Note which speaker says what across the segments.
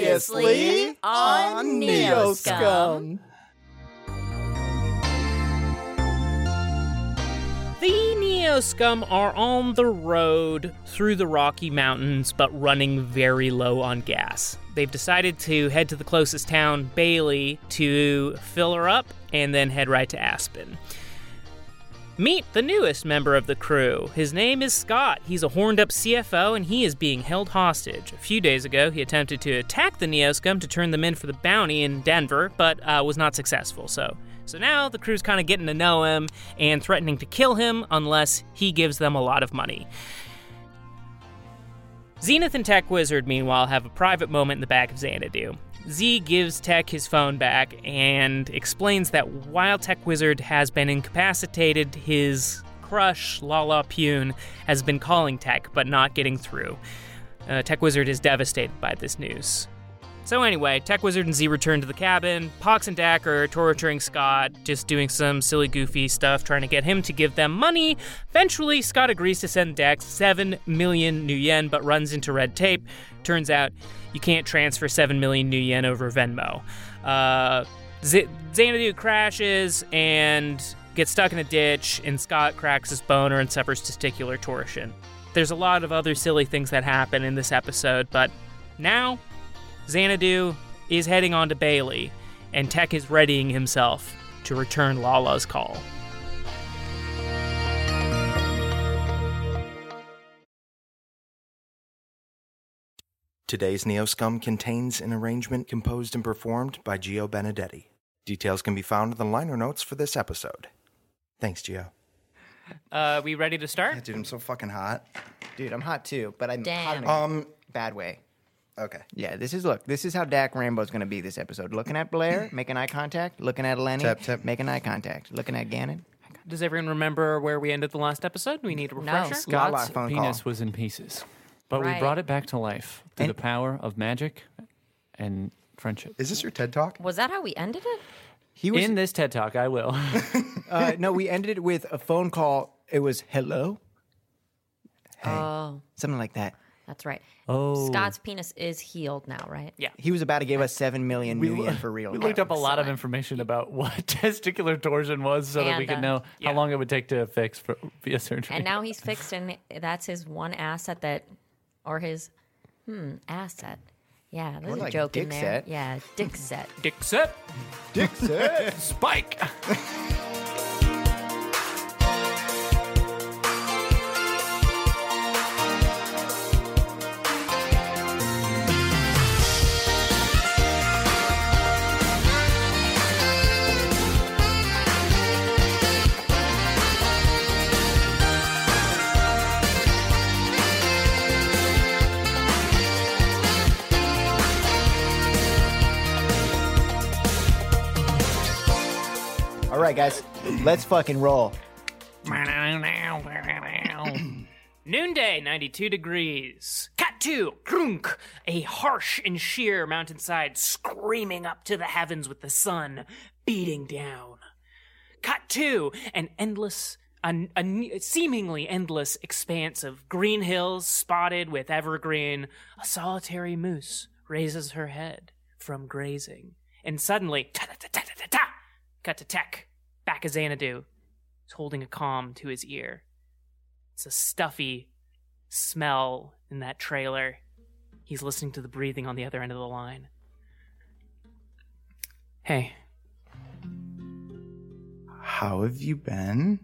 Speaker 1: Previously on Neoscum.
Speaker 2: The Neo Scum are on the road through the Rocky Mountains, but running very low on gas. They've decided to head to the closest town, Bailey, to fill her up and then head right to Aspen. Meet the newest member of the crew. His name is Scott. He's a horned up CFO and he is being held hostage. A few days ago, he attempted to attack the Neoscum to turn them in for the bounty in Denver, but uh, was not successful. So, so now the crew's kind of getting to know him and threatening to kill him unless he gives them a lot of money. Zenith and Tech Wizard, meanwhile, have a private moment in the back of Xanadu. Z gives Tech his phone back and explains that while Tech Wizard has been incapacitated, his crush, Lala Pune, has been calling Tech but not getting through. Uh, Tech Wizard is devastated by this news. So anyway, Tech Wizard and Z return to the cabin. Pox and Dak are torturing Scott, just doing some silly, goofy stuff, trying to get him to give them money. Eventually, Scott agrees to send Dak 7 million new yen, but runs into red tape. Turns out you can't transfer 7 million new yen over Venmo. Uh, Z- Xanadu crashes and gets stuck in a ditch, and Scott cracks his boner and suffers testicular torsion. There's a lot of other silly things that happen in this episode, but now Xanadu is heading on to Bailey, and Tech is readying himself to return Lala's call.
Speaker 3: Today's Neoscum contains an arrangement composed and performed by Gio Benedetti. Details can be found in the liner notes for this episode. Thanks, Gio.
Speaker 2: Uh, we ready to
Speaker 3: Yeah,
Speaker 2: start?
Speaker 3: dude, I'm so fucking hot.
Speaker 4: Dude, I'm hot too, but I'm hot in
Speaker 1: Damn.
Speaker 4: a
Speaker 3: Um,
Speaker 4: bad way.
Speaker 3: okay.
Speaker 4: Yeah, this is look. This is how Dak Rambo's going to be this episode. Looking at Blair, making eye contact. Looking at Lenny,
Speaker 3: Tap, tap.
Speaker 4: making eye contact. Looking at Gannon.
Speaker 2: Does everyone remember where we ended the last episode? We need a refresher.
Speaker 1: Scott.
Speaker 4: Lala
Speaker 5: Scott's
Speaker 4: phone
Speaker 5: penis
Speaker 4: call.
Speaker 5: was in pieces, but
Speaker 1: Right.
Speaker 5: we brought it back to life through
Speaker 4: And-
Speaker 5: the power of magic and friendship.
Speaker 3: Is this your TED Talk?
Speaker 1: Was that how we ended it?
Speaker 4: He was.
Speaker 5: in this TED Talk, I will.
Speaker 4: uh, no, we ended it with a phone call. It was hello,
Speaker 1: Oh,
Speaker 4: something like that.
Speaker 1: that's right.
Speaker 5: Oh.
Speaker 1: Scott's penis is healed now, right?
Speaker 2: Yeah.
Speaker 4: He was about to give us seven million new yen for real.
Speaker 5: we looked up a lot of information about what testicular torsion was, so that we
Speaker 1: And,
Speaker 5: could
Speaker 1: uh,
Speaker 5: know
Speaker 2: yeah.
Speaker 5: how long it would take to fix for, via surgery.
Speaker 1: And now he's fixed, and that's his one asset that, or his, hmm, asset. Yeah, there's a
Speaker 4: like
Speaker 1: joke in
Speaker 4: dick
Speaker 1: there.
Speaker 4: set.
Speaker 1: Yeah, dick set.
Speaker 2: Dick set.
Speaker 5: Spike.
Speaker 4: All right, guys, let's fucking roll.
Speaker 2: Noonday, 92 degrees. Cat 2, krunk. A harsh and sheer mountainside screaming up to the heavens with the sun beating down. Cut 2, an endless, a, a seemingly endless expanse of green hills spotted with evergreen. A solitary moose raises her head from grazing. And suddenly, ta ta ta ta ta ta! Cut to Tech, back as Xanadu, is holding a calm to his ear. It's a stuffy smell in that trailer. He's listening to the breathing on the other end of the line. Hey,
Speaker 3: How have you been?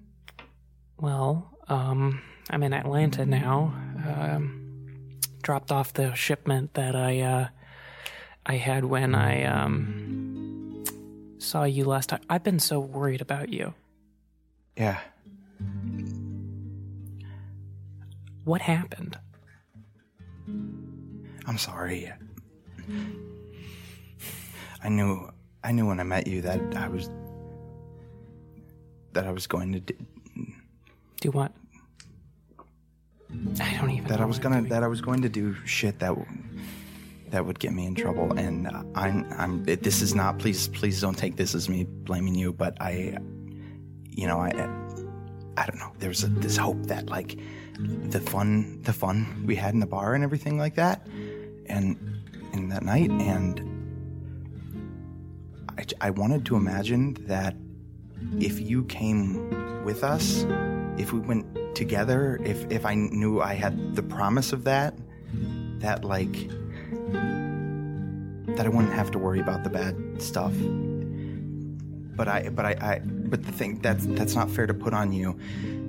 Speaker 2: well, um, I'm in Atlanta now. Um, dropped off the shipment that I, uh, I had when I, um, saw you last time. I've been so worried about you.
Speaker 3: Yeah.
Speaker 2: What happened?
Speaker 3: I'm sorry. I knew I knew when I met you that I was that I was going to d-
Speaker 2: Do what? I don't even
Speaker 3: that
Speaker 2: know
Speaker 3: I was
Speaker 2: what
Speaker 3: going
Speaker 2: doing.
Speaker 3: to that I was going to do shit that w- that would get me in trouble and uh, I'm I'm it- this is not please please don't take this as me blaming you but I you know I I don't know there's a, this hope that like the fun the fun we had in the bar and everything like that and
Speaker 6: in that night, and I, j- I wanted to imagine that if you came with us, if we went together, if if I knew I had the promise of that, that like that I wouldn't have to worry about the bad stuff. But I but I, I but the thing that's that's not fair to put on you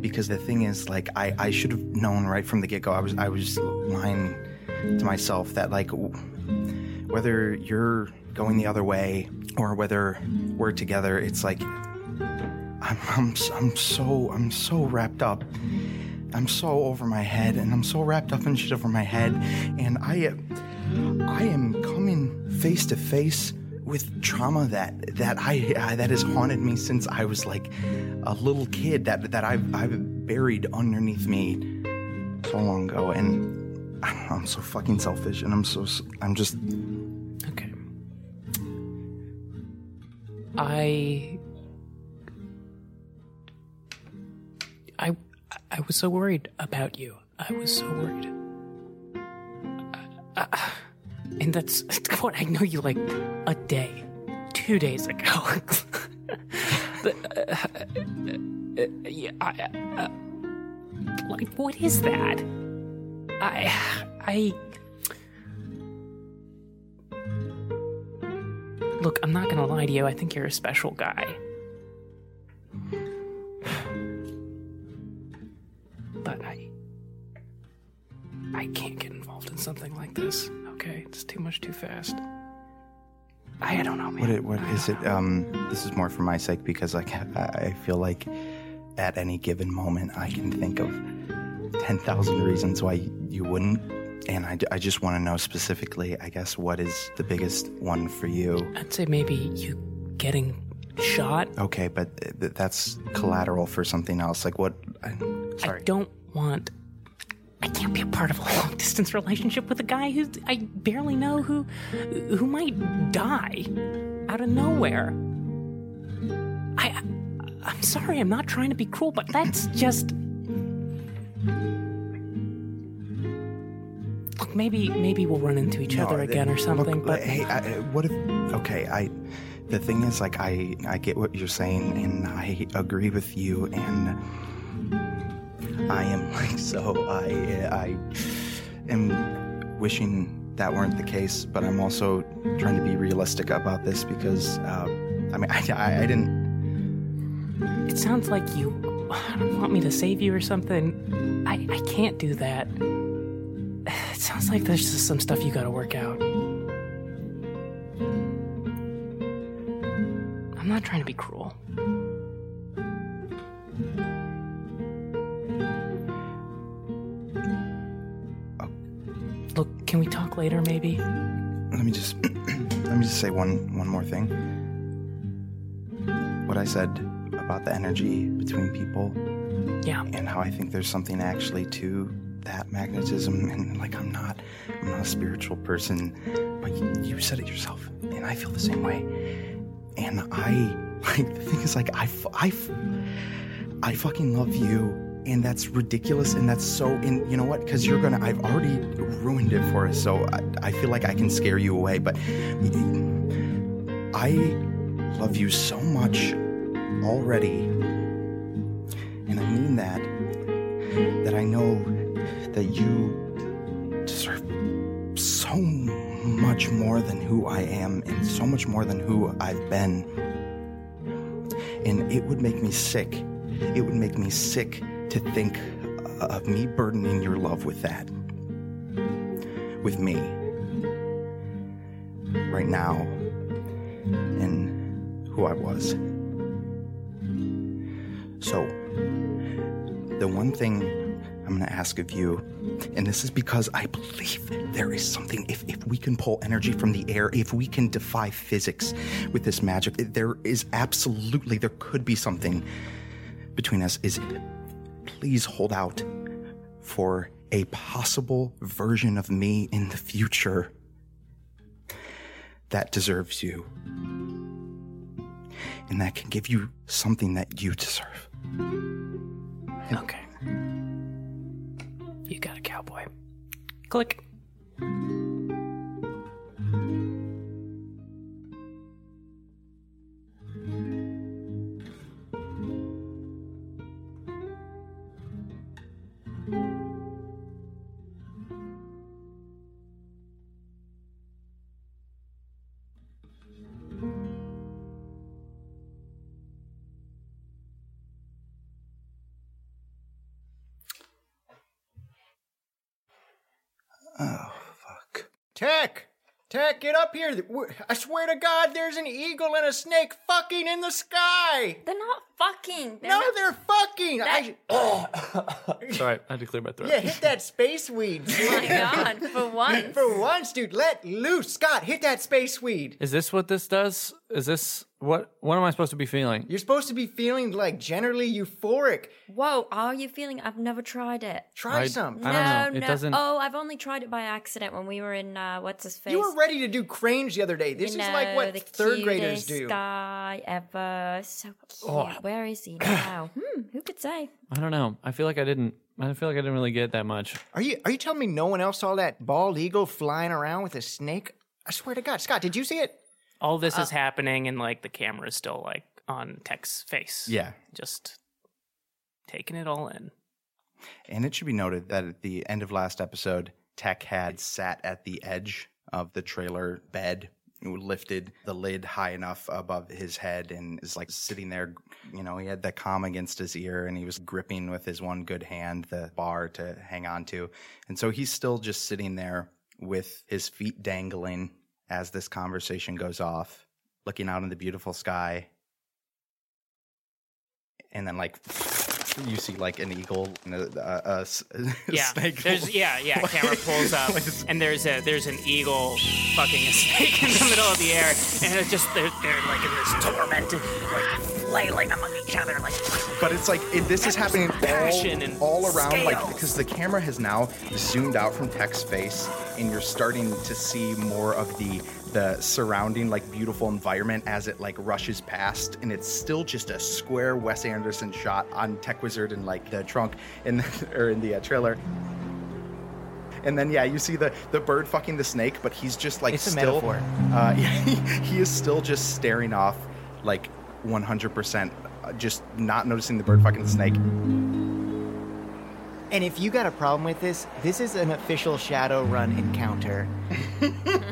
Speaker 6: because the thing is like I, I should have known right from the get go. I was I was lying to myself that like w- whether you're going the other way or whether we're together, it's like I'm, I'm, s- I'm so I'm so wrapped up. I'm so over my head, and I'm so wrapped up in shit over my head, and I, I am coming face to face with trauma that that I, I that has haunted me since I was like a little kid that that I've I've buried underneath me so long ago, and I don't know, I'm so fucking selfish, and I'm so s- I'm just
Speaker 2: Okay. I. I. I was so worried about you. I was so worried. Uh, uh, and that's what I know you like a day, two days ago. But, uh, uh, yeah, I, uh, like, what is that? I. I. Look, I'm not gonna lie to you. I think you're a special guy. But I. I can't get involved in something like this, okay? It's too much too fast. I don't know, man.
Speaker 6: What it, what is it? Um, this is more for my sake because like I I feel like at any given moment I can think of ten thousand reasons why you wouldn't, and I, I just want to know specifically. I guess what is the biggest one for you?
Speaker 2: I'd say maybe you getting shot.
Speaker 6: Okay, but uh, th- that's collateral for something else. Like what? I,
Speaker 2: I
Speaker 6: sorry.
Speaker 2: don't want. I can't be a part of a long distance relationship with a guy who I barely know who who might die out of nowhere. I I'm sorry, I'm not trying to be cruel, but that's just Look, maybe maybe we'll run into each other
Speaker 6: No, th-
Speaker 2: again or
Speaker 6: look,
Speaker 2: something, but
Speaker 6: hey, I, I- what if? Okay, I. The thing is, like, I I get what you're saying, and I agree with you, and I am like so. I I am wishing that weren't the case, but I'm also trying to be realistic about this because, uh, I mean, I, I, I didn't.
Speaker 2: It sounds like you want me to save you or something. I, I can't do that. It sounds like there's just some stuff you gotta work out. I'm not trying to be cruel. Look, can we talk later maybe?
Speaker 6: Let me just let me just say one one more thing. What I said about the energy between people
Speaker 2: Yeah.
Speaker 6: and how I think there's something actually to that magnetism. And like, I'm not, I'm not a spiritual person, but you, you said it yourself, and I feel the same way. And I, like, the thing is, like, I, fu- I, fu- I fucking love you, and that's ridiculous, and that's so. And you know what? Because you're gonna, I've already ruined it for us, so I, I feel like I can scare you away, but I love you so much already and I mean that, that I know that you deserve so much more than who I am and so much more than who I've been. And it would make me sick. It would make me sick to think of me burdening your love with that. With me. Right now. And who I was. So, the one thing I'm going to ask of you, and this is because I believe there is something, if, if we can pull energy from the air, if we can defy physics with this magic, there is absolutely, there could be something between us, is please hold out for a possible version of me in the future that deserves you and that can give you something that you deserve.
Speaker 2: Okay. You got a cowboy. Click.
Speaker 3: Tech! Tech, get up here! We're- I swear to God, there's an eagle and a snake fucking in the sky!
Speaker 1: They're not fucking. They're
Speaker 3: No,
Speaker 1: not-
Speaker 3: they're fucking! I,
Speaker 5: Sorry, I had to clear my throat.
Speaker 3: yeah, hit that space weed.
Speaker 1: my God, for once.
Speaker 3: For once, dude, let loose. Scott, hit that space weed.
Speaker 5: Is this what this does? Is this what? What am I supposed to be feeling?
Speaker 3: You're supposed to be feeling like generally euphoric.
Speaker 1: Whoa, are you feeling? I've never tried it.
Speaker 3: Try
Speaker 5: I-
Speaker 3: some.
Speaker 5: I don't know.
Speaker 1: no,
Speaker 5: It
Speaker 1: no.
Speaker 5: doesn't-
Speaker 1: Oh, I've only tried it by accident when we were in uh, what's his face.
Speaker 3: you were ready to do cranes the other day. This
Speaker 1: You
Speaker 3: is
Speaker 1: know,
Speaker 3: like what
Speaker 1: the
Speaker 3: third graders
Speaker 1: cutest
Speaker 3: do.
Speaker 1: Guy ever, so cute. Where is he now? hmm, who could say?
Speaker 5: I don't know. I feel like I didn't. I feel like I didn't really get that much.
Speaker 3: Are you are you telling me no one else saw that bald eagle flying around with a snake? I swear to God, Scott, did you see it?
Speaker 2: All
Speaker 6: Uh,
Speaker 2: this is happening, and like the camera is still like on Tech's face.
Speaker 6: Yeah.
Speaker 2: just taking it all in.
Speaker 6: And it should be noted that at the end of last episode, Tech had sat at the edge of the trailer bed, lifted the lid high enough above his head, and is like sitting there. You know, he had the comm against his ear and he was gripping with his one good hand the bar to hang on to. And so he's still just sitting there with his feet dangling as this conversation goes off, looking out in the beautiful sky. And then, like, you see, like, an eagle and a, a- a s-
Speaker 2: Yeah,
Speaker 6: snake.
Speaker 2: there's yeah yeah. Camera pulls up, and there's a there's an eagle fucking a snake in the middle of the air, and it's just they're, they're like in this torment, like flailing among each other, like
Speaker 6: But it's like it, this is happening
Speaker 2: Passion and
Speaker 6: all, all around, like
Speaker 2: scale.
Speaker 6: because the camera has now zoomed out from Tech's face, and you're starting to see more of the the surrounding like beautiful environment as it like rushes past, and it's still just a square Wes Anderson shot on Tech Wizard and like the trunk in the, or in the uh, trailer. And then yeah, you see the the bird fucking the snake, but he's just like
Speaker 3: It's a
Speaker 6: still,
Speaker 3: metaphor.
Speaker 6: Uh, he is still just staring off, like 100%, uh, just not noticing the bird fucking the snake.
Speaker 3: And if you got a problem with this, this is an official Shadowrun encounter.
Speaker 5: Oh,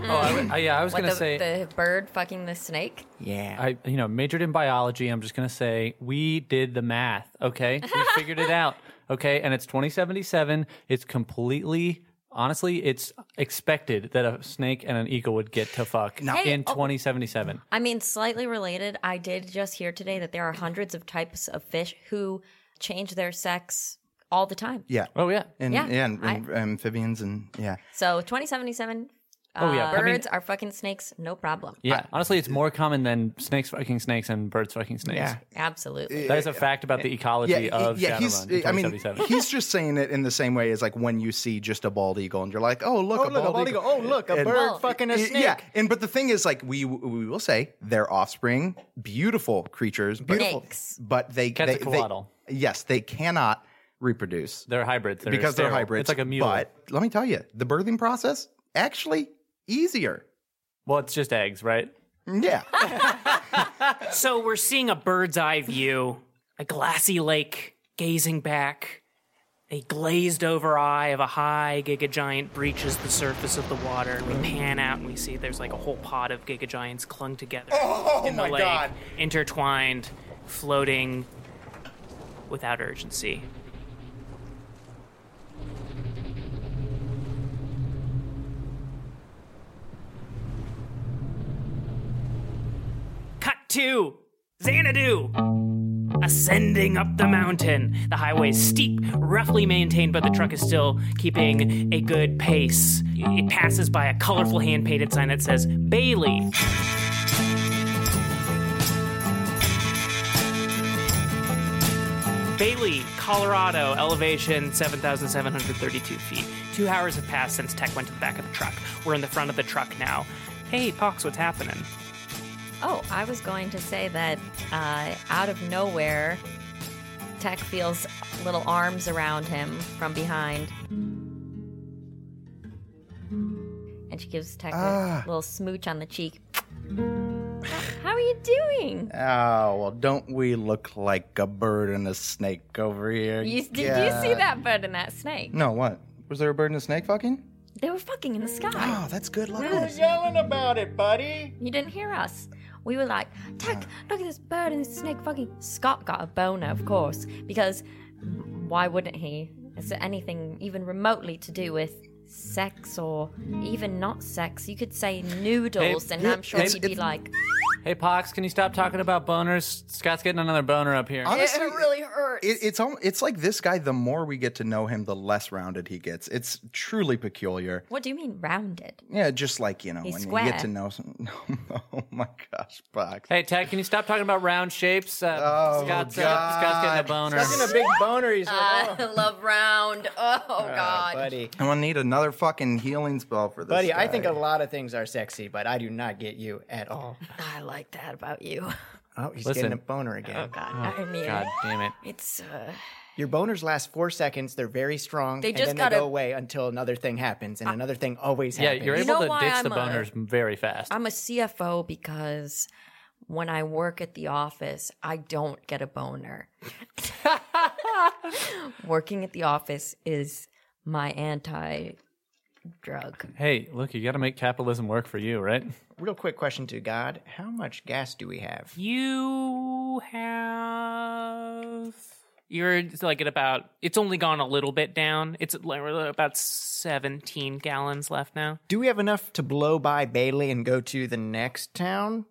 Speaker 5: I, I- yeah. I was
Speaker 1: Mm. What
Speaker 5: gonna
Speaker 1: the,
Speaker 5: say.
Speaker 1: the bird fucking the snake?
Speaker 3: Yeah.
Speaker 5: I you know majored in biology. I'm just gonna say we did the math. Okay, we figured it out. Okay, and it's 2077. It's completely. Honestly, it's expected that a snake and an eagle would get to fuck
Speaker 1: Hey,
Speaker 5: in
Speaker 1: oh.
Speaker 5: 2077.
Speaker 1: I mean, slightly related. I did just hear today that there are hundreds of types of fish who change their sex all the time.
Speaker 6: Yeah.
Speaker 5: Oh yeah.
Speaker 6: And,
Speaker 1: Yeah,
Speaker 6: and, and amphibians and yeah.
Speaker 1: So 2077.
Speaker 5: Oh, yeah.
Speaker 1: uh,
Speaker 5: I mean-
Speaker 1: birds are fucking snakes, no problem.
Speaker 5: Yeah, honestly, it's more common than snakes fucking snakes and birds fucking snakes.
Speaker 3: Yeah.
Speaker 1: Absolutely.
Speaker 5: That is a fact about the
Speaker 6: Yeah,
Speaker 5: ecology of
Speaker 6: yeah,
Speaker 5: Shadowrun in
Speaker 6: I mean,
Speaker 5: 2077.
Speaker 6: he's just saying it in the same way as like when you see just a bald eagle and you're like, oh look,
Speaker 3: oh, look, a bald eagle. Oh, look, a
Speaker 6: And-
Speaker 3: bird
Speaker 1: Well-
Speaker 3: fucking a
Speaker 6: Y-
Speaker 3: snake.
Speaker 6: Yeah, and but the thing is, like we we will say, their offspring, beautiful creatures, beautiful,
Speaker 1: Snakes.
Speaker 6: but they they, they
Speaker 5: Quetzalcoatl.
Speaker 6: yes, they cannot reproduce.
Speaker 5: they're hybrids they're
Speaker 6: because they're
Speaker 5: sterile. It's
Speaker 6: hybrids.
Speaker 5: like a mule.
Speaker 6: But let me tell you, the birthing process actually easier.
Speaker 5: well, it's just eggs, right?
Speaker 6: Yeah,
Speaker 2: So we're seeing a bird's eye view, a glassy lake gazing back. A glazed over eye of a high gigagiant breaches the surface of the water, and we pan out and we see there's like a whole pod of gigagiants clung together in the lake, intertwined, floating without urgency. Cut to Xanadu! Ascending up the mountain. The highway is steep, roughly maintained, but the truck is still keeping a good pace. It passes by a colorful hand painted sign that says Bailey. Bailey, Colorado, elevation 7,732 feet. Two hours have passed since Tech went to the back of the truck. We're in the front of the truck now. Hey, Pox, what's happening?
Speaker 1: Oh, I was going to say that uh, out of nowhere, Tech feels little arms around him from behind. And she gives Tech a little smooch on the cheek. How are you doing?
Speaker 6: Oh, well, don't we look like a bird and a snake over here?
Speaker 1: You, did you see that bird and that snake?
Speaker 6: No, what? Was there a bird and a snake fucking?
Speaker 1: They were fucking in the sky.
Speaker 6: Oh, that's good luck.
Speaker 3: We're yelling about it, buddy.
Speaker 1: You didn't hear us. We were like, Tech, look at this bird and this snake fucking. Scott got a boner, of course, because why wouldn't he? Is there anything even remotely to do with sex or even not sex. You could say noodles, and
Speaker 5: yeah,
Speaker 1: I'm sure
Speaker 5: it's-
Speaker 1: he'd be
Speaker 5: it's-
Speaker 1: like,
Speaker 5: Hey, Pox, can you stop talking about boners? Scott's getting another boner up here.
Speaker 1: it really hurts.
Speaker 6: It, it's al- it's like this guy. The more we get to know him, the less rounded he gets. It's truly peculiar.
Speaker 1: what do you mean rounded?
Speaker 6: Yeah, just like you know,
Speaker 1: He's
Speaker 6: when you
Speaker 1: square.
Speaker 6: get to know. Some- oh my gosh, Box.
Speaker 5: Hey, Tech, can you stop talking about round shapes? Uh,
Speaker 6: Oh,
Speaker 5: Scott's, Uh,
Speaker 6: God.
Speaker 5: Scott's getting a boner.
Speaker 3: He's in a big boner. He's like,
Speaker 1: I love round. Oh,
Speaker 3: oh,
Speaker 1: Uh, God.
Speaker 3: buddy.
Speaker 6: I'm gonna need another fucking healing spell for this.
Speaker 3: Buddy, I
Speaker 6: guy.
Speaker 3: think a lot of things are sexy, but I do not get you at all.
Speaker 1: I like that about you.
Speaker 3: Oh, he's
Speaker 5: Listen.
Speaker 3: getting a boner again.
Speaker 1: Oh, God. I mean,
Speaker 5: God damn it.
Speaker 1: it's. Uh,
Speaker 3: Your boners last four seconds. They're very strong.
Speaker 1: They
Speaker 3: and
Speaker 1: just Uh,
Speaker 3: then
Speaker 1: gotta-
Speaker 3: they go away until another thing happens, and another thing always
Speaker 5: Yeah,
Speaker 3: happens.
Speaker 5: you're able
Speaker 1: know
Speaker 5: to
Speaker 1: why
Speaker 5: ditch
Speaker 1: I'm
Speaker 5: the
Speaker 1: a-
Speaker 5: boners very fast.
Speaker 1: I'm a CFO because when I work at the office, I don't get a boner. Working at the office is my anti drug.
Speaker 5: Hey, look, you got to make capitalism work for you,
Speaker 1: Oh,
Speaker 5: right?
Speaker 3: Real quick question to God: How much gas do we have?
Speaker 2: You have. You're like at about. It's only gone a little bit down. It's at like about 17 gallons left now.
Speaker 3: Do we have enough to blow by Bailey and go to the next town?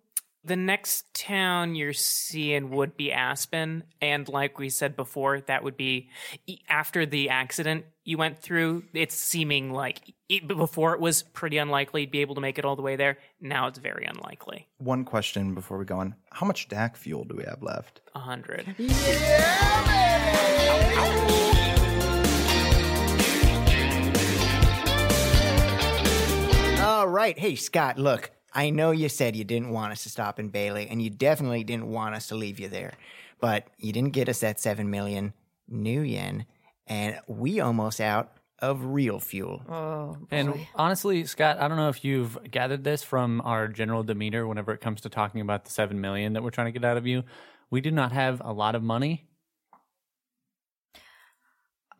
Speaker 2: The next town you're seeing would be Aspen. And like we said before, that would be e- after the accident you went through. It's seeming like e- before it was pretty unlikely you'd be able to make it all the way there. Now it's very unlikely.
Speaker 6: One question before we go on: How much DAC fuel do we have left?
Speaker 2: 100.
Speaker 3: All right. Hey, Scott, look, I know you said you didn't want us to stop in Bailey, and you definitely didn't want us to leave you there, but you didn't get us that 7 million new yen, and we almost out of real fuel.
Speaker 1: Oh,
Speaker 5: And honestly, Scott, I don't know if you've gathered this from our general demeanor whenever it comes to talking about the 7 million that we're trying to get out of you. We do not have a lot of money.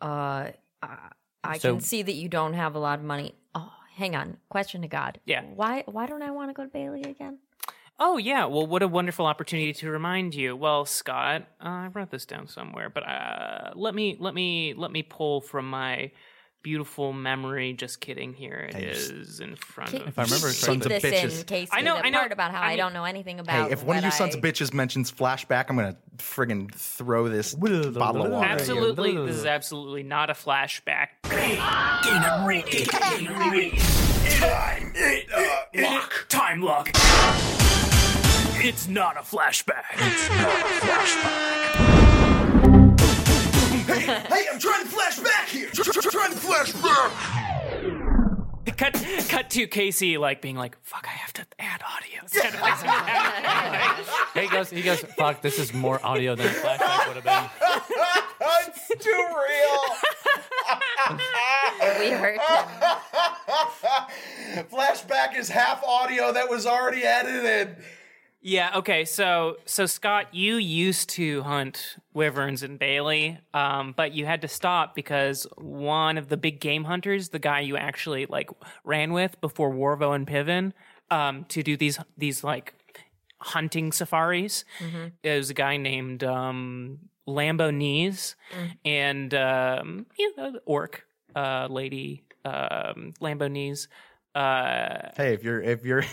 Speaker 1: uh, I, I
Speaker 5: So-
Speaker 1: can see that you don't have a lot of money. Oh, hang on. Question to God.
Speaker 2: Yeah.
Speaker 1: Why? Why don't I want to go to Bailey again?
Speaker 2: Oh yeah, well, what a wonderful opportunity to remind you. Well, Scott, uh, I wrote this down somewhere, but uh, let me let me let me pull from my beautiful memory. Just kidding, here it
Speaker 6: Hey, you
Speaker 2: is
Speaker 6: just-
Speaker 2: in front
Speaker 1: Can-
Speaker 2: of.
Speaker 5: If I remember
Speaker 1: keep
Speaker 5: correctly-
Speaker 1: this
Speaker 6: Sons of bitches.
Speaker 1: in case
Speaker 2: I
Speaker 1: I
Speaker 2: know-
Speaker 1: know, the
Speaker 2: I know-
Speaker 1: part about how
Speaker 2: I
Speaker 1: I,
Speaker 2: mean-
Speaker 1: don't know anything about.
Speaker 6: Hey, if one of
Speaker 1: what
Speaker 6: you sons
Speaker 1: I-
Speaker 6: of bitches mentions flashback, I'm gonna friggin' throw this bottle of water. at you.
Speaker 2: Absolutely, this is absolutely not a flashback. Time Uh, lock. It's not a flashback.
Speaker 6: Hey, I'm trying to flash back here. Trying to flash back.
Speaker 2: cut, cut to Casey like being like, "Fuck, I have to add audio."
Speaker 5: Hey, He goes, he goes, fuck, this is more audio than a flashback would have been.
Speaker 6: It's too real.
Speaker 1: we heard him.
Speaker 6: Flashback is half audio that was already edited.
Speaker 2: Yeah. Okay. So, so Scott, you used to hunt wyverns in Bailey, um, but you had to stop because one of the big game hunters, the guy you actually like ran with before Warvo and Piven, um, to do these these like hunting safaris, is a guy named um, Lambo Knees, and um, you know, the orc uh, lady um, Lambo Knees. Uh,
Speaker 6: Hey, if you're if you're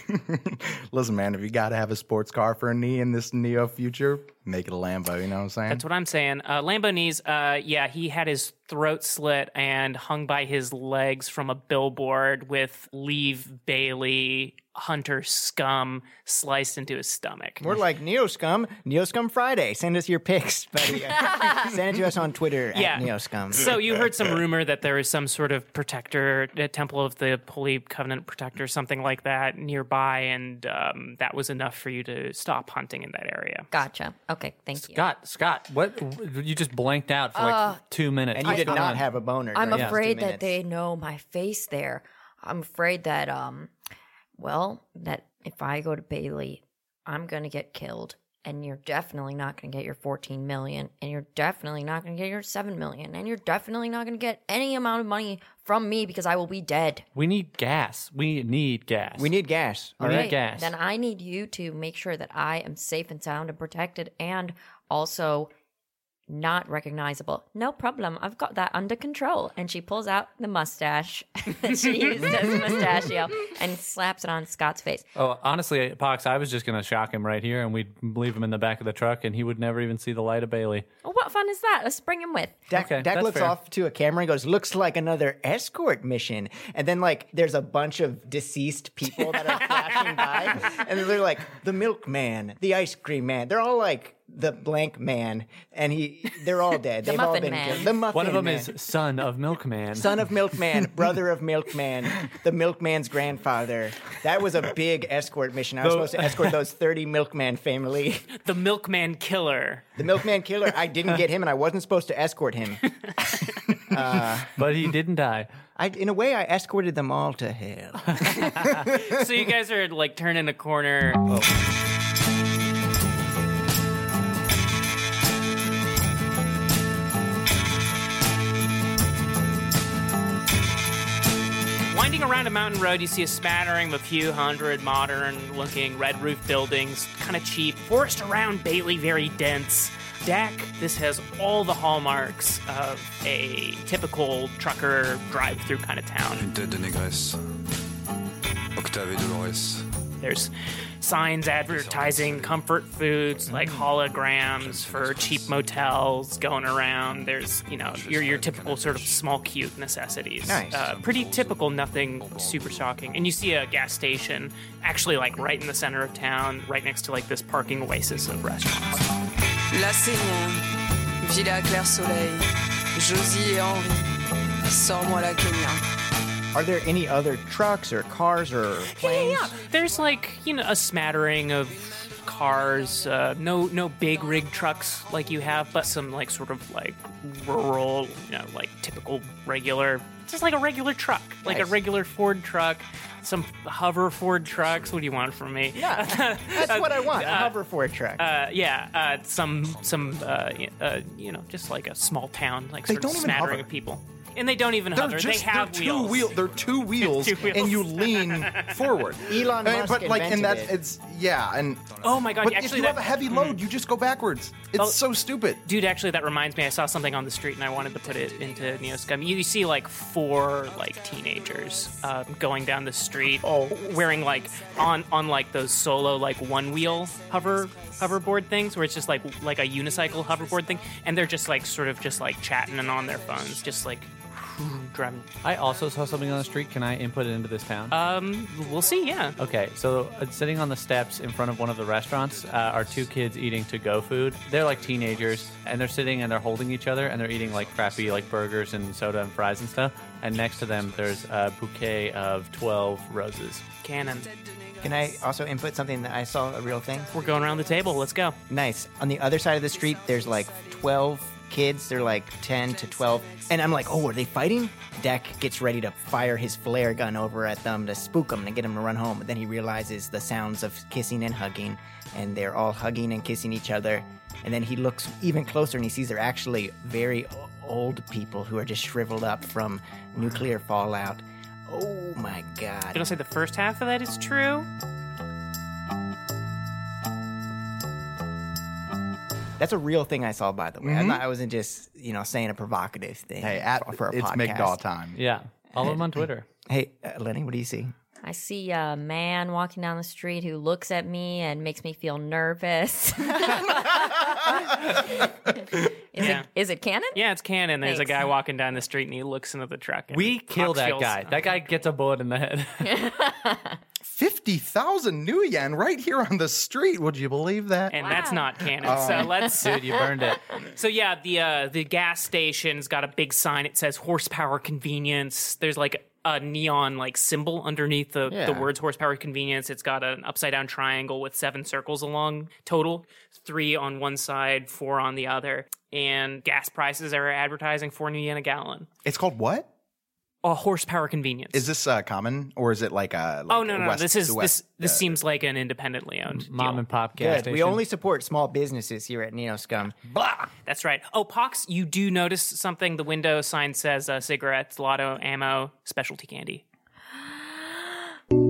Speaker 6: listen, man, if you gotta have a sports car for a knee in this neo future, make it a Lambo. You know what I'm saying?
Speaker 2: That's what I'm saying. Uh, Lambo knees. Uh, yeah, he had his throat slit and hung by his legs from a billboard with "Leave Bailey, Hunter Scum" sliced into his stomach.
Speaker 3: We're like Neoscum, Neoscum Friday. Send us your pics, buddy. Send it to us on Twitter
Speaker 2: Yeah.
Speaker 3: at Neoscum.
Speaker 2: So you heard some rumor that there is some sort of protector, a temple of the Holy Covenant protector, something like that nearby, and um, that was enough for you to stop hunting in that area.
Speaker 1: Gotcha. Okay. Thank you.
Speaker 5: Scott, Scott, what? You just blanked out for like
Speaker 1: Uh,
Speaker 5: two minutes.
Speaker 3: and you
Speaker 5: What's
Speaker 3: did
Speaker 5: going
Speaker 3: not
Speaker 5: on?
Speaker 3: have a boner.
Speaker 1: I'm
Speaker 3: during those two
Speaker 1: afraid that
Speaker 3: minutes.
Speaker 1: they know my face there. I'm afraid that um well, that if I go to Bailey, I'm going to get killed and you're definitely not going to get your 14 million and you're definitely not going to get your 7 million and you're definitely not going to get any amount of money from me because I will be dead.
Speaker 5: We need gas. We need gas.
Speaker 3: We need gas.
Speaker 5: We
Speaker 3: all
Speaker 5: need
Speaker 3: right?
Speaker 5: gas.
Speaker 1: Then I need you to make sure that I am safe and sound and protected and also not recognizable. No problem. I've got that under control. And she pulls out the mustache that she used as a mustachio and slaps it on Scott's face.
Speaker 5: Oh, honestly, Pox, I was just going to shock him right here and we'd leave him in the back of the truck and he would never even see the light of Bailey.
Speaker 1: Well, what fun is that? Let's bring him with.
Speaker 3: Deck,
Speaker 5: Okay,
Speaker 3: Deck
Speaker 5: that's
Speaker 3: looks
Speaker 5: fair.
Speaker 3: off to a camera and goes, "Looks like another escort mission." And then like there's a bunch of deceased people that are flashing by, and they're like the milkman, the ice cream man. They're all like the blank man, and he they're all dead. They've all
Speaker 1: muffin
Speaker 3: been
Speaker 1: man.
Speaker 3: killed. The muffin
Speaker 5: One of them
Speaker 3: man.
Speaker 5: is son of milkman.
Speaker 3: Son of Milkman, brother of Milkman, the Milkman's grandfather. That was a big escort mission. I was supposed to escort those 30 Milkman family.
Speaker 2: The Milkman Killer.
Speaker 3: The Milkman killer, I didn't get him and I wasn't supposed to escort him.
Speaker 5: but he didn't die.
Speaker 3: I, in a way, I escorted them all to hell.
Speaker 2: so you guys are like turning a corner. Winding around a mountain road, you see a smattering of a few hundred modern looking red roof buildings, kind of cheap. Forest around Bailey, very dense. Deck, this has all the hallmarks of a typical trucker drive through kind of town.
Speaker 7: Une tête de négresse. Octave et Dolores.
Speaker 2: There's signs advertising comfort foods like holograms for cheap motels going around. There's, you know, your, your typical sort of small, cute necessities.
Speaker 3: Nice.
Speaker 2: Uh, pretty typical, nothing super shocking. And you see a gas station actually like right in the center of town, right next to like this parking oasis of restaurants.
Speaker 8: La Seigna, Villa Claire Soleil, Josie et Henri. Sors-moi la Kenya.
Speaker 3: Are there any other trucks or cars or planes?
Speaker 2: There's like, you know, a smattering of cars uh, no no big rig trucks like you have but some like sort of like rural you know like typical regular just like a regular truck like a
Speaker 3: Nice.
Speaker 2: regular ford truck some hover ford trucks what do you want from me
Speaker 3: Yeah, that's what I want. A hover for a truck.
Speaker 2: uh, yeah uh, some some uh, y- uh, you know just like a small town like
Speaker 6: They
Speaker 2: sort
Speaker 6: don't
Speaker 2: of
Speaker 6: even
Speaker 2: smattering
Speaker 6: hover.
Speaker 2: of people and they don't even hover they have
Speaker 6: they're
Speaker 2: wheels
Speaker 6: two wheel. They're two wheels,
Speaker 2: Two wheels.
Speaker 6: and you lean forward.
Speaker 3: Elon
Speaker 6: I mean,
Speaker 3: Musk
Speaker 6: but like, and
Speaker 3: invented
Speaker 6: that
Speaker 3: it.
Speaker 6: it's yeah, and
Speaker 2: oh my god
Speaker 6: but
Speaker 2: actually
Speaker 6: if you
Speaker 2: that, Hmm.
Speaker 6: have a heavy load, you just go backwards. It's
Speaker 2: Oh.
Speaker 6: so stupid.
Speaker 2: Dude, actually, that reminds me. I saw something on the street, and I wanted to put it into Neo Scum. You see, like four like teenagers um, going down the street, wearing like on on like those solo like one wheel hover hoverboard things, where it's just like like a unicycle hoverboard thing, and they're just like sort of just like chatting and on their phones, just like driving.
Speaker 5: I also saw something on the street. Can I input it into this town?
Speaker 3: Uh,
Speaker 2: Um, we'll see. Yeah.
Speaker 5: Okay, so uh, sitting on the steps in front of one of the restaurants uh, are two kids eating to-go food. They're like teenagers, and they're sitting and they're holding each other, and they're eating like crappy like burgers and soda and fries and stuff. And next to them, there's a bouquet of twelve roses.
Speaker 2: Cannon.
Speaker 3: Can I also input something that I saw a real thing?
Speaker 2: We're going around the table. Let's go.
Speaker 3: Nice. On the other side of the street, there's like 12 kids. They're like 10 to 12. And I'm like, oh, are they fighting? Deck gets ready to fire his flare gun over at them to spook them and get them to run home. But then he realizes the sounds of kissing and hugging, and they're all hugging and kissing each other. And then he looks even closer and he sees they're actually very o- old people who are just shriveled up from nuclear fallout. Oh my
Speaker 2: I'm gonna
Speaker 3: god.
Speaker 2: say the first half of that is true.
Speaker 3: That's a real thing I saw, by the way. I'm not, I wasn't just, you know, saying a provocative thing.
Speaker 6: Mm-hmm. Hey, at,
Speaker 3: for a
Speaker 6: it's
Speaker 3: podcast.
Speaker 6: McDaw time.
Speaker 5: Yeah, all of them on Twitter.
Speaker 3: Hey, uh, Lenny, what do you see?
Speaker 1: I see a man walking down the street who looks at me and makes me feel nervous. is,
Speaker 2: Yeah.
Speaker 1: it, is it canon?
Speaker 2: Yeah, it's Cannon. There's a
Speaker 1: Thanks.
Speaker 2: guy walking down the street, and he looks into the truck. And
Speaker 5: We kill
Speaker 2: Fox
Speaker 5: that
Speaker 2: feels-
Speaker 5: guy. That guy gets a bullet in the head.
Speaker 6: Fifty thousand new yen right here on the street. Would you believe that?
Speaker 2: and that's not canon.
Speaker 6: Oh.
Speaker 2: So let's.
Speaker 5: Dude, you burned it.
Speaker 2: So yeah, the uh, the gas station's got a big sign. It says horsepower convenience. There's like a neon like symbol underneath the, the
Speaker 6: Yeah.
Speaker 2: words horsepower convenience. It's got an upside down triangle with seven circles along total, three on one side, four on the other. And gas prices are advertising four new yen a gallon.
Speaker 6: it's called what?
Speaker 2: A horsepower convenience.
Speaker 6: Is this uh, common or is it like a? Like
Speaker 2: oh no no,
Speaker 6: west
Speaker 2: this is
Speaker 6: to west,
Speaker 2: this this
Speaker 6: uh,
Speaker 2: seems like an independently owned
Speaker 5: Mom
Speaker 2: deal.
Speaker 5: and pop gas
Speaker 3: Good.
Speaker 5: station.
Speaker 3: We only support small businesses here at Neo Scum.
Speaker 2: That's right. Oh, Pox, you do notice something. The window sign says uh, cigarettes, lotto, ammo, specialty candy.
Speaker 1: We've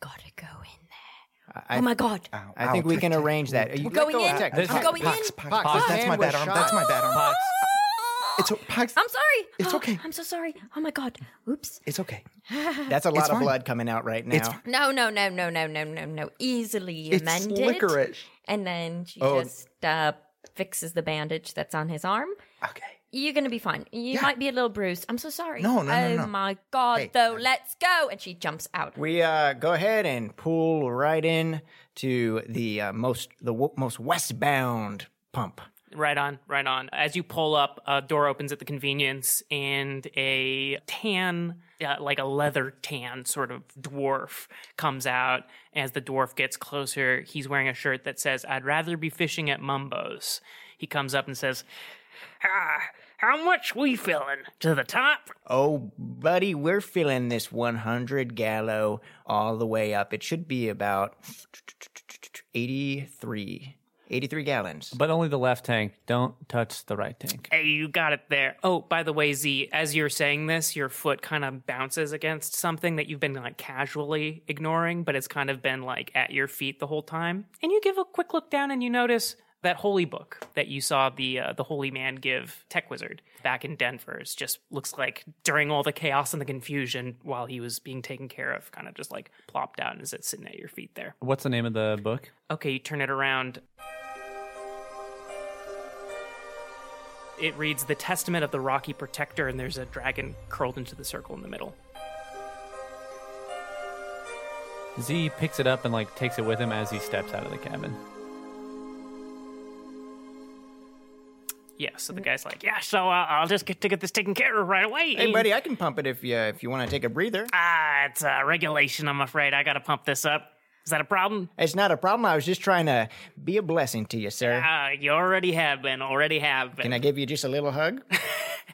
Speaker 1: got to go in there.
Speaker 3: I- I,
Speaker 1: oh my god.
Speaker 6: Ow,
Speaker 3: I
Speaker 6: ow,
Speaker 3: think we
Speaker 6: tick,
Speaker 3: can
Speaker 6: tick.
Speaker 3: arrange that. You
Speaker 1: We're
Speaker 3: let
Speaker 1: going
Speaker 3: go of
Speaker 1: in.
Speaker 3: Tech.
Speaker 1: I'm
Speaker 5: This-
Speaker 1: going
Speaker 6: Pox,
Speaker 1: in.
Speaker 6: pox,
Speaker 3: Pox,
Speaker 6: pox, that's
Speaker 3: man
Speaker 6: my
Speaker 3: was
Speaker 6: bad arm.
Speaker 3: shot.
Speaker 6: That's my bad arm.
Speaker 5: Pox.
Speaker 6: It's o- pox.
Speaker 1: I'm sorry.
Speaker 6: It's okay.
Speaker 1: I'm so sorry. Oh my god. Oops.
Speaker 6: It's okay.
Speaker 3: That's a lot
Speaker 6: It's
Speaker 3: of
Speaker 6: fine.
Speaker 3: blood coming out right now.
Speaker 6: It's fine.
Speaker 1: No, no, no, no, no, no, no, no. Easily
Speaker 6: It's
Speaker 1: amended.
Speaker 6: licorice.
Speaker 1: And then she
Speaker 6: Oh.
Speaker 1: just uh, fixes the bandage that's on his arm.
Speaker 6: Okay.
Speaker 1: You're gonna be fine. You
Speaker 6: Yeah.
Speaker 1: might be a little bruised. I'm so sorry.
Speaker 6: No, no, no,
Speaker 1: Oh
Speaker 6: no.
Speaker 1: my god,
Speaker 6: Hey, um,
Speaker 1: though.
Speaker 6: I-
Speaker 1: Let's go. And she jumps out.
Speaker 3: We uh, go ahead and pull right in to the uh, most the w- most westbound pump.
Speaker 2: Right on, right on. As you pull up, a door opens at the convenience, and a tan, uh, like a leather tan sort of dwarf, comes out. As the dwarf gets closer, he's wearing a shirt that says, I'd rather be fishing at Mumbo's. He comes up and says, ah, How much we filling? To the top?
Speaker 3: Oh, buddy, we're filling this 100 gallo all the way up. It should be about 83, 83 gallons.
Speaker 5: But only the left tank. Don't touch the right tank.
Speaker 2: Hey, you got it there. Oh, by the way, Z, as you're saying this, your foot kind of bounces against something that you've been like casually ignoring, but it's kind of been like at your feet the whole time. And you give a quick look down and you notice that holy book that you saw the uh, the holy man give Tech Wizard back in Denver. It's just looks like during all the chaos and the confusion while he was being taken care of, kind of just like plopped out and is sitting at your feet there.
Speaker 5: What's the name of the book?
Speaker 2: Okay, you turn it around. It reads The Testament of the Rocky Protector, and there's a dragon curled into the circle in the middle.
Speaker 5: Z picks it up and like takes it with him as he steps out of the cabin.
Speaker 2: Yeah, so
Speaker 3: Mm.
Speaker 2: the guy's like, Yeah, so uh, I'll just get to get this taken care of right away.
Speaker 3: Hey, buddy, I can pump it if you, if you want to take a breather.
Speaker 2: Ah, it's uh, regulation, I'm afraid. I gotta pump this up. Is that a problem?
Speaker 3: It's not a problem. I was just trying to be a blessing to you, sir.
Speaker 2: Uh, you already have been, already have been.
Speaker 3: Can I give you just a little hug?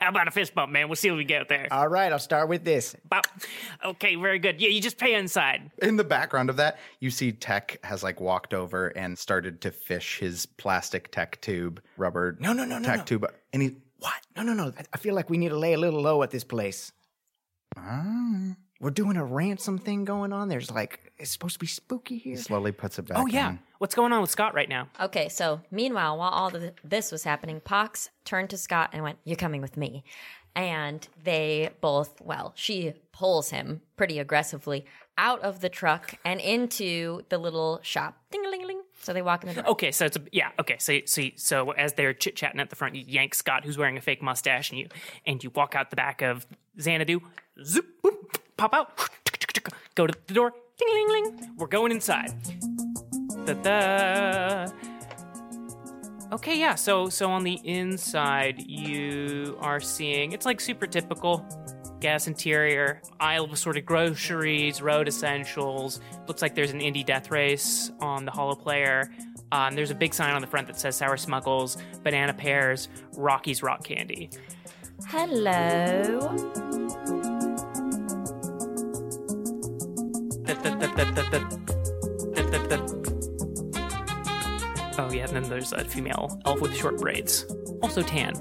Speaker 2: How about a fist bump, man? We'll see what we get there.
Speaker 3: All right, I'll start with this.
Speaker 2: Bop. Okay, very good. Yeah, you just pay inside.
Speaker 6: In the background of that, you see Tech has like walked over and started to fish his plastic Tech tube, rubber
Speaker 3: No, no, no, no,
Speaker 6: Tech
Speaker 3: no.
Speaker 6: tube, and he
Speaker 3: What? No, no, no. I- I feel like we need to lay a little low at this place. We're doing a ransom thing going on. There's like, it's supposed to be spooky here.
Speaker 6: slowly puts it back.
Speaker 2: Oh, yeah.
Speaker 3: Mm.
Speaker 6: in.
Speaker 2: What's going on with Scott right now?
Speaker 1: Okay, so meanwhile, while all the, this was happening, Pox turned to Scott and went, You're coming with me. And they both, well, she pulls him pretty aggressively out of the truck and into the little shop. Ding a ling ling. So they walk in the door.
Speaker 2: Okay, so it's a, yeah. Okay, so so so as they're chit chatting at the front, you yank Scott, who's wearing a fake mustache, and you and you walk out the back of Xanadu, zoop, boop, pop out, go to the door, ding, ling, ling. We're going inside. Da da. Okay, yeah. So so on the inside, you are seeing it's like super typical. Gas interior, aisle of assorted groceries, road essentials. Looks like there's an indie death race on the hollow player. Um, there's a big sign on the front that says Sour Smuggles, Banana Pears, Rocky's Rock Candy.
Speaker 1: Hello.
Speaker 2: Oh Oh, yeah, and then there's a female elf with short braids, also tan.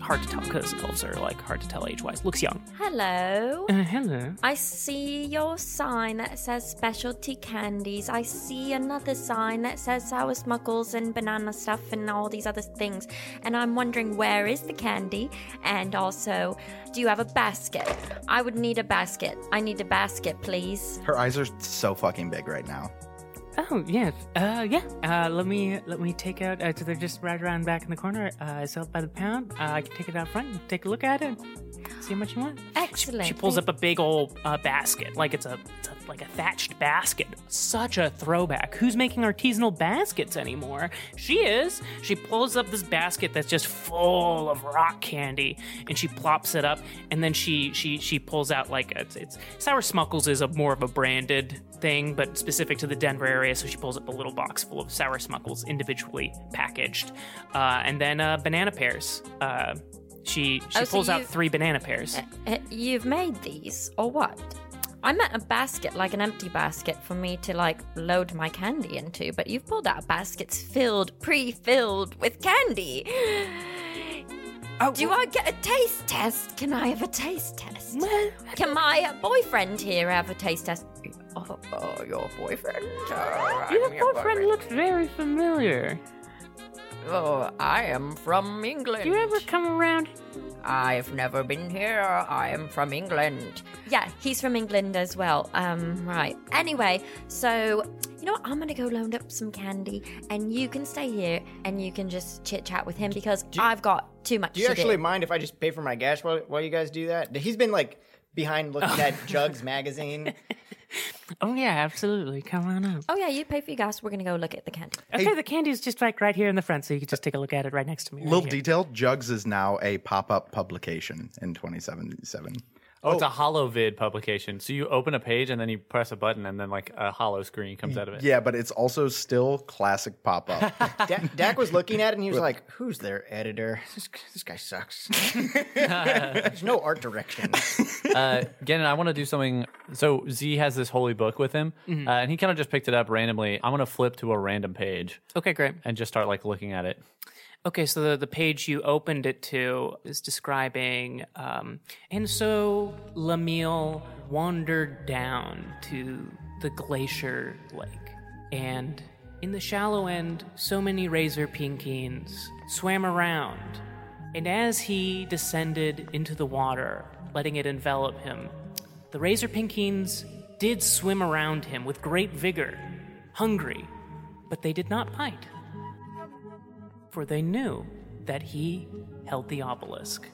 Speaker 2: Hard to tell because elves are like hard to tell age-wise. Looks young.
Speaker 1: Hello.
Speaker 2: Uh, hello.
Speaker 1: I see your sign that says specialty candies. I see another sign that says sour smuggles and banana stuff and all these other things. And I'm wondering where is the candy? And also, do you have a basket? I would need a basket. I need a basket, please.
Speaker 6: Her eyes are so fucking big right now.
Speaker 2: Oh yeah, uh, yeah. Uh, let me let me take out. Uh, so they're just right around back in the corner. Uh, it's sold by the pound. Uh, I can take it out front. and Take a look at it. See how much you want.
Speaker 1: Excellent.
Speaker 2: She pulls
Speaker 1: Thank-
Speaker 2: up a big old uh, basket, like it's a, it's a like a thatched basket. Such a throwback. Who's making artisanal baskets anymore? She is. She pulls up this basket that's just full of rock candy, and she plops it up, and then she she she pulls out like it's, it's sour smuckles is a more of a branded thing, but specific to the Denver area. So she pulls up a little box full of sour smuckles, individually packaged, uh, and then uh, banana pears. Uh, she she
Speaker 1: Oh, so
Speaker 2: pulls
Speaker 1: you-
Speaker 2: out three banana pears.
Speaker 1: Uh, You've made these, or what? I meant a basket, like an empty basket, for me to like load my candy into, but you've pulled out baskets filled, pre filled with candy.
Speaker 5: Oh,
Speaker 1: Do I get a taste test? Can I have a taste test? Can my uh, boyfriend here have a taste test? Oh, oh, your boyfriend? Oh, I'm
Speaker 9: Your boyfriend looks very familiar.
Speaker 1: Oh, I am from England.
Speaker 9: Do you ever come around?
Speaker 1: I've never been here. I am from England. Yeah, he's from England as well. Um, right. Anyway, so you know what? I'm gonna go load up some candy, and you can stay here, and you can just chit chat with him because I've got too much.
Speaker 3: Do you
Speaker 1: to
Speaker 3: actually
Speaker 1: do.
Speaker 3: mind if I just pay for my gas while, while you guys do that? He's been like behind looking at Jugs magazine.
Speaker 9: Oh yeah, absolutely. Come on up.
Speaker 1: Oh yeah, you pay for your gas. We're gonna go look at the candy.
Speaker 9: Okay, the candy is just like right here in the front, so you can just take a look at it right next to me. right
Speaker 6: Little
Speaker 9: here.
Speaker 6: detail: Jugs is now a pop-up publication in 2077.
Speaker 5: oh, it's a hollow vid publication. So you open a page and then you press a button and then like a hollow screen comes out of it.
Speaker 6: Yeah, but it's also still classic pop-up.
Speaker 3: Da- Dak was looking at it and he was like, "Who's their editor? This, this guy sucks. There's no art direction."
Speaker 5: uh, Gannon, I want to do something. So Z has this holy book with him,
Speaker 2: Mm-hmm.
Speaker 5: uh, and he kind of just picked it up randomly. I'm gonna flip to a random page
Speaker 2: Okay, great.
Speaker 5: and just start like looking at it.
Speaker 2: Okay, so the, the page you opened it to is describing. Um, and so Lamille wandered down to the glacier lake. And in the shallow end, so many razor pinkies swam around. And as he descended into the water, letting it envelop him, the razor pinkies did swim around him with great vigor, hungry, but they did not bite for they knew that he held the obelisk.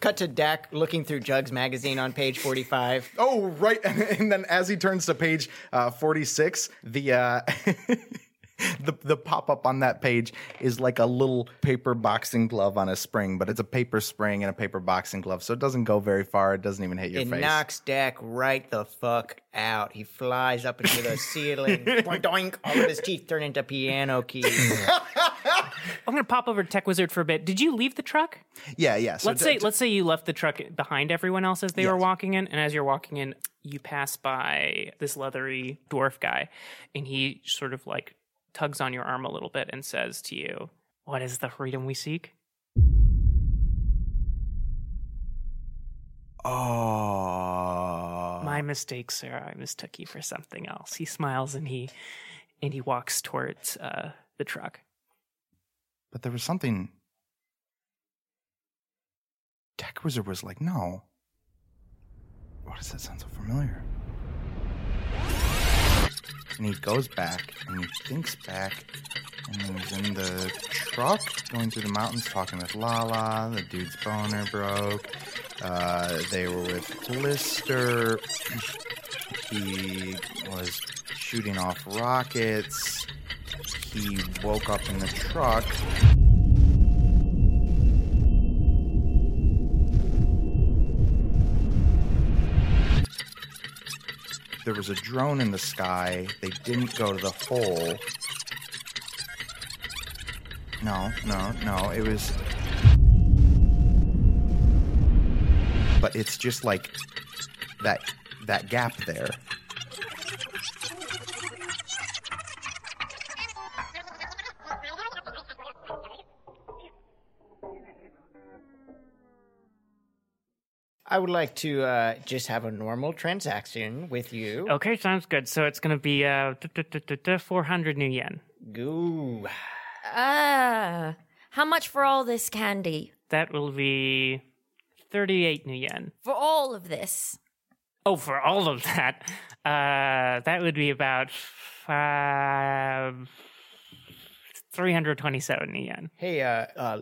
Speaker 3: Cut to Dak looking through Jugs magazine on page 45.
Speaker 6: Oh, right. And then as he turns to page uh, 46, the. Uh, The, the pop up on that page is like a little paper boxing glove on a spring, but it's a paper spring and a paper boxing glove, so it doesn't go very far. It doesn't even hit your
Speaker 3: It
Speaker 6: face.
Speaker 3: knocks Dak right the fuck out. He flies up into the ceiling. Boink, doink. All of his teeth turn into piano keys.
Speaker 2: I'm gonna pop over to Tech Wizard for a bit. Did you leave the truck?
Speaker 6: Yeah, yeah. So
Speaker 2: Let's
Speaker 6: d-
Speaker 2: say
Speaker 6: d-
Speaker 2: let's say you left the truck behind everyone else as they were
Speaker 6: Yes.
Speaker 2: walking in, and as you're walking in, you pass by this leathery dwarf guy, and he sort of like tugs on your arm a little bit and says to you, "What is the freedom we seek?"
Speaker 6: Oh.
Speaker 2: My mistake, sir. I mistook you for something else. He smiles and he and he walks towards uh, the truck.
Speaker 6: But there was something. Tech Wizard was like, no. Why does that sound so familiar? And he goes back and he thinks back and he was in the truck going through the mountains talking with Lala. The dude's boner broke. Uh, they were with Blister. he was shooting off rockets. He woke up in the truck. There was a drone in the sky. They didn't go to the hole. No, no, no. It was. But it's just like that that gap there.
Speaker 3: I would like to uh, just have a normal transaction with you.
Speaker 2: Okay, sounds good. So it's gonna be uh, duh, duh, duh, duh, duh, 400 new yen.
Speaker 3: Goo.
Speaker 1: Ah, how much for all this candy?
Speaker 2: That will be 38 new yen.
Speaker 1: For all of this?
Speaker 2: Oh, for all of that, uh, that would be about uh, 327 new yen.
Speaker 3: Hey, uh, uh,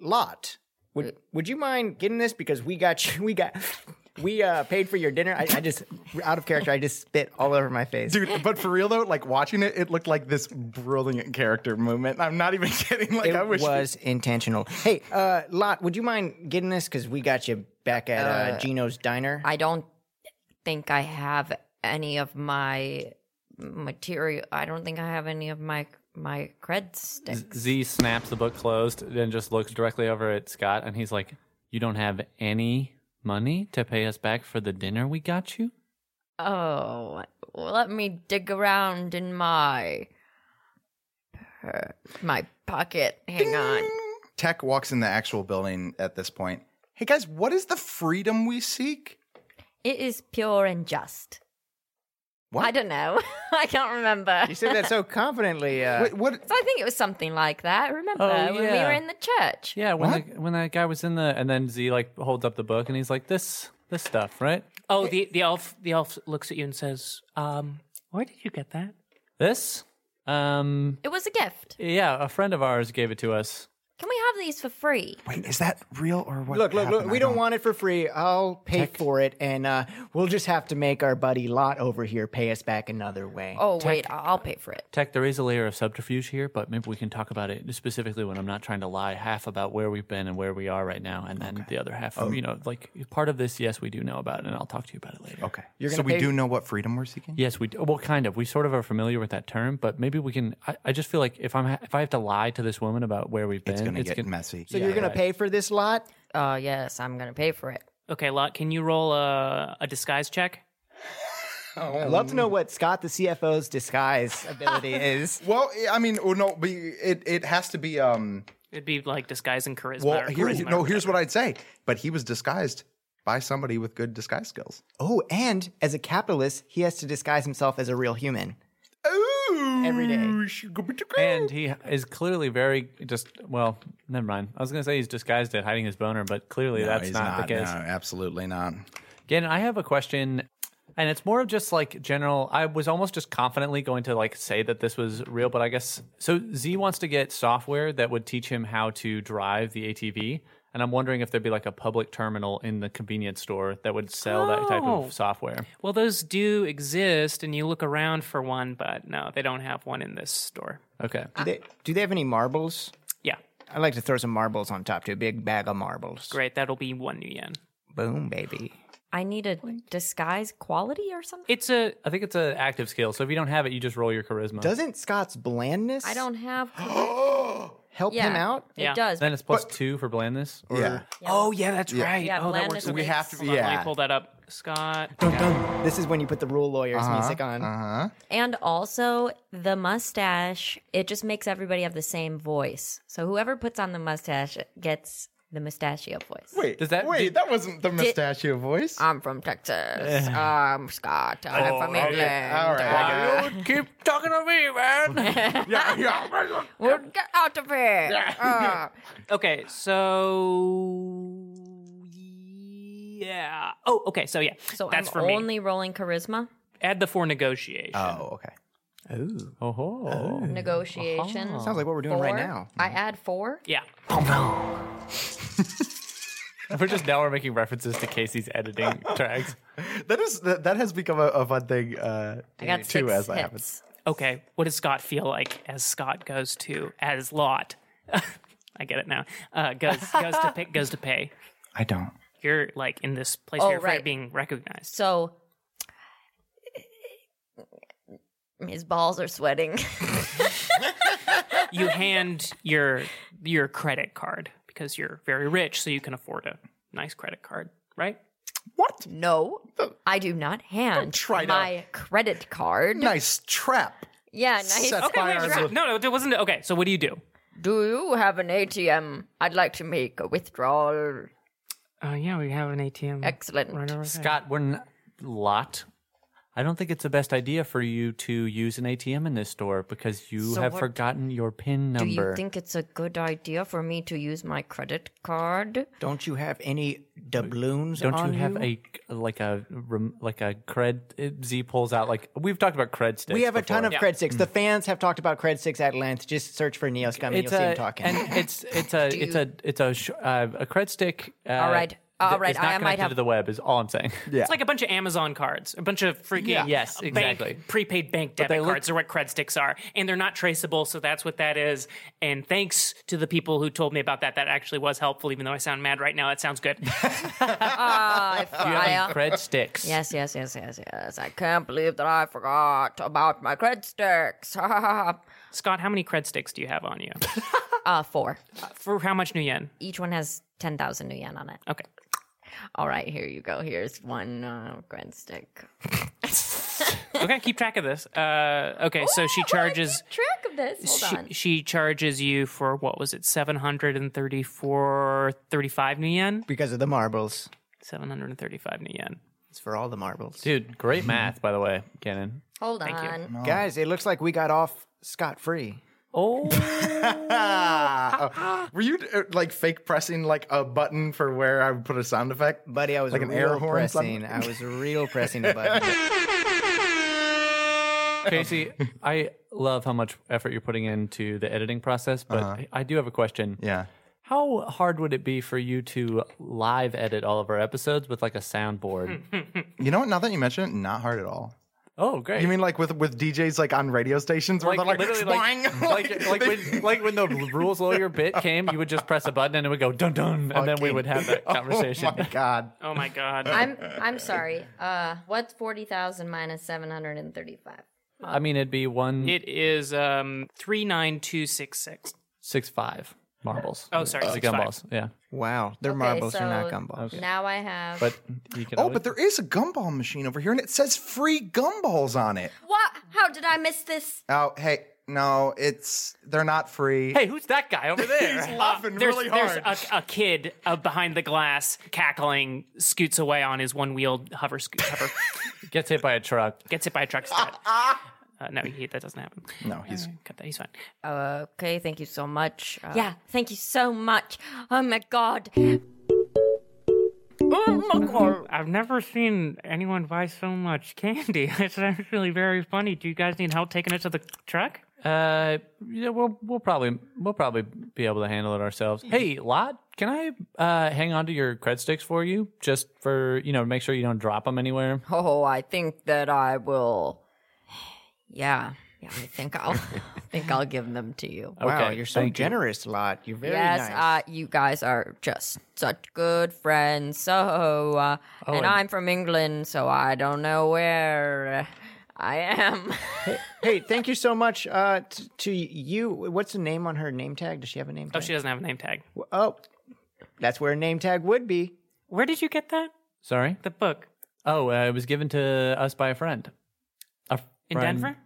Speaker 3: Lot, would would you mind getting this because we got you, we got we uh paid for your dinner. I, I just out of character. I just spit all over my face.
Speaker 6: Dude, but for real though, like watching it, it looked like this brilliant character movement. I'm not even kidding. Like
Speaker 3: it
Speaker 6: I wish
Speaker 3: was intentional. Hey, uh, Lot, would you mind getting this because we got you back at uh, Gino's diner.
Speaker 1: I don't think I have any of my material. I don't think I have any of my my cred sticks.
Speaker 5: Z snaps the book closed and just looks directly over at Scott, and he's like, "You don't have any money to pay us back for the dinner we got you."
Speaker 1: Oh, let me dig around in my per- my pocket. Hang on.
Speaker 6: Tech walks in the actual building at this point. Hey guys, what is the freedom we seek?
Speaker 1: It is pure and just.
Speaker 6: What?
Speaker 1: I don't know. I can't remember.
Speaker 3: You said that so confidently. Uh,
Speaker 6: Wait, what?
Speaker 1: So I think it was something like that. Remember
Speaker 5: Oh,
Speaker 1: when we
Speaker 5: yeah.
Speaker 1: were in the church?
Speaker 5: Yeah, when the, when that guy was in the and then Z like holds up the book and he's like this this stuff right
Speaker 2: Oh, the, the elf the elf looks at you and says, um, where did you get that?
Speaker 5: this um
Speaker 1: It was a gift.
Speaker 5: yeah a friend of ours gave it to us.
Speaker 1: Can we have these for free?
Speaker 6: Wait, is that real or what?
Speaker 3: look, look, look.
Speaker 6: happened?
Speaker 3: We
Speaker 6: I
Speaker 3: don't want it for free. I'll pay for it, and uh, we'll just have to make our buddy Lot over here pay us back another way.
Speaker 1: Oh wait, I- I'll pay for it.
Speaker 5: Tech, there is a layer of subterfuge here, but maybe we can talk about it specifically when I'm not trying to lie half about where we've been and where we are right now, and then the other half. You know, like part of this, yes, we do know about, it, and I'll talk to you about it later.
Speaker 6: Okay.
Speaker 3: You're
Speaker 6: so
Speaker 3: gonna
Speaker 6: we
Speaker 3: pay-
Speaker 6: do know what freedom we're seeking?
Speaker 5: Yes, we do. well, kind of. We sort of are familiar with that term, but maybe we can. I, I just feel like if I'm ha- if I have to lie to this woman about where we've been,
Speaker 6: It's going to get messy.
Speaker 3: so you're gonna pay for this lot?
Speaker 1: Oh yes, I'm gonna pay for it.
Speaker 2: Okay, Lot, can you roll a, a disguise check?
Speaker 3: I'd love to know what Scott the CFO's disguise ability is.
Speaker 6: Well, I mean, oh, no, but it, it has to be. um
Speaker 2: It'd be like disguise and charisma.
Speaker 6: Well,
Speaker 2: or
Speaker 6: here,
Speaker 2: charisma
Speaker 6: no,
Speaker 2: or
Speaker 6: here's what I'd say. But he was disguised by somebody with good disguise skills.
Speaker 3: Oh, and as a capitalist, he has to disguise himself as a real human.
Speaker 6: Ooh.
Speaker 3: Every day.
Speaker 5: and he is clearly very just. Well, never mind. I was going to say he's disguised at hiding his boner, but clearly that's not, the case.
Speaker 6: absolutely not.
Speaker 5: Again, I have a question, and it's more of just like general. I was almost just confidently going to like say that this was real, but I guess so. Z wants to get software that would teach him how to drive the ATV, and I'm wondering if there'd be like a public terminal in the convenience store that would sell that type
Speaker 2: Oh.
Speaker 5: of software.
Speaker 2: Well, those do exist, and you look around for one, but no, they don't have one in this store.
Speaker 5: Okay,
Speaker 3: Do they, do they have any marbles?
Speaker 2: Yeah,
Speaker 3: I'd like to throw some marbles on top, too. A big bag of marbles.
Speaker 2: great. That'll be one new yen.
Speaker 3: Boom, baby.
Speaker 1: I need a disguise quality or something.
Speaker 2: It's a
Speaker 5: I think it's an active skill, so if you don't have it, you just roll your charisma.
Speaker 3: Doesn't Scott's blandness
Speaker 1: I don't have.
Speaker 3: help
Speaker 1: Yeah,
Speaker 3: him out?
Speaker 1: It
Speaker 2: Yeah.
Speaker 1: does.
Speaker 5: then it's plus two for blandness. Or,
Speaker 6: Yeah.
Speaker 5: Oh yeah, that's right.
Speaker 1: yeah,
Speaker 2: oh, that
Speaker 1: blandness
Speaker 2: works. We
Speaker 1: makes-
Speaker 6: have to be-
Speaker 2: Hold on, Uh, let
Speaker 6: Yeah.
Speaker 2: me pull that up, Scott.
Speaker 3: This is when you put the rule lawyer's music on.
Speaker 1: And also the mustache, it just makes everybody have the same voice. So whoever puts on the mustache gets the mustachio voice.
Speaker 6: Wait,
Speaker 5: Does that-
Speaker 6: wait,
Speaker 5: did-
Speaker 6: that wasn't the mustachio voice.
Speaker 1: I'm from Texas. I'm Scott. I'm
Speaker 5: Oh.
Speaker 1: from England.
Speaker 6: All right.
Speaker 5: Keep talking to me, man.
Speaker 6: yeah, yeah.
Speaker 1: Well, get out of here. Ah.
Speaker 2: Okay, so yeah. Oh, okay, so yeah.
Speaker 1: so
Speaker 2: that's
Speaker 1: I'm
Speaker 2: for me.
Speaker 1: only rolling charisma.
Speaker 2: Add the four negotiation.
Speaker 6: Oh, okay.
Speaker 5: Oh, ho.
Speaker 1: Negotiation.
Speaker 3: Sounds like what we're
Speaker 6: Oh,
Speaker 3: doing right now.
Speaker 1: I add four.
Speaker 2: yeah.
Speaker 5: We're just now we're making references to Casey's editing tracks.
Speaker 6: That is that, that has become a, a fun thing. Uh,
Speaker 1: I got
Speaker 6: too
Speaker 1: six
Speaker 6: as that
Speaker 1: hits.
Speaker 6: happens.
Speaker 2: Okay. What does Scott feel like as Scott goes to as Lot? I get it now. Uh, goes goes to pick goes to pay.
Speaker 6: I don't.
Speaker 2: You're like in this place
Speaker 1: Oh,
Speaker 2: where you're afraid of
Speaker 1: right.
Speaker 2: being recognized.
Speaker 1: So his balls are sweating.
Speaker 2: You hand your your credit card because you're very rich, so you can afford a nice credit card, right?
Speaker 6: What?
Speaker 1: no, I do not hand
Speaker 6: try to-
Speaker 1: my credit card.
Speaker 6: Nice trap.
Speaker 1: Yeah, nice.
Speaker 6: Set fire
Speaker 2: wait,
Speaker 6: to
Speaker 2: right. No, no, it wasn't. Okay, so what do you do?
Speaker 1: Do you have an ATM? I'd like to make a withdrawal.
Speaker 2: Oh yeah, we have an ATM.
Speaker 1: Excellent.
Speaker 5: Scott, we're not lot. I don't think it's the best idea for you to use an ATM in this store because you
Speaker 1: So
Speaker 5: have
Speaker 1: what-
Speaker 5: forgotten your PIN
Speaker 1: Do you
Speaker 5: number.
Speaker 1: think it's a good idea for me to use my credit card?
Speaker 3: Don't you have any doubloons
Speaker 5: don't
Speaker 3: on
Speaker 5: you have a like a rem- like a cred it- Z pulls out like we've talked about cred sticks.
Speaker 3: We have a
Speaker 5: before.
Speaker 3: ton of Cred Six. The fans have talked about Cred Six at length. Just search for Neo Scum and
Speaker 5: It's
Speaker 3: you'll see him
Speaker 5: a
Speaker 3: talking.
Speaker 5: and it's it's a it's a it's a sh- uh, a cred stick. Uh,
Speaker 1: All right. All
Speaker 5: that
Speaker 1: right.
Speaker 5: is not
Speaker 1: I might
Speaker 5: connected
Speaker 1: have-
Speaker 5: to the web is all I'm saying.
Speaker 2: It's like a bunch of Amazon cards, a bunch of freaking
Speaker 5: Yes,
Speaker 2: bank-
Speaker 5: exactly.
Speaker 2: prepaid bank
Speaker 5: they
Speaker 2: debit
Speaker 5: look-
Speaker 2: cards are what cred sticks are, and they're not traceable, so that's what that is. And thanks to the people who told me about that, that actually was helpful. Even though I sound mad right now, it sounds good.
Speaker 1: Ah, I uh, fire.
Speaker 5: cred sticks.
Speaker 1: Yes, yes, yes, yes, yes. I can't believe that I forgot about my credit sticks. uh,
Speaker 2: Scott, how many cred sticks do you have on you?
Speaker 1: four.
Speaker 2: For how much new yen?
Speaker 1: Each one has 10,000 new yen on it.
Speaker 2: Okay.
Speaker 1: All right, here you go. Here's one uh, credit stick.
Speaker 2: Okay, keep track of this. Uh, okay, so she
Speaker 1: Ooh, I
Speaker 2: charges.
Speaker 1: keep track of this. Hold
Speaker 2: She,
Speaker 1: on.
Speaker 2: she charges you for what was it, 734, 35 new yen?
Speaker 3: because of the marbles.
Speaker 2: 735 new yen.
Speaker 3: It's for all the marbles.
Speaker 5: Dude, great math, by the way, Kenan.
Speaker 1: Hold
Speaker 2: you.
Speaker 1: on.
Speaker 3: Guys, it looks like we got off scot free.
Speaker 2: Oh,
Speaker 6: Were you uh, like fake pressing like a button for where I would put a sound effect?
Speaker 3: Buddy, I was
Speaker 6: Like an
Speaker 3: real
Speaker 6: air horn
Speaker 3: pressing.
Speaker 6: something?
Speaker 3: I was real pressing a button.
Speaker 5: Casey,
Speaker 6: Oh.
Speaker 5: I love how much effort you're putting into the editing process, but
Speaker 6: Uh-huh.
Speaker 5: I- I do have a question.
Speaker 6: Yeah.
Speaker 5: How hard would it be for you to live edit all of our episodes with like a soundboard?
Speaker 6: You know what? Now that you mention it, not hard at all.
Speaker 5: oh, great.
Speaker 6: You mean like with with DJs like on radio stations where they're like,
Speaker 5: literally,
Speaker 6: "Boing!"
Speaker 5: like, like, like when, like when the rules lawyer bit came, you would just press a button and it would go dun dun, and then we would have that conversation.
Speaker 6: Oh my god.
Speaker 2: oh my God.
Speaker 1: I'm I'm sorry. Uh, what's forty thousand minus seven hundred and thirty-five?
Speaker 5: I mean, it'd be one
Speaker 2: It is um, 39266.
Speaker 5: six five marbles.
Speaker 2: Oh, sorry,
Speaker 5: It's
Speaker 2: six five.
Speaker 5: gumballs. Yeah,
Speaker 3: Wow, they're marbles, they're not gumballs.
Speaker 1: Now I have
Speaker 5: but you can.
Speaker 6: Oh, but there is a gumball machine over here, and it says free gumballs on it.
Speaker 1: what? How did I miss this?
Speaker 6: Oh, hey, no, it's they're not free.
Speaker 5: hey, who's that guy over there?
Speaker 6: laughing
Speaker 2: There's, there's a, a kid uh, behind the glass cackling, scoots away on his one wheeled hover scoot hover.
Speaker 5: Gets hit by a truck.
Speaker 2: Gets hit by a truck. Stat. Uh, no, he, that doesn't happen.
Speaker 6: no, he's
Speaker 2: Cut that. He's fine.
Speaker 1: Uh, Okay, thank you so much. Uh, yeah, thank you so much. Oh my god.
Speaker 6: Oh,
Speaker 2: I've never seen anyone buy so much candy. It's actually very funny. Do you guys need help taking it to the truck?
Speaker 5: Uh, yeah, we'll we'll probably we'll probably be able to handle it ourselves. Hey, Lot, can I uh hang on to your cred sticks for you, just for you know, make sure you don't drop them anywhere.
Speaker 1: Oh, I think that I will. Yeah, yeah. I think I'll I think I'll give them to you.
Speaker 3: Wow,
Speaker 5: Okay,
Speaker 3: you're so
Speaker 5: thank you.
Speaker 3: generous, Lot. You're very
Speaker 1: yes,
Speaker 3: nice.
Speaker 1: uh, you guys are just such good friends. So, uh,
Speaker 8: Oh,
Speaker 1: and,
Speaker 5: and-
Speaker 1: I'm from England, so I don't know where uh, I am.
Speaker 3: hey, thank you so much uh, t- to you. What's the name on her name tag? Does she have a name
Speaker 2: Oh,
Speaker 3: tag?
Speaker 2: she doesn't have a name tag.
Speaker 3: Oh, that's where a name tag would be.
Speaker 2: Where did you get that?
Speaker 5: Sorry.
Speaker 2: The book
Speaker 5: Oh, uh, it was given to us by a friend. A
Speaker 2: in
Speaker 5: friend-
Speaker 2: Denver?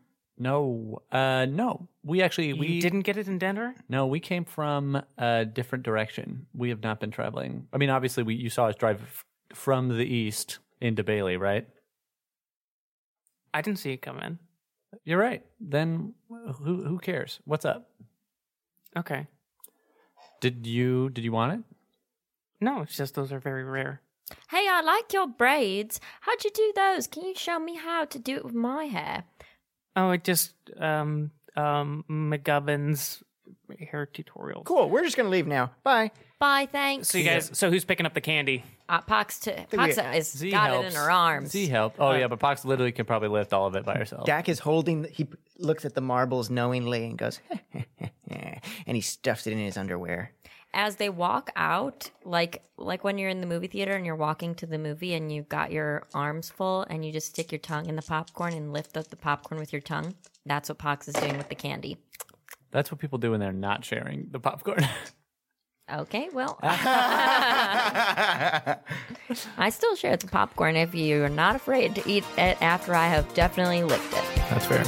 Speaker 5: No, uh, no. We actually we
Speaker 2: you didn't get it in Denver?
Speaker 5: No, we came from a different direction. We have not been traveling. I mean, obviously, we you saw us drive f- from the east into Bailey, right?
Speaker 2: I didn't see it come in.
Speaker 5: You're right. Then who who cares? What's up?
Speaker 2: Okay.
Speaker 5: Did you did you want it?
Speaker 2: No, it's just those are very rare.
Speaker 1: hey, I like your braids. How'd you do those? Can you show me how to do it with my hair?
Speaker 2: Oh, it just um um McGovern's hair tutorials.
Speaker 3: Cool. We're just gonna leave now. Bye.
Speaker 1: Bye, thanks.
Speaker 2: So you guys, so who's picking up the candy?
Speaker 1: uh, Pox, t- Pox has
Speaker 5: Z
Speaker 1: got
Speaker 5: helps.
Speaker 1: it in her arms.
Speaker 5: Z help.
Speaker 3: Uh,
Speaker 5: Oh yeah, but Pox literally can probably lift all of it by herself.
Speaker 3: Dak is holding. The, he p- looks at the marbles knowingly and goes, and he stuffs it in his underwear.
Speaker 1: as they walk out like like when you're in the movie theater and you're walking to the movie and you've got your arms full and you just stick your tongue in the popcorn and lift up the popcorn with your tongue that's what pox is doing with the candy
Speaker 5: That's what people do when they're not sharing the popcorn.
Speaker 1: okay well i still share the popcorn if you're not afraid to eat it after i have definitely licked it
Speaker 5: That's fair.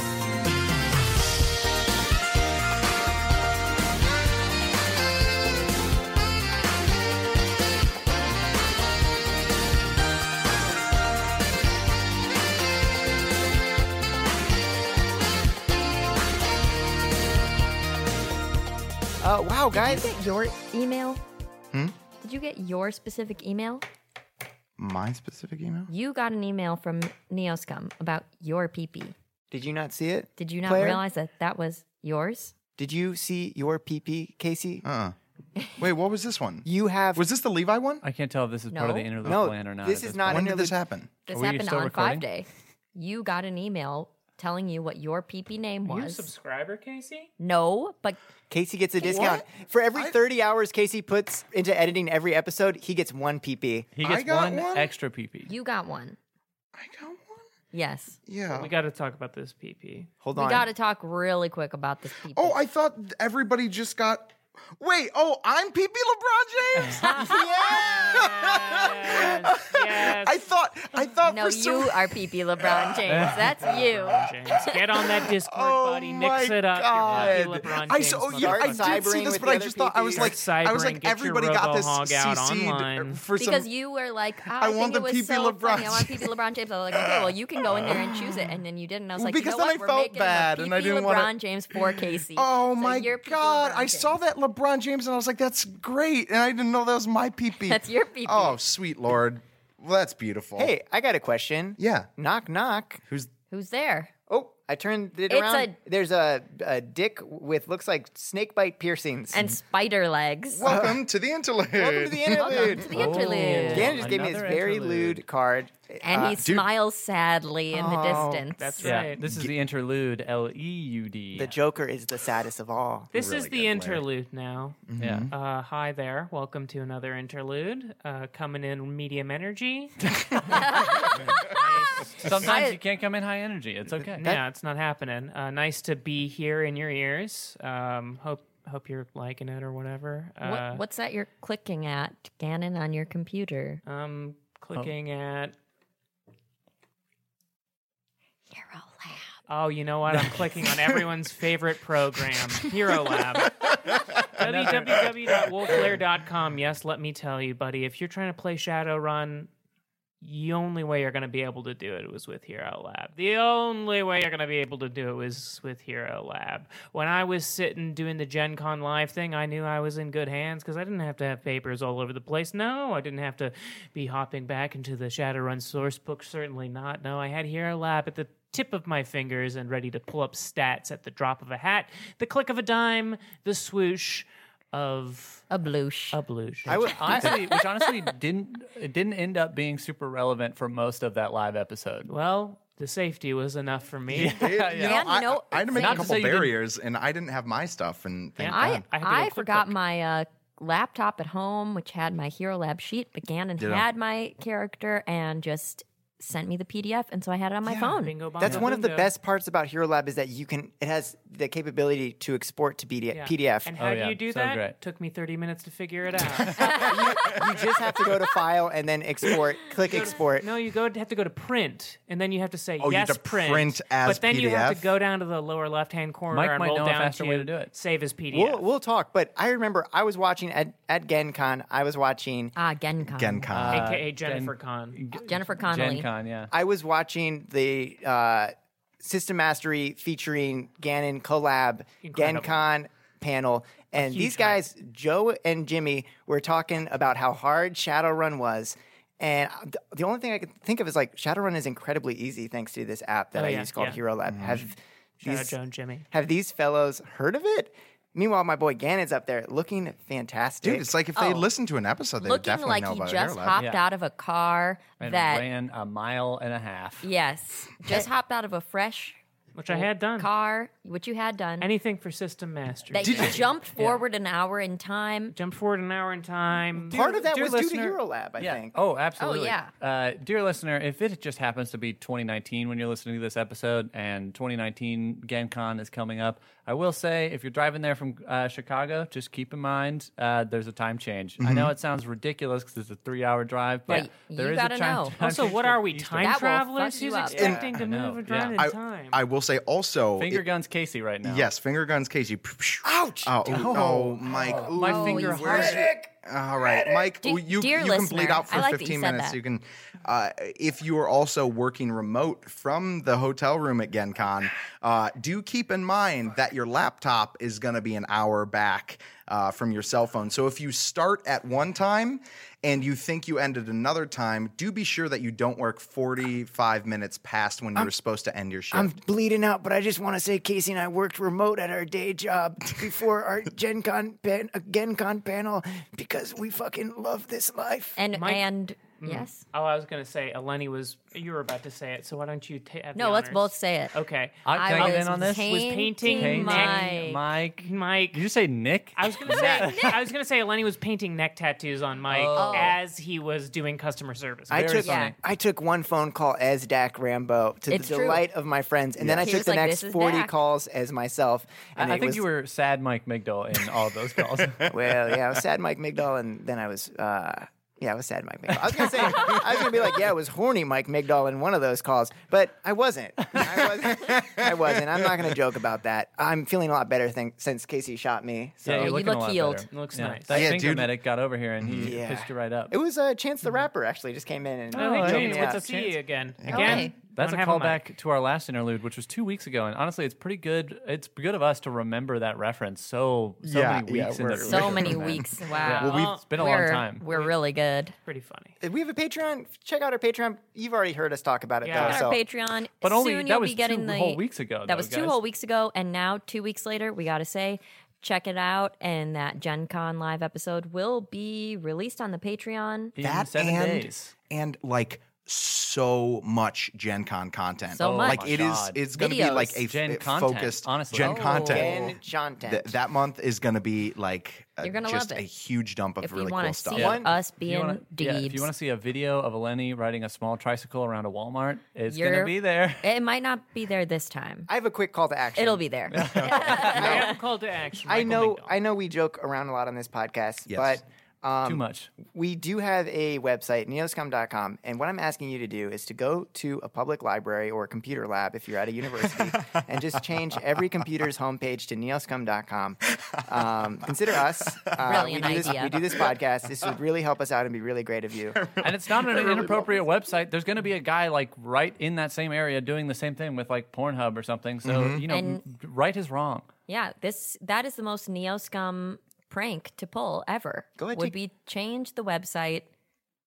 Speaker 3: Oh wow, guys.
Speaker 1: your email did you get your specific email
Speaker 6: my specific email.
Speaker 1: you got an email from neoscum about your peepee
Speaker 3: Did you not see it?
Speaker 1: did you not
Speaker 3: Claire?
Speaker 1: realize that that was yours
Speaker 3: Did you see your PP, Casey?
Speaker 6: Uh. Wait, what was this one?
Speaker 3: You have.
Speaker 6: Was this the Levi one?
Speaker 5: I can't tell if this is part of the
Speaker 1: No.
Speaker 5: interlude
Speaker 3: no,
Speaker 5: plan or not.
Speaker 3: this
Speaker 5: at
Speaker 3: is not
Speaker 6: When did
Speaker 3: another.
Speaker 6: this happen?
Speaker 1: This
Speaker 5: Are we
Speaker 1: happened
Speaker 5: still
Speaker 1: on Five
Speaker 5: recording?
Speaker 1: Day. You got an email telling you what your PP name
Speaker 2: Are you a
Speaker 1: was.
Speaker 2: subscriber, Casey?
Speaker 1: no, but
Speaker 3: Casey gets a discount for every thirty hours Casey puts into editing every episode. He gets one PP.
Speaker 5: He
Speaker 6: I
Speaker 5: gets
Speaker 6: got
Speaker 5: one,
Speaker 6: one?
Speaker 5: extra PP.
Speaker 1: you got one.
Speaker 6: I got one.
Speaker 1: Yes.
Speaker 6: Yeah.
Speaker 2: We got to talk about this PP.
Speaker 3: Hold
Speaker 1: We
Speaker 3: on.
Speaker 1: got to talk really quick about this PP.
Speaker 6: Oh, I thought everybody just got. Wait. Oh, I'm PP LeBron James.
Speaker 2: Yes, yes.
Speaker 6: I thought I up
Speaker 1: No,
Speaker 6: for some
Speaker 1: you are PP LeBron James. That's you.
Speaker 2: oh, James. Get on that Discord, buddy. Mix
Speaker 6: oh my
Speaker 2: it up. You're lucky LeBron
Speaker 6: I
Speaker 2: James,
Speaker 6: saw, oh, yeah, I
Speaker 2: motherfucker.
Speaker 3: Start
Speaker 6: did see
Speaker 3: cybering
Speaker 6: this,
Speaker 3: with
Speaker 6: but
Speaker 3: the
Speaker 6: I
Speaker 3: other
Speaker 6: just thought I was
Speaker 3: PPs.
Speaker 6: like,
Speaker 2: Start
Speaker 6: I was
Speaker 2: cybering,
Speaker 6: like,
Speaker 2: get your
Speaker 6: everybody got this
Speaker 2: robo-hog out
Speaker 6: CC'd
Speaker 2: online.
Speaker 6: for some.
Speaker 1: Because you were like, "Ah, I, think
Speaker 6: want
Speaker 1: it
Speaker 6: the
Speaker 1: was
Speaker 6: PP
Speaker 1: so funny. I want
Speaker 6: LeBron
Speaker 1: PP LeBron James. I was like, okay, well, you can go in there and choose it, and then you didn't. I was
Speaker 6: Well,
Speaker 1: like, you
Speaker 6: because
Speaker 1: know
Speaker 6: then
Speaker 1: what?
Speaker 6: I
Speaker 1: We're
Speaker 6: felt
Speaker 1: making him a
Speaker 6: bad, and I
Speaker 1: PP
Speaker 6: didn't
Speaker 1: LeBron
Speaker 6: wanna-
Speaker 1: James for Casey.
Speaker 6: Oh
Speaker 1: So
Speaker 6: my
Speaker 1: you're PP
Speaker 6: god!
Speaker 1: LeBron
Speaker 6: I saw
Speaker 1: James.
Speaker 6: that LeBron James, and I was like, "That's great!" And I didn't know that was my peepee.
Speaker 1: That's your PP.
Speaker 6: Oh, sweet lord! Well, that's beautiful.
Speaker 3: Hey, I got a question.
Speaker 6: yeah,
Speaker 3: Knock, knock.
Speaker 6: who's
Speaker 1: Who's there?
Speaker 3: Oh, I turned it
Speaker 1: It's
Speaker 3: around.
Speaker 1: a-
Speaker 3: There's a, a dick with looks like snake bite piercings.
Speaker 1: And spider legs.
Speaker 6: welcome to the interlude?
Speaker 3: welcome to the interlude.
Speaker 1: To the interlude.
Speaker 3: Dan just gave me this
Speaker 5: Oh, Another
Speaker 3: very
Speaker 5: interlude.
Speaker 3: lewd card.
Speaker 6: Uh,
Speaker 1: And he smiles sadly in the
Speaker 6: Oh,
Speaker 1: distance.
Speaker 2: That's
Speaker 5: Yeah,
Speaker 2: right.
Speaker 5: this is the interlude. L E U D.
Speaker 3: The Joker is the saddest of all.
Speaker 2: This
Speaker 6: Really
Speaker 2: is
Speaker 6: good, Mm-hmm.
Speaker 2: the
Speaker 6: Larry.
Speaker 2: interlude now.
Speaker 5: Yeah.
Speaker 3: Mm-hmm.
Speaker 2: Uh, hi there. Welcome to another interlude. Uh, coming in medium energy.
Speaker 5: Sometimes
Speaker 1: I-
Speaker 5: you can't come in high energy. It's okay.
Speaker 2: yeah, it's not happening. Uh, nice to be here in your ears. Um, hope hope you're liking it or whatever.
Speaker 1: What,
Speaker 2: Uh,
Speaker 1: what's that you're clicking at, Gannon, on your computer?
Speaker 2: I'm clicking
Speaker 1: Oh.
Speaker 2: at.
Speaker 1: Hero Lab.
Speaker 2: Oh, you know what? I'm clicking on everyone's favorite program, Hero Lab. www.wolflair.com. Yes, let me tell you, buddy, if you're trying to play Shadowrun, the only way you're going to be able to do it was with Hero Lab. The only way you're going to be able to do it was with Hero Lab. When I was sitting doing the Gen Con live thing, I knew I was in good hands because I didn't have to have papers all over the place. No, I didn't have to be hopping back into the Shadowrun source book. Certainly not. No, I had Hero Lab at the tip of my fingers and ready to pull up stats at the drop of a hat, the click of a dime, the swoosh of
Speaker 1: A bloosh.
Speaker 2: a bloosh.
Speaker 5: I would honestly, which honestly didn't, it didn't end up being super relevant for most of that live episode.
Speaker 2: well, the safety was enough for me.
Speaker 6: yeah, you know,
Speaker 1: Man, you
Speaker 6: I,
Speaker 1: know,
Speaker 6: I had to make
Speaker 5: not
Speaker 6: a
Speaker 5: to
Speaker 6: couple
Speaker 5: say you didn't-
Speaker 6: barriers, and I didn't have my stuff, and thank
Speaker 1: I
Speaker 6: God.
Speaker 2: I
Speaker 1: I,
Speaker 2: had to go to
Speaker 1: forgot
Speaker 2: QuickBooks.
Speaker 1: my uh, laptop at home, which had my Hero Lab sheet, but Gannon
Speaker 6: Ditto.
Speaker 1: had my character and just sent me the PDF, and so I had it on my phone.
Speaker 2: Bingo,
Speaker 3: That's
Speaker 2: bongo,
Speaker 3: one of the
Speaker 2: bingo.
Speaker 3: best parts about Hero Lab is that you can it has the capability to export to BD-
Speaker 2: Yeah.
Speaker 3: PDF.
Speaker 2: And how
Speaker 5: Oh,
Speaker 2: do
Speaker 5: yeah.
Speaker 2: you do
Speaker 5: So
Speaker 2: that?
Speaker 5: great.
Speaker 2: Took me 30 minutes to figure it out.
Speaker 3: you just have to go to file and then export, click export.
Speaker 2: no, you go have to go to print, and then you have to say
Speaker 6: Oh, you
Speaker 2: yes,
Speaker 6: have to
Speaker 2: print.
Speaker 6: print as
Speaker 2: but then you have
Speaker 6: PDF?
Speaker 2: to go down to the lower left-hand corner
Speaker 5: Mike
Speaker 2: and
Speaker 5: might
Speaker 2: roll
Speaker 5: know a
Speaker 2: down
Speaker 5: faster way to do it.
Speaker 2: Save as PDF.
Speaker 3: We'll, we'll talk, but I remember I was watching at, at Gen Con, I was watching
Speaker 2: Uh.
Speaker 1: Ah, GenCon.
Speaker 6: Gen Con.
Speaker 5: Uh,
Speaker 2: AKA Jennifer Con.
Speaker 1: Jennifer
Speaker 5: Gen
Speaker 1: Connolly.
Speaker 5: Con, yeah.
Speaker 3: I was watching the uh, System Mastery featuring Ganon collab
Speaker 2: Incredible.
Speaker 3: GenCon panel. And these guys, Joe and Jimmy, were talking about how hard Shadowrun was. And th- the only thing I could think of is like Shadowrun is incredibly easy thanks to this app that
Speaker 2: Oh,
Speaker 3: I
Speaker 2: yeah,
Speaker 3: use called
Speaker 2: yeah.
Speaker 3: Hero Lab. Have
Speaker 2: Shout out
Speaker 3: these,
Speaker 2: Joan Jimmy.
Speaker 3: have these fellows heard of it? Meanwhile, my boy Ganon's up there looking fantastic.
Speaker 6: Dude, it's like if they listened to an episode, they would
Speaker 1: oh, Looking
Speaker 6: definitely
Speaker 1: like
Speaker 6: know
Speaker 1: he
Speaker 6: about
Speaker 1: just
Speaker 6: Airlab.
Speaker 1: hopped
Speaker 5: Yeah.
Speaker 1: out of a car
Speaker 5: And
Speaker 1: that
Speaker 5: ran a mile and a half.
Speaker 1: yes, just hopped out of a fresh
Speaker 2: Which I had done.
Speaker 1: car, which you had done.
Speaker 2: Anything for System Master.
Speaker 1: that you jumped forward an hour in time.
Speaker 2: Jump forward an hour in time.
Speaker 3: Part of that
Speaker 5: Dear
Speaker 3: was due
Speaker 5: listener-
Speaker 3: to Hero Lab, I
Speaker 5: yeah.
Speaker 3: think.
Speaker 5: Oh, absolutely.
Speaker 1: yeah.
Speaker 5: Uh, dear listener, if it just happens to be 2019 when you're listening to this episode and 2019 GenCon is coming up, I will say if you're driving there from uh, Chicago, just keep in mind uh, there's a time change. I know it sounds ridiculous because it's a three hour drive, but
Speaker 1: But
Speaker 5: there
Speaker 1: you
Speaker 5: is
Speaker 1: gotta
Speaker 5: a time,
Speaker 1: know.
Speaker 5: time
Speaker 2: Also,
Speaker 5: change
Speaker 2: what
Speaker 5: for
Speaker 2: are we,
Speaker 5: Easter.
Speaker 2: time
Speaker 1: That will
Speaker 2: travelers?
Speaker 1: fuck you
Speaker 2: Who's
Speaker 1: up.
Speaker 2: expecting to
Speaker 5: I know,
Speaker 2: move and
Speaker 5: yeah.
Speaker 2: drive
Speaker 6: I,
Speaker 2: in time?
Speaker 6: I will say also,
Speaker 5: Finger
Speaker 6: it-
Speaker 5: guns Casey right now.
Speaker 6: yes, finger guns, Casey.
Speaker 3: Ouch!
Speaker 6: Oh, ooh, oh, Mike. Ooh,
Speaker 5: My
Speaker 1: Oh,
Speaker 5: finger
Speaker 1: he's
Speaker 5: hurts.
Speaker 1: hurt.
Speaker 6: All right, Mike,
Speaker 1: De-
Speaker 6: well, you,
Speaker 1: dear
Speaker 6: you can bleed
Speaker 1: listener,
Speaker 6: out for
Speaker 1: I like that
Speaker 6: 15
Speaker 1: you said
Speaker 6: minutes.
Speaker 1: that.
Speaker 6: You can, uh, if you are also working remote from the hotel room at GenCon, uh, do keep in mind that your laptop is going to be an hour back uh, from your cell phone. So if you start at one time and you think you ended another time, do be sure that you don't work 45 minutes past when you were supposed to end your shift.
Speaker 3: I'm bleeding out, but I just want to say Casey and I worked remote at our day job before our Gen Con, pan, uh, Gen Con panel because we fucking love this life.
Speaker 1: And
Speaker 2: Mike-
Speaker 1: and yes,
Speaker 2: Oh, I was going to say, Eleni was. You were about to say it, so why don't you take?
Speaker 1: no, let's both say it.
Speaker 2: Okay,
Speaker 5: I, can I,
Speaker 1: was
Speaker 5: get in on this?
Speaker 1: painting
Speaker 2: Was painting
Speaker 5: Painting
Speaker 1: my- Mike.
Speaker 5: Mike.
Speaker 2: Mike.
Speaker 5: Did you say Nick?
Speaker 2: I was gonna say I was gonna say Eleni was painting neck tattoos on Mike
Speaker 1: Oh.
Speaker 2: as he was doing customer service.
Speaker 3: I took
Speaker 1: funny.
Speaker 3: I took one phone call as Dak Rambo to
Speaker 1: It's
Speaker 3: the
Speaker 1: true.
Speaker 3: delight of my friends, and then I
Speaker 1: He
Speaker 3: took
Speaker 1: was
Speaker 3: the
Speaker 1: like,
Speaker 3: next
Speaker 1: "This is
Speaker 3: forty
Speaker 1: Dak."
Speaker 3: calls as myself.
Speaker 5: I,
Speaker 3: And
Speaker 5: I
Speaker 3: it
Speaker 5: think
Speaker 3: was-
Speaker 5: you were sad Mike Migdal in all those calls.
Speaker 3: well, yeah, I was sad Mike Migdal, and then I was uh, Yeah, it was sad, Mike Migdal. I was gonna say, I was gonna be like, yeah, it was horny, Mike Migdal, in one of those calls, but I wasn't. I wasn't. I wasn't. I'm not gonna joke about that. I'm feeling a lot better thing, since Casey shot me. So
Speaker 5: you're
Speaker 1: you
Speaker 5: looking
Speaker 1: look
Speaker 5: a lot
Speaker 1: healed.
Speaker 5: better.
Speaker 2: Looks
Speaker 5: yeah.
Speaker 2: nice.
Speaker 5: That
Speaker 6: Yeah,
Speaker 5: finger
Speaker 6: dude.
Speaker 5: medic got over here and he
Speaker 3: Yeah.
Speaker 5: pushed you right up.
Speaker 3: it was uh, Chance the Rapper actually just came in and
Speaker 2: Mm-hmm. Oh,
Speaker 5: yeah.
Speaker 2: hey,
Speaker 5: Yeah.
Speaker 2: it's a
Speaker 5: Chance.
Speaker 2: C again. Again.
Speaker 1: Okay.
Speaker 5: That's a
Speaker 2: Don't have mic.
Speaker 5: callback to our last interlude, which was two weeks ago, and honestly, it's pretty good. It's good of us to remember that reference so so
Speaker 6: Yeah,
Speaker 5: many
Speaker 6: yeah,
Speaker 5: weeks
Speaker 6: we're-
Speaker 5: into the
Speaker 1: So
Speaker 5: revision
Speaker 1: many
Speaker 5: then.
Speaker 1: weeks. Wow.
Speaker 5: Yeah.
Speaker 2: Well, we've-
Speaker 5: it's been a long
Speaker 1: We're-
Speaker 5: time.
Speaker 1: We're really good.
Speaker 2: Pretty funny.
Speaker 3: we have a Patreon. Check out our Patreon. You've already heard us talk about it
Speaker 2: Yeah.
Speaker 3: though.
Speaker 1: Our
Speaker 3: So
Speaker 1: Patreon.
Speaker 5: But only
Speaker 1: Soon
Speaker 5: that
Speaker 1: you'll
Speaker 5: was
Speaker 1: be getting
Speaker 5: two
Speaker 1: the
Speaker 5: whole weeks ago.
Speaker 1: That
Speaker 5: though,
Speaker 1: was two
Speaker 5: guys.
Speaker 1: whole weeks ago, and now two weeks later, we gotta say, check it out. And that Gen Con live episode will be released on the Patreon.
Speaker 5: In
Speaker 6: that
Speaker 5: seven
Speaker 6: and
Speaker 5: days.
Speaker 6: and like so much Gen Con content.
Speaker 1: So Oh much.
Speaker 6: Like
Speaker 1: my
Speaker 6: it is.
Speaker 5: God.
Speaker 6: It's going to be
Speaker 1: Videos.
Speaker 6: like a
Speaker 5: Gen
Speaker 6: f-
Speaker 5: content,
Speaker 6: focused
Speaker 5: honestly.
Speaker 6: Gen
Speaker 5: Oh.
Speaker 6: content.
Speaker 3: and content.
Speaker 6: Th- that month is going to be like uh,
Speaker 1: You're gonna
Speaker 6: just
Speaker 1: love it.
Speaker 6: a huge dump of
Speaker 1: If
Speaker 6: really
Speaker 1: you
Speaker 6: cool
Speaker 1: want to
Speaker 6: stuff.
Speaker 1: see
Speaker 3: One-
Speaker 1: us
Speaker 5: If you
Speaker 1: being
Speaker 5: wanna- yeah, if you
Speaker 1: debs.
Speaker 5: want to see a video of Eleni riding a small tricycle around a Walmart, it's going to
Speaker 1: You're-
Speaker 5: be there.
Speaker 1: it might not be there this time.
Speaker 3: I have a quick call to action.
Speaker 1: It'll be there.
Speaker 2: I have a call to action.
Speaker 3: I
Speaker 2: Michael
Speaker 3: know.
Speaker 2: McDonald.
Speaker 3: I know. We joke around a lot on this podcast,
Speaker 6: Yes.
Speaker 3: but um,
Speaker 5: Too much.
Speaker 3: we do have a website, neoscum.com. And what I'm asking you to do is to go to a public library or a computer lab if you're at a university and just change every computer's homepage to neoscum.com. Um, consider us. Uh,
Speaker 1: Brilliant
Speaker 3: we do this,
Speaker 1: idea.
Speaker 3: We do this podcast. This would really help us out and be really great of you.
Speaker 5: And it's not an inappropriate website. There's going to be a guy like right in that same area doing the same thing with like Pornhub or something. So, you know,
Speaker 1: And-
Speaker 5: right is wrong.
Speaker 1: yeah, this that is the most neo scum prank to pull ever.
Speaker 3: Go ahead,
Speaker 1: Would
Speaker 3: take-
Speaker 1: be change the website,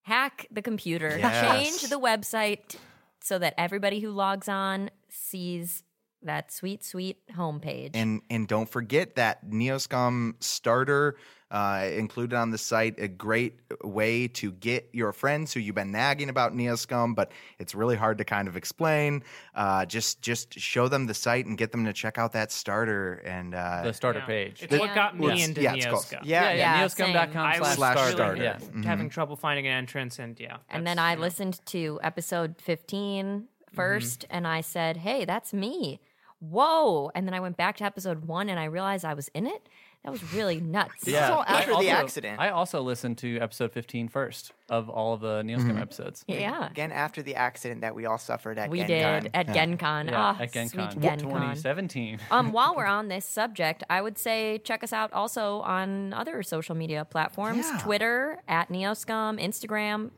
Speaker 1: hack the computer,
Speaker 6: Yes.
Speaker 1: change the website so that everybody who logs on sees that sweet, sweet homepage.
Speaker 6: And and don't forget that Neoscum starter uh, included on the site. A great way to get your friends who you've been nagging about Neoscum, but it's really hard to kind of explain. Uh, just just show them the site and get them to check out that starter and uh,
Speaker 5: The starter
Speaker 2: Yeah.
Speaker 5: page.
Speaker 2: It's what got me
Speaker 6: Yes.
Speaker 2: into
Speaker 6: Yeah,
Speaker 2: yeah,
Speaker 6: it's called-
Speaker 5: yeah,
Speaker 3: Yeah.
Speaker 5: yeah,
Speaker 1: Yeah,
Speaker 5: neoscum.com
Speaker 2: I was
Speaker 5: slash
Speaker 6: Slash
Speaker 2: really
Speaker 5: starter.
Speaker 6: starter.
Speaker 5: Yeah.
Speaker 2: having trouble finding an entrance, and yeah.
Speaker 1: and
Speaker 2: that's-
Speaker 1: then I listened to episode 15 1st
Speaker 5: Mm-hmm.
Speaker 1: and I said, hey, that's me. Whoa. And then I went back to episode one and I realized I was in it. That was really nuts.
Speaker 3: This is all
Speaker 5: I
Speaker 3: after the
Speaker 5: also-
Speaker 3: accident.
Speaker 5: I also listened to episode 15 first of all of the Neilscum episodes.
Speaker 1: Yeah.
Speaker 3: Again, after the accident that we all suffered at
Speaker 1: We
Speaker 3: Gen
Speaker 1: did
Speaker 3: Con.
Speaker 1: at Gen Con.
Speaker 5: Yeah,
Speaker 1: Ah,
Speaker 5: at Gen Con.
Speaker 1: sweet Gen Con.
Speaker 5: 2017.
Speaker 1: um, while we're on this subject, I would say check us out also on other social media platforms
Speaker 6: Yeah.
Speaker 1: Twitter at Neoscum, Instagram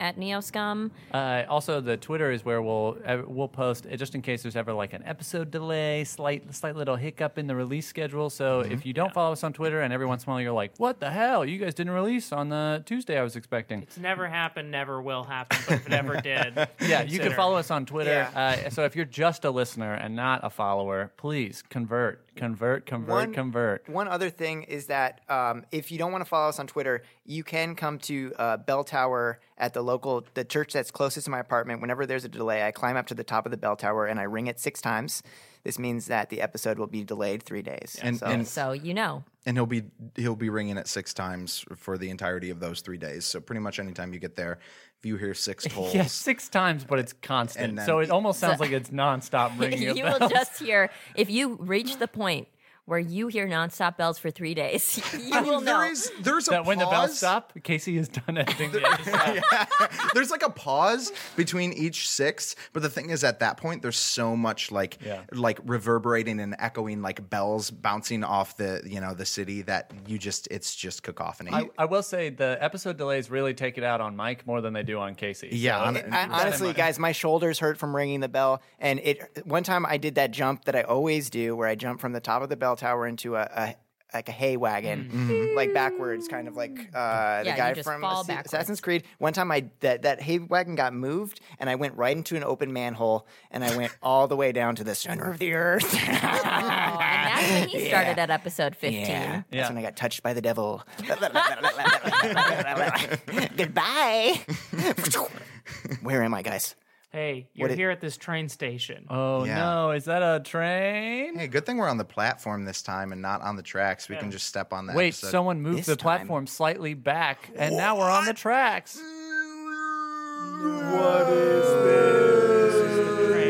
Speaker 1: at Neoscum.
Speaker 5: Uh, also, the Twitter is where we'll uh, we'll post uh, just in case there's ever like an episode delay, slight slight little hiccup in the release schedule. So if you don't follow us on Twitter, and every once in a while you're like, "What the hell? You guys didn't release on the Tuesday I was expecting."
Speaker 2: It's never happened, never will happen, but if it ever did.
Speaker 5: Yeah, you can
Speaker 2: consider.
Speaker 5: follow us on Twitter. Uh, so if you're just a listener and not a follower, please convert, convert, convert, convert.
Speaker 3: One other thing is that um, if you don't want to follow us on Twitter, you can come to uh, Bell Tower at the local, the church that's closest to my apartment. Whenever there's a delay, I climb up to the top of the Bell Tower and I ring it six times. This means that the episode will be delayed three days.
Speaker 6: and,
Speaker 3: so,
Speaker 6: and
Speaker 1: So you know.
Speaker 6: and he'll be he'll be ringing it six times for the entirety of those three days. So pretty much anytime you get there, if you hear six tolls,
Speaker 5: Yeah, six times, but it's constant.
Speaker 6: And then-
Speaker 5: so it almost sounds like it's nonstop ringing.
Speaker 1: you
Speaker 5: of
Speaker 1: will
Speaker 5: bells.
Speaker 1: just hear if you reach the point where you hear nonstop bells for three days. You will know.
Speaker 6: there is there's a
Speaker 5: that when the bells
Speaker 6: pause.
Speaker 5: stop, Casey is done editing. the episode.
Speaker 6: there's like a pause between each six but the thing is at that point there's so much like
Speaker 5: Yeah.
Speaker 6: like reverberating and echoing like bells bouncing off the you know the city that you just it's just cacophony
Speaker 5: I, I will say the episode delays really take it out on Mike more than they do on Casey.
Speaker 6: yeah
Speaker 5: So-
Speaker 6: on-
Speaker 3: I, honestly, guys, my shoulders hurt from ringing the bell. And it one time I did that jump that I always do, where I jump from the top of the bell tower into a, a like a hay wagon, mm-hmm. like backwards, kind of like uh, the
Speaker 1: Mm-hmm. you
Speaker 3: guy
Speaker 1: just
Speaker 3: from
Speaker 1: fall
Speaker 3: Ass-
Speaker 1: backwards.
Speaker 3: Assassin's Creed. One time, I that that hay wagon got moved, and I went right into an open manhole, and I went all the way down to the center of the earth.
Speaker 1: Oh, and
Speaker 5: Ah.
Speaker 1: that's when he started at episode 15.
Speaker 3: Yeah.
Speaker 5: Yeah.
Speaker 3: That's when I got touched by the devil. Goodbye. Where am I, guys?
Speaker 2: Hey, you're
Speaker 3: it-
Speaker 2: here at this train station.
Speaker 5: Oh
Speaker 6: Yeah.
Speaker 5: no! Is that a train?
Speaker 6: hey good thing we're on the platform this time and not on the tracks we can just step on that
Speaker 5: Wait,
Speaker 6: episode.
Speaker 5: someone moved
Speaker 3: This
Speaker 5: the
Speaker 3: time-
Speaker 5: platform slightly back, and now we're on the tracks.
Speaker 2: train. Hell train.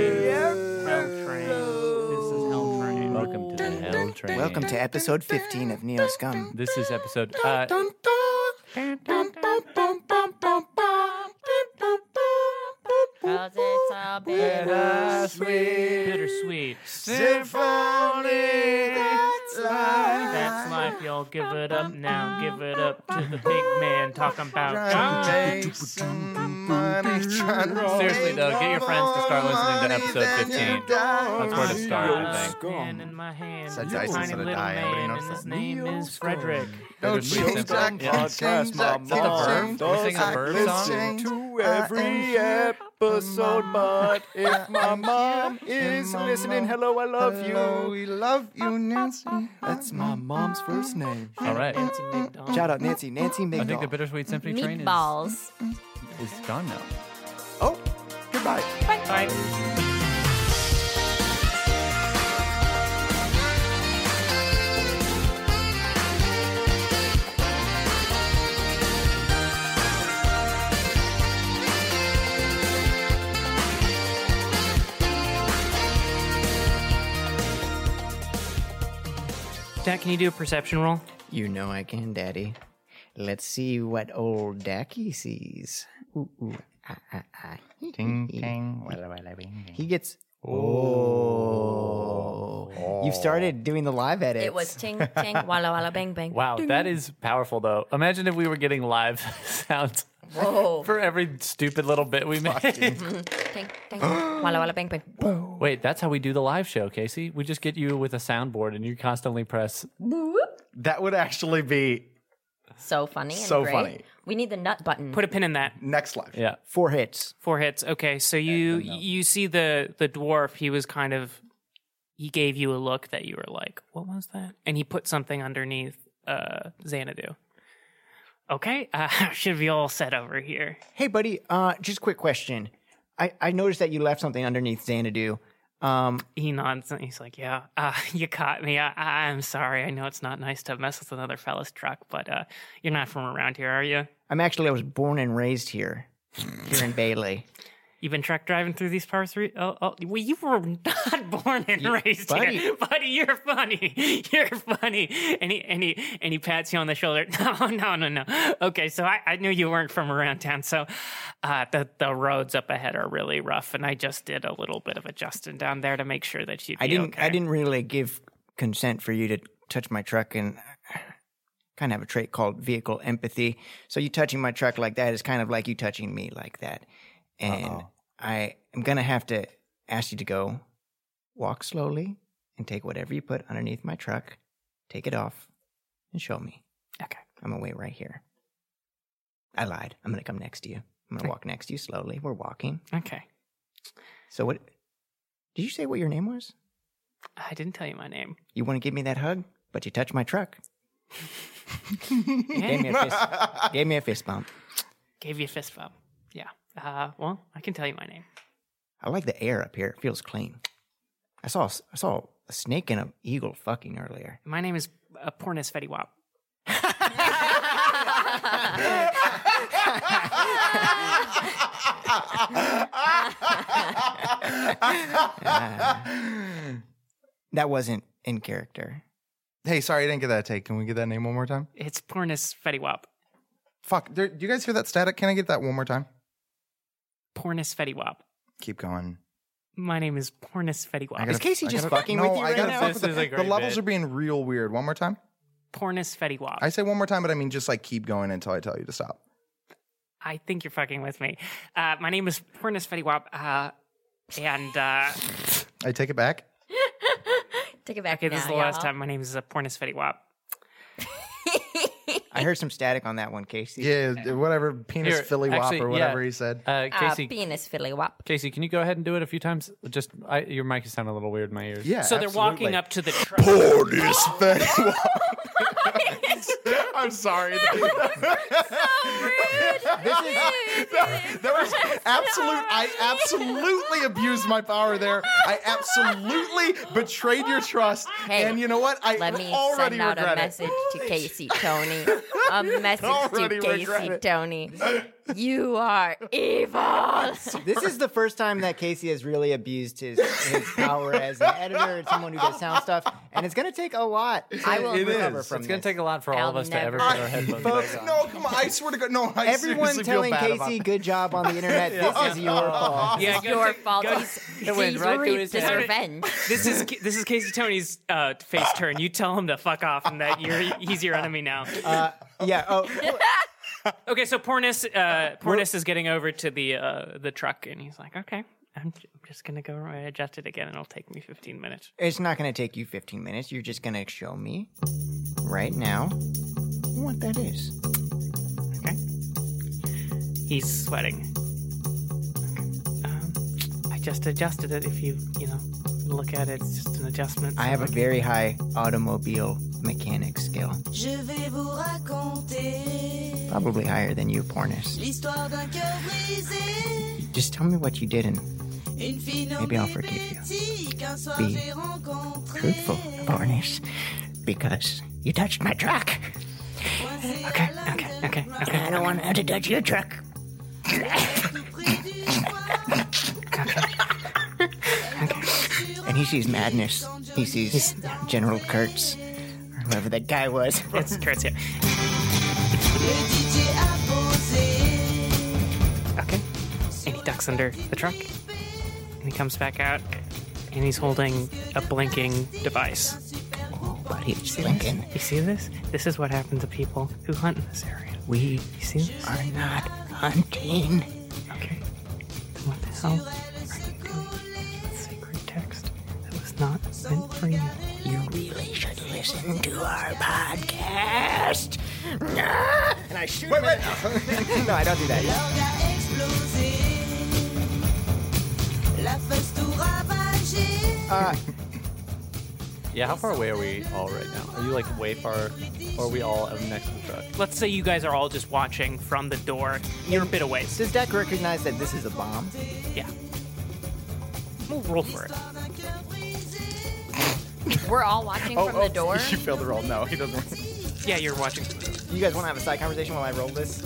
Speaker 2: This is hell train.
Speaker 5: Welcome to the Hell Train.
Speaker 3: Welcome to episode 15 of Neo Scum.
Speaker 5: uh, This is episode. Uh,
Speaker 1: Cause it's a bitter.
Speaker 2: Bittersweet. That's life, y'all. Give it up now. Give it up to the big man. Talking about God.
Speaker 5: Seriously, though, get your friends to start listening to episode 15. That's where to
Speaker 2: I'm
Speaker 5: start, I think.
Speaker 2: a man in my hand.
Speaker 6: Said
Speaker 2: a
Speaker 6: Dyson's
Speaker 2: tiny
Speaker 6: gonna
Speaker 2: little
Speaker 6: die, everybody
Speaker 2: man,
Speaker 6: knows
Speaker 2: and his
Speaker 6: that.
Speaker 2: name is Frederick.
Speaker 6: Don't
Speaker 5: Bittersweet
Speaker 6: you
Speaker 5: simple.
Speaker 6: think
Speaker 5: Yeah.
Speaker 6: I can change that
Speaker 5: Is that the verb? Are we singing the verb song?
Speaker 6: to every episode, but if my mom is listening, hello, I love you.
Speaker 10: We love you, Nancy.
Speaker 6: That's my mom's first name.
Speaker 5: All right.
Speaker 2: Nancy McDonald.
Speaker 3: Shout out Nancy, Nancy
Speaker 5: I think the
Speaker 3: McDonald.
Speaker 5: Bittersweet Symphony train is,
Speaker 1: Meatballs.
Speaker 5: is gone now.
Speaker 6: Oh, goodbye.
Speaker 2: Bye. Dak, can you do a perception roll?
Speaker 3: You know I can, Daddy. Let's see what old Dacky sees. Ooh, ooh, ah, ah, ah.
Speaker 10: Ding, ding, walla, walla, wing,
Speaker 3: He gets. Oh. You've started doing the live edits.
Speaker 1: It was ting ting walla walla bang bang.
Speaker 5: Wow, that is powerful, though. Imagine if we were getting live sounds
Speaker 1: Whoa.
Speaker 5: for every stupid little bit we made.
Speaker 1: ting ting walla walla bang bang. Boom.
Speaker 5: Wait, that's how we do the live show, Casey. We just get you with a soundboard and you constantly press.
Speaker 6: That would actually be
Speaker 1: So funny. And
Speaker 6: So
Speaker 1: great.
Speaker 6: funny.
Speaker 1: We need the nut button.
Speaker 2: Put a pin in that.
Speaker 6: next live.
Speaker 5: Yeah.
Speaker 3: four hits.
Speaker 2: Four hits. Okay, so you you see the the dwarf. He was kind of he gave you a look that you were like, "What was that?" And he put something underneath uh Xanadu. Okay, uh, should be all set over here.
Speaker 3: Hey, buddy. Uh, just quick question. I I noticed that you left something underneath Xanadu. Um,
Speaker 2: He nods and he's like, "Yeah, uh, you caught me. I, I, I'm sorry. I know it's not nice to mess with another fella's truck, but uh, you're not from around here, are you?
Speaker 3: I'm actually I was born and raised here, here in Bailey.
Speaker 2: You've been truck driving through these parts? Re- oh, oh, well, you were not born and raised here, buddy. You're funny. You're funny. And he and he and he pats you on the shoulder. No, no, no, no. Okay, so I, I knew you weren't from around town. So, uh, the the roads up ahead are really rough, and I just did a little bit of adjusting down there to make sure that you'd.
Speaker 3: I
Speaker 2: be
Speaker 3: didn't
Speaker 2: Okay.
Speaker 3: I didn't really give consent for you to touch my truck and kind of have a trait called vehicle empathy. So you touching my truck like that is kind of like you touching me like that. And I am going to have to ask you to go walk slowly and take whatever you put underneath my truck, take it off and show me.
Speaker 2: Okay.
Speaker 3: I'm going to wait right here. I lied. I'm going to come next to you. I'm going to walk next to you slowly. We're walking.
Speaker 2: Okay.
Speaker 3: So what Did you say what your name was?
Speaker 2: I didn't tell you my name.
Speaker 3: You want to give me that hug, but you touch my truck.
Speaker 2: Yeah,
Speaker 3: Gave me a fist. gave me a fist bump.
Speaker 2: gave you a fist bump. Yeah. Uh, well, I can tell you my name.
Speaker 3: I like the air up here. It feels clean. I saw I saw a snake and an eagle fucking earlier.
Speaker 2: My name is uh, Pornis Fetty Wap.
Speaker 6: Uh-huh.
Speaker 3: That wasn't in character.
Speaker 6: Hey, sorry, I didn't get that take. Can we get that name one more time?
Speaker 2: It's Pornis Fetty Wap.
Speaker 6: Fuck. There, do you guys hear that static? Can I get that one more time?
Speaker 2: Pornis Fetty Wap.
Speaker 6: Keep going.
Speaker 2: My name is Pornis Fetty
Speaker 6: I
Speaker 2: Wap.
Speaker 6: gotta-
Speaker 3: Is Casey
Speaker 6: I
Speaker 3: just
Speaker 6: gotta-
Speaker 3: fucking
Speaker 6: no,
Speaker 3: with you
Speaker 6: I
Speaker 3: right
Speaker 6: gotta
Speaker 3: now?
Speaker 6: fuck
Speaker 5: This
Speaker 6: with the-
Speaker 5: is a
Speaker 6: the
Speaker 5: great
Speaker 6: levels
Speaker 5: bit.
Speaker 6: are being real weird. One more time.
Speaker 2: Pornis Fetty Wap.
Speaker 6: I
Speaker 2: I,
Speaker 6: say one more time, but I mean just like keep going until I tell you to stop.
Speaker 2: think you're fucking with me. Uh, my name is Pornis Fetty Wap. Uh, and uh,
Speaker 6: I take it back.
Speaker 1: Take it back.
Speaker 2: okay, this is
Speaker 1: now,
Speaker 2: the last
Speaker 1: y'all.
Speaker 2: time my name is uh, Pornis Fetty Wap.
Speaker 3: I heard some static on that one, Casey.
Speaker 6: Yeah, whatever penis
Speaker 5: Here,
Speaker 6: Philly wop
Speaker 5: actually,
Speaker 6: or whatever
Speaker 5: yeah.
Speaker 6: he said.
Speaker 5: Uh,
Speaker 1: Uh,
Speaker 5: Casey,
Speaker 1: penis fiddly wop.
Speaker 5: Casey, can you go ahead and do it a few times? Just I, your mic is sounding a little weird in my ears.
Speaker 6: Yeah.
Speaker 2: So they're walking
Speaker 6: absolutely.
Speaker 2: up to the truck.
Speaker 6: Portis Fetty Wap. I'm sorry. There was absolute. I absolutely abused my power there. I absolutely betrayed your trust.
Speaker 1: Hey,
Speaker 6: and you know what? I
Speaker 1: Let me
Speaker 6: already
Speaker 1: send out a
Speaker 6: regret it.
Speaker 1: message to Casey Tony. A message
Speaker 6: Already
Speaker 1: to Casey
Speaker 6: regret it.
Speaker 1: Tony. You are evil.
Speaker 3: This is the first time that Casey has really abused his, his power as an editor and someone who does sound stuff, and it's going to take a lot to
Speaker 1: I will- It
Speaker 3: recover
Speaker 11: is.
Speaker 3: from this.
Speaker 5: It's going to take a lot for all of
Speaker 1: I'll
Speaker 5: us to ever
Speaker 1: never-
Speaker 5: put our headphones
Speaker 11: Folks,
Speaker 5: back on.
Speaker 11: no, come on. I swear to God. No, I
Speaker 3: Everyone
Speaker 11: seriously
Speaker 3: telling
Speaker 11: feel bad about
Speaker 3: Casey good job on the internet. This is your fault.
Speaker 2: Yeah,
Speaker 1: it's
Speaker 2: go
Speaker 1: your
Speaker 2: take-
Speaker 1: fault.
Speaker 2: go-
Speaker 1: He's,
Speaker 5: It went
Speaker 1: he's
Speaker 5: right through
Speaker 1: reaped
Speaker 5: his
Speaker 1: his
Speaker 5: head.
Speaker 1: revenge.
Speaker 2: This is this is Casey Tony's uh, face turn. You tell him to fuck off, and that you're he's your enemy now.
Speaker 3: Uh, yeah. Oh,
Speaker 2: Okay, so Pornis uh, Pornis is getting over to the uh, the truck, and he's like, "Okay, I'm, j- I'm just gonna go and adjust it again, and it'll take me 15 minutes."
Speaker 3: it's not going to take you 15 minutes. You're just going to show me right now what that is.
Speaker 2: He's sweating. Okay. Um, I just adjusted it. If you you know look at it, it's just an adjustment.
Speaker 3: I have a very high automobile mechanic skill,
Speaker 12: Je vais vous raconter
Speaker 3: probably higher than you, Pornis.
Speaker 12: l'histoire d'un cœur brisé.
Speaker 3: Just tell me what you did and
Speaker 12: Une fille
Speaker 3: Maybe
Speaker 12: nommée
Speaker 3: I'll forgive you.
Speaker 12: Betty qu'un soir
Speaker 3: Be
Speaker 12: j'ai rencontrée.
Speaker 3: truthful, Pornis, because you touched my truck.
Speaker 12: Coincée à
Speaker 2: Okay,
Speaker 12: l'intérieur
Speaker 2: okay,
Speaker 12: d'un
Speaker 2: okay.
Speaker 3: I don't want to have to touch your truck.
Speaker 12: tout près du toit.
Speaker 3: And he sees madness. He sees General Kurtz, or whoever that guy was.
Speaker 2: It's Kurt's here.
Speaker 12: Le DJ a posé.
Speaker 2: Okay, and he ducks under the truck, and he comes back out, and he's holding a blinking device.
Speaker 3: But he's blinking.
Speaker 2: You see this? This is what happens to people who hunt in this area.
Speaker 3: We
Speaker 2: You see this?
Speaker 3: are not hunting.
Speaker 2: Okay. Then what the hell are you doing with that sacred text that was not meant for you?
Speaker 3: You really should listen to our podcast. And I shoot him. in- no, I don't do that.
Speaker 12: L'orgue a explosé. La face tout ravagée.
Speaker 3: Uh,
Speaker 5: Yeah, how far away are we all right now? Are you like way far? Or are we all up next to the truck?
Speaker 2: Let's say you guys are all just watching from the door. You're a bit away.
Speaker 3: Does Deck recognize that this is a bomb?
Speaker 2: Yeah. We'll roll for it.
Speaker 1: We're all watching from the door.
Speaker 11: Oh, You failed the roll. No, he doesn't.
Speaker 2: Yeah, you're watching.
Speaker 3: You guys want to have a side conversation while I roll this?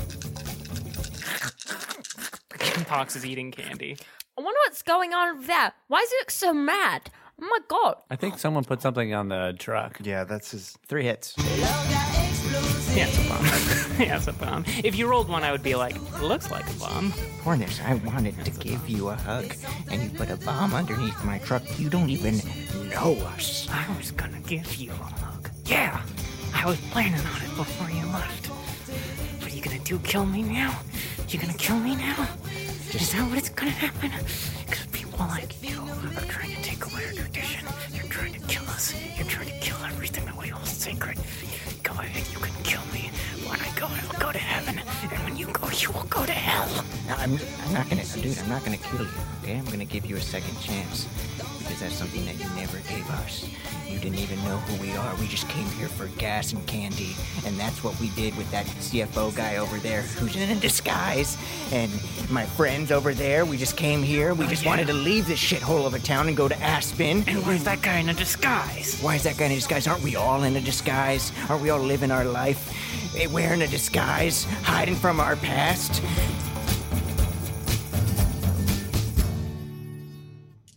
Speaker 2: Pox is eating candy.
Speaker 1: I wonder what's going on with that. Why is it so mad? Oh my god.
Speaker 5: I think someone put something on the truck.
Speaker 11: Yeah, that's his.
Speaker 3: Three hits.
Speaker 12: L'orgue a explosé.
Speaker 2: Yeah, it's a bomb. yeah, it's a bomb. If you rolled one, I would be like, looks like a bomb.
Speaker 3: Cornish, I wanted to give you a hug, and you put a bomb underneath my truck. You don't even know us.
Speaker 2: I was gonna give you a hug. Yeah, I was planning on it before you left. What are you gonna do? Kill me now? You gonna kill me now? Is that what it's gonna happen? Because people like you are trying to take away our tradition. You're trying to kill us. You're trying to kill everything that we hold sacred. Go ahead, you can kill me. When I go, I will go to heaven. And when you go, Oh, you will go to hell.
Speaker 3: Now, I'm, I'm not gonna, dude, I'm not gonna kill you, okay? I'm gonna give you a second chance, because that's something that you never gave us. You didn't even know who we are. We just came here for gas and candy, and that's what we did with that CFO guy over there who's in disguise, and my friends over there. We just came here. We just wanted to leave this shithole of a town and go to Aspen.
Speaker 2: And where's that guy in a disguise?
Speaker 3: Why is that guy in a disguise? Aren't we all in a disguise? Aren't we all living our life eh, wearing a disguise, hiding from our past?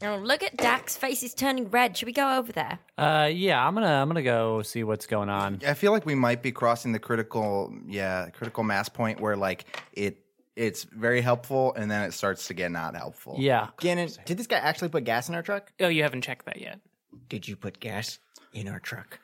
Speaker 1: Oh, look at Dak's face. He's turning red. Should we go over there?
Speaker 5: Uh, yeah, I'm gonna I'm gonna go see what's going on.
Speaker 11: I feel like we might be crossing the critical, yeah, critical mass point where like it, it's very helpful, and then it starts to get not helpful.
Speaker 5: Yeah,
Speaker 3: Gannon, did this guy actually put gas in our truck?
Speaker 2: Oh, you haven't checked that yet.
Speaker 3: Did you put gas in our truck?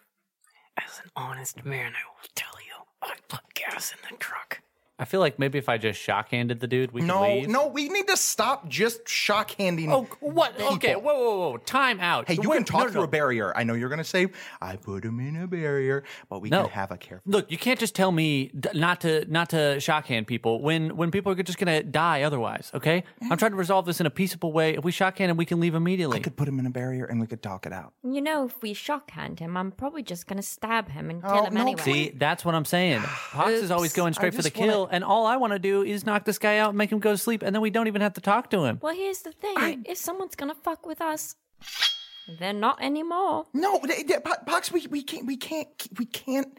Speaker 2: As an honest man, I will tell you, I put gas in the truck.
Speaker 5: I feel like maybe if I just shock handed the dude, we could
Speaker 11: No,
Speaker 5: leave.
Speaker 11: no, we need to stop just shock handing.
Speaker 5: Oh, what? Okay,
Speaker 11: People.
Speaker 5: whoa, whoa, whoa! Time out.
Speaker 11: Hey, you
Speaker 5: Wait,
Speaker 11: can talk
Speaker 5: no, no,
Speaker 11: through
Speaker 5: no.
Speaker 11: a barrier. I know you're going to say, I put him in a barrier, but we
Speaker 5: No.
Speaker 11: can have a careful.
Speaker 5: Look, you can't just tell me d- not to not to shock hand people when when people are just gonna die otherwise. Okay, I'm trying to resolve this in a peaceable way. If we shock hand him, we can leave immediately.
Speaker 11: We could put him in a barrier and we could talk it out.
Speaker 1: You know, if we shock hand him, I'm probably just gonna stab him and kill
Speaker 11: Oh,
Speaker 1: him
Speaker 11: no,
Speaker 1: anyway.
Speaker 5: See, that's what I'm saying. Pox is always going straight for the
Speaker 11: just wanna-
Speaker 5: kill, and all I want to do is knock this guy out, and make him go to sleep, and then we don't even have to talk to him.
Speaker 1: Well, here's the thing: if someone's gonna fuck with us, they're not anymore.
Speaker 11: No, th- th- Po- Pox, we, we can't, we can't, we can't.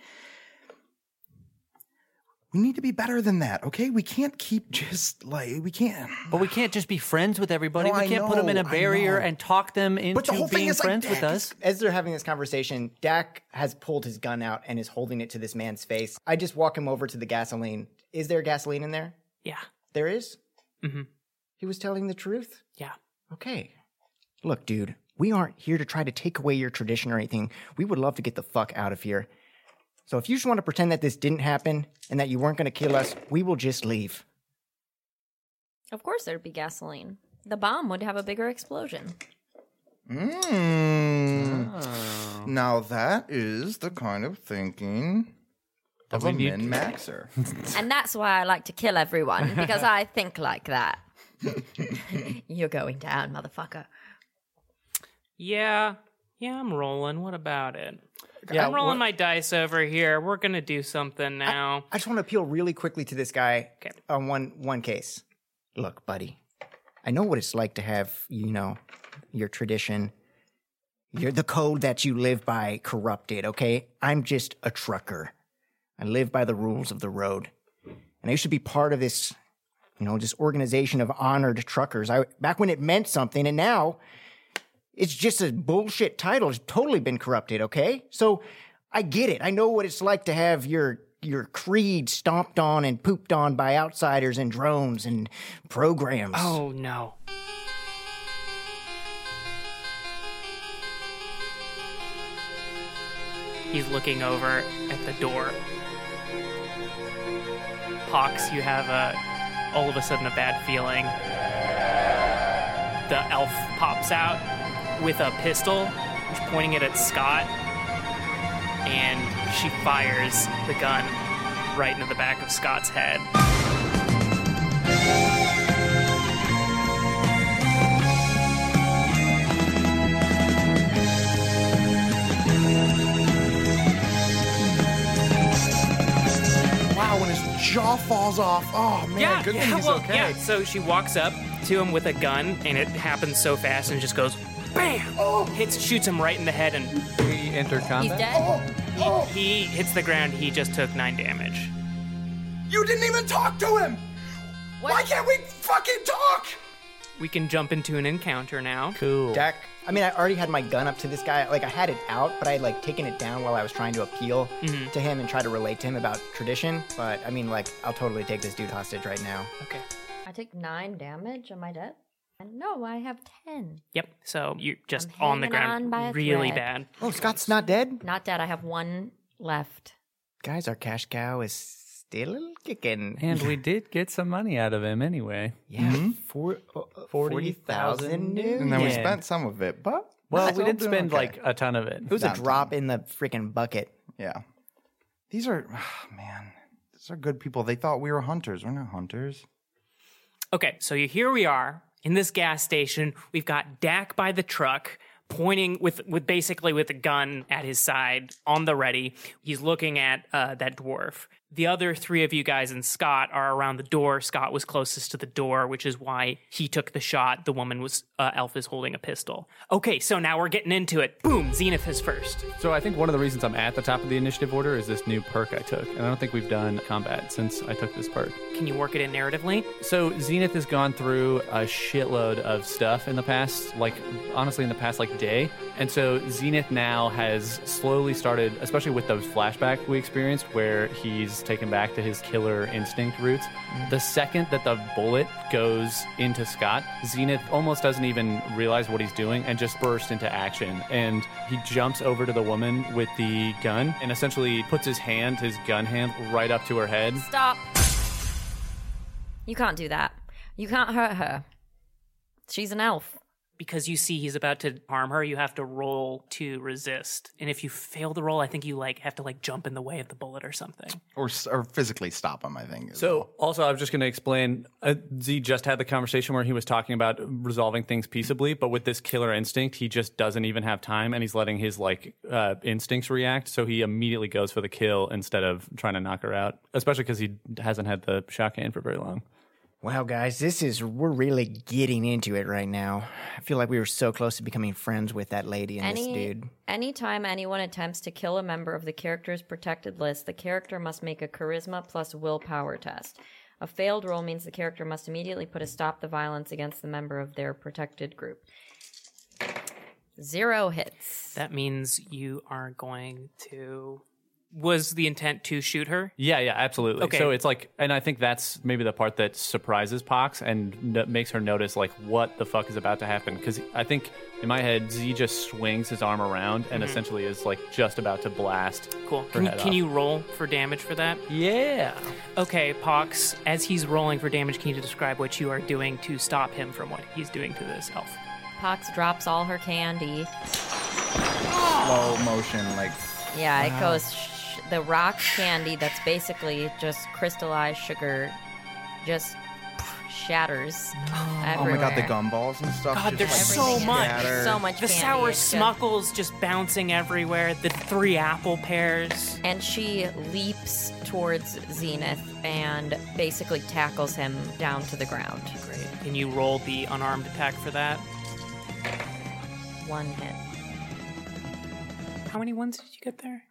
Speaker 11: We
Speaker 6: You need to be better than that, okay? We can't keep just like we can't.
Speaker 5: But we can't just be friends with everybody.
Speaker 6: No,
Speaker 5: we
Speaker 6: I
Speaker 5: can't put them in a
Speaker 6: know, I
Speaker 5: barrier
Speaker 6: know.
Speaker 5: and talk them into
Speaker 6: But the whole thing
Speaker 5: being
Speaker 6: is, like,
Speaker 5: friends with
Speaker 6: that
Speaker 5: us.
Speaker 3: As they're having this conversation, Dak has pulled his gun out and is holding it to this man's face. I just walk him over to the gasoline. Is there gasoline in there?
Speaker 2: Yeah.
Speaker 3: There is? Mm-hmm.
Speaker 2: Mhm.
Speaker 3: He was telling the truth?
Speaker 2: Yeah.
Speaker 3: Okay. Look, dude, we aren't here to try to take away your tradition or anything. We would love to get the fuck out of here. So if you just want to pretend that this didn't happen and that you weren't going to kill us, we will just leave.
Speaker 1: Of course, there'd be gasoline. The bomb would have a bigger explosion.
Speaker 6: Mm.
Speaker 2: Ah.
Speaker 6: Now that is the kind of thinking of a min maxer.
Speaker 1: And that's why I like to kill everyone, because I think like that. You're going down, motherfucker.
Speaker 2: Yeah. Yeah, I'm rolling. What about it?
Speaker 5: Yeah,
Speaker 2: I'm rolling
Speaker 5: what-
Speaker 2: my dice over here. We're going to do something now.
Speaker 3: I just want to appeal really quickly to this guy
Speaker 2: Okay.
Speaker 3: on one one case. Look, buddy, I know what it's like to have you know your tradition, your the code that you live by corrupted. Okay, I'm just a trucker. I live by the rules of the road, and I used to be part of this, you know, this organization of honored truckers. I back when it meant something, and now it's just a bullshit title. It's totally been corrupted, okay? So I get it. I know what it's like to have your your creed stomped on and pooped on by outsiders and drones and programs.
Speaker 2: oh, no. He's looking over at the door. Pox, you have a all of a sudden a bad feeling. The elf pops out with a pistol. He's pointing it at Scott, and she fires the gun right into the back of Scott's head.
Speaker 11: Wow, when his jaw falls off. Oh man, good thing he's
Speaker 2: well,
Speaker 11: okay.
Speaker 2: yeah. So she walks up to him with a gun, and it happens so fast, and just goes, bam! Oh, hits, shoots him right in the head, and
Speaker 5: We enter
Speaker 1: He's
Speaker 5: combat.
Speaker 1: dead.
Speaker 11: Oh,
Speaker 2: he hits the ground. He just took nine damage.
Speaker 11: You didn't even talk to him. Why can't we fucking talk?
Speaker 2: We can jump into an encounter now.
Speaker 5: Cool.
Speaker 3: Dak, I mean, I already had my gun up to this guy. Like I had it out, but I had like taken it down while I was trying to appeal to him and try to relate to him about tradition. But I mean, like I'll totally take this dude hostage right now.
Speaker 2: Okay.
Speaker 1: I take nine damage. Am I dead? No, I have ten.
Speaker 2: Yep. So you're just
Speaker 1: I'm
Speaker 2: on the
Speaker 1: hanging on
Speaker 2: ground,
Speaker 1: by a
Speaker 2: really
Speaker 1: thread.
Speaker 2: bad.
Speaker 3: Oh, Scott's not dead.
Speaker 1: Not dead. I have one left.
Speaker 3: Guys, our cash cow is still kicking.
Speaker 5: And we did get some money out of him anyway.
Speaker 3: Yeah, four- uh, uh, 40,000 new.
Speaker 6: And then we
Speaker 5: Yeah.
Speaker 6: spent some of it, but
Speaker 5: Well,
Speaker 6: that's
Speaker 5: we
Speaker 6: all
Speaker 5: didn't
Speaker 6: doing
Speaker 5: spend
Speaker 6: okay.
Speaker 5: like a ton of it.
Speaker 3: It was
Speaker 6: Not
Speaker 3: a drop in the freaking bucket.
Speaker 6: yeah. These are ah, man. These are good people. They thought we were hunters. We're not hunters.
Speaker 2: Okay, so you- here we are in this gas station. We've got Dak by the truck, pointing with with basically with a gun at his side on the ready. He's looking at uh, that dwarf. The other three of you guys and Scott are around the door. Scott was closest to the door, which is why he took the shot. The woman was uh, Elf is holding a pistol. Okay, so now we're getting into it. Boom! Zenith is first.
Speaker 5: So I think one of the reasons I'm at the top of the initiative order is this new perk I took. And I don't think we've done combat since I took this perk.
Speaker 2: Can you work it in narratively?
Speaker 5: So Zenith has gone through a shitload of stuff in the past, like honestly in the past like day. And so Zenith now has slowly started, especially with those flashback we experienced where he's taken back to his killer instinct roots.
Speaker 13: Mm-hmm.
Speaker 5: The second that the bullet goes into Scott, Zenith almost doesn't even realize what he's doing and just bursts into action. And he jumps over to the woman with the gun and essentially puts his hand, his gun hand, right up to her head.
Speaker 1: Stop. You can't do that. You can't hurt her. She's an elf.
Speaker 2: because you see he's about to harm her, you have to roll to resist. And if you fail the roll, I think you like have to like jump in the way of the bullet or something.
Speaker 6: Or s- or physically stop them. I think. is
Speaker 5: So, also, I was just going to explain. Uh, Z just had the conversation where he was talking about resolving things peaceably, but with this killer instinct, he just doesn't even have time, and he's letting his like uh, instincts react. So he immediately goes for the kill instead of trying to knock her out, especially because he hasn't had the shotgun for very long.
Speaker 3: Wow, guys, this is, we're really getting into it right now. I feel like we were so close to becoming friends with that lady and this
Speaker 1: Any-
Speaker 3: dude.
Speaker 1: Anytime anyone attempts to kill a member of the character's protected list, the character must make a charisma plus willpower test. A failed roll means the character must immediately put a stop to violence against the member of their protected group. Zero hits.
Speaker 2: That means you are going to. Was the intent to shoot her?
Speaker 5: Yeah, yeah, absolutely.
Speaker 2: Okay.
Speaker 5: So it's like, and I think that's maybe the part that surprises Pox and n- makes her notice like what the fuck is about to happen. Because I think in my head, Z just swings his arm around and essentially is like just about to blast.
Speaker 2: Cool.
Speaker 5: Her
Speaker 2: Can,
Speaker 5: head
Speaker 2: can
Speaker 5: off.
Speaker 2: you roll for damage for that?
Speaker 5: Yeah.
Speaker 2: Okay, Pox, as he's rolling for damage, can you describe what you are doing to stop him from what he's doing to this health?
Speaker 1: Pox drops all her candy.
Speaker 6: Slow motion, like
Speaker 1: Yeah, it goes sh- the rock candy that's basically just crystallized sugar just shatters
Speaker 6: oh my
Speaker 1: everywhere.
Speaker 6: god, the gumballs and stuff.
Speaker 2: God,
Speaker 6: just,
Speaker 2: there's so
Speaker 1: Everything
Speaker 6: like,
Speaker 1: is-
Speaker 2: much.
Speaker 6: scatter.
Speaker 1: So much
Speaker 2: The
Speaker 1: candy.
Speaker 2: sour
Speaker 1: It's just-
Speaker 2: smuckles just bouncing everywhere, the three apple pears.
Speaker 1: And she leaps towards Zenith and basically tackles him down to the ground.
Speaker 2: Great. Can you roll the unarmed attack for that?
Speaker 1: One hit.
Speaker 2: How many ones did you get there?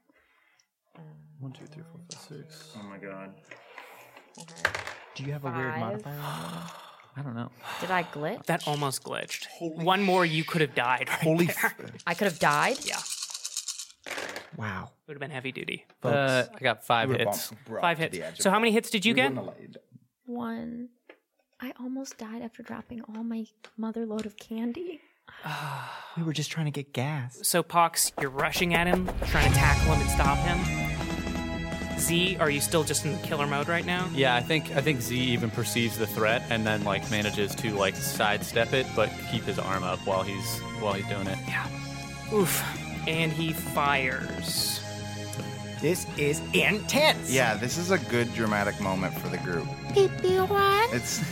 Speaker 5: Do you have a weird modifier? I don't know.
Speaker 1: Did I glitch?
Speaker 2: That almost glitched. One more, you could have died. Right
Speaker 6: Holy
Speaker 2: there.
Speaker 6: f-
Speaker 1: I could have died.
Speaker 2: yeah,
Speaker 3: Wow.
Speaker 2: would have been heavy duty.
Speaker 5: Uh, I got five
Speaker 6: you were
Speaker 5: hits.
Speaker 6: bumped- brought
Speaker 2: Five
Speaker 6: to the edge
Speaker 2: hits.
Speaker 6: of
Speaker 2: So
Speaker 6: it.
Speaker 2: how many hits did you
Speaker 6: We
Speaker 2: get?
Speaker 6: wouldn't allow you to-
Speaker 1: One. I almost died after dropping all my mother load of candy.
Speaker 3: We were just trying to get gas.
Speaker 2: So Pox, you're rushing at him, trying to tackle him and stop him. Z, are you still just in killer mode right now?
Speaker 5: Yeah, I think I think Z even perceives the threat and then like manages to like sidestep it, but keep his arm up while he's while he's doing it.
Speaker 2: Oof. And he fires.
Speaker 3: This is intense.
Speaker 6: Yeah, this is a good dramatic moment for the group. It's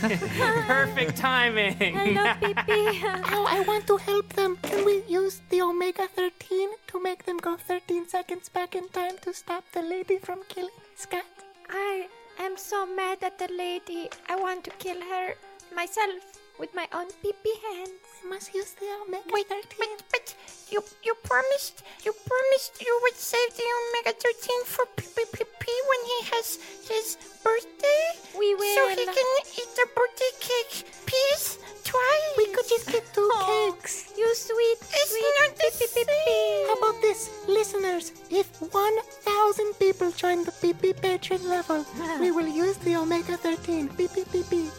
Speaker 2: Perfect timing.
Speaker 1: Hello, Pippi.
Speaker 14: Now I want to help them. Can we use the Omega 13 to make them go 13 seconds back in time to stop the lady from killing Scott?
Speaker 8: I am so mad at the lady. I want to kill her myself with my own pee hands.
Speaker 14: We must use the Omega
Speaker 8: Wait,
Speaker 14: 13.
Speaker 8: but, but you you promised you promised you would save the Omega 13 for PPP when he has his birthday.
Speaker 14: We
Speaker 8: So he
Speaker 14: will.
Speaker 8: can eat the birthday cake piece twice.
Speaker 14: We could just get two cakes.
Speaker 8: You sweet,
Speaker 14: It's
Speaker 8: sweet
Speaker 14: not the
Speaker 8: pee.
Speaker 14: How about this, listeners? If 1,000 people join the PP Patreon level, we will use the Omega 13. Beep, beep, beep, beep.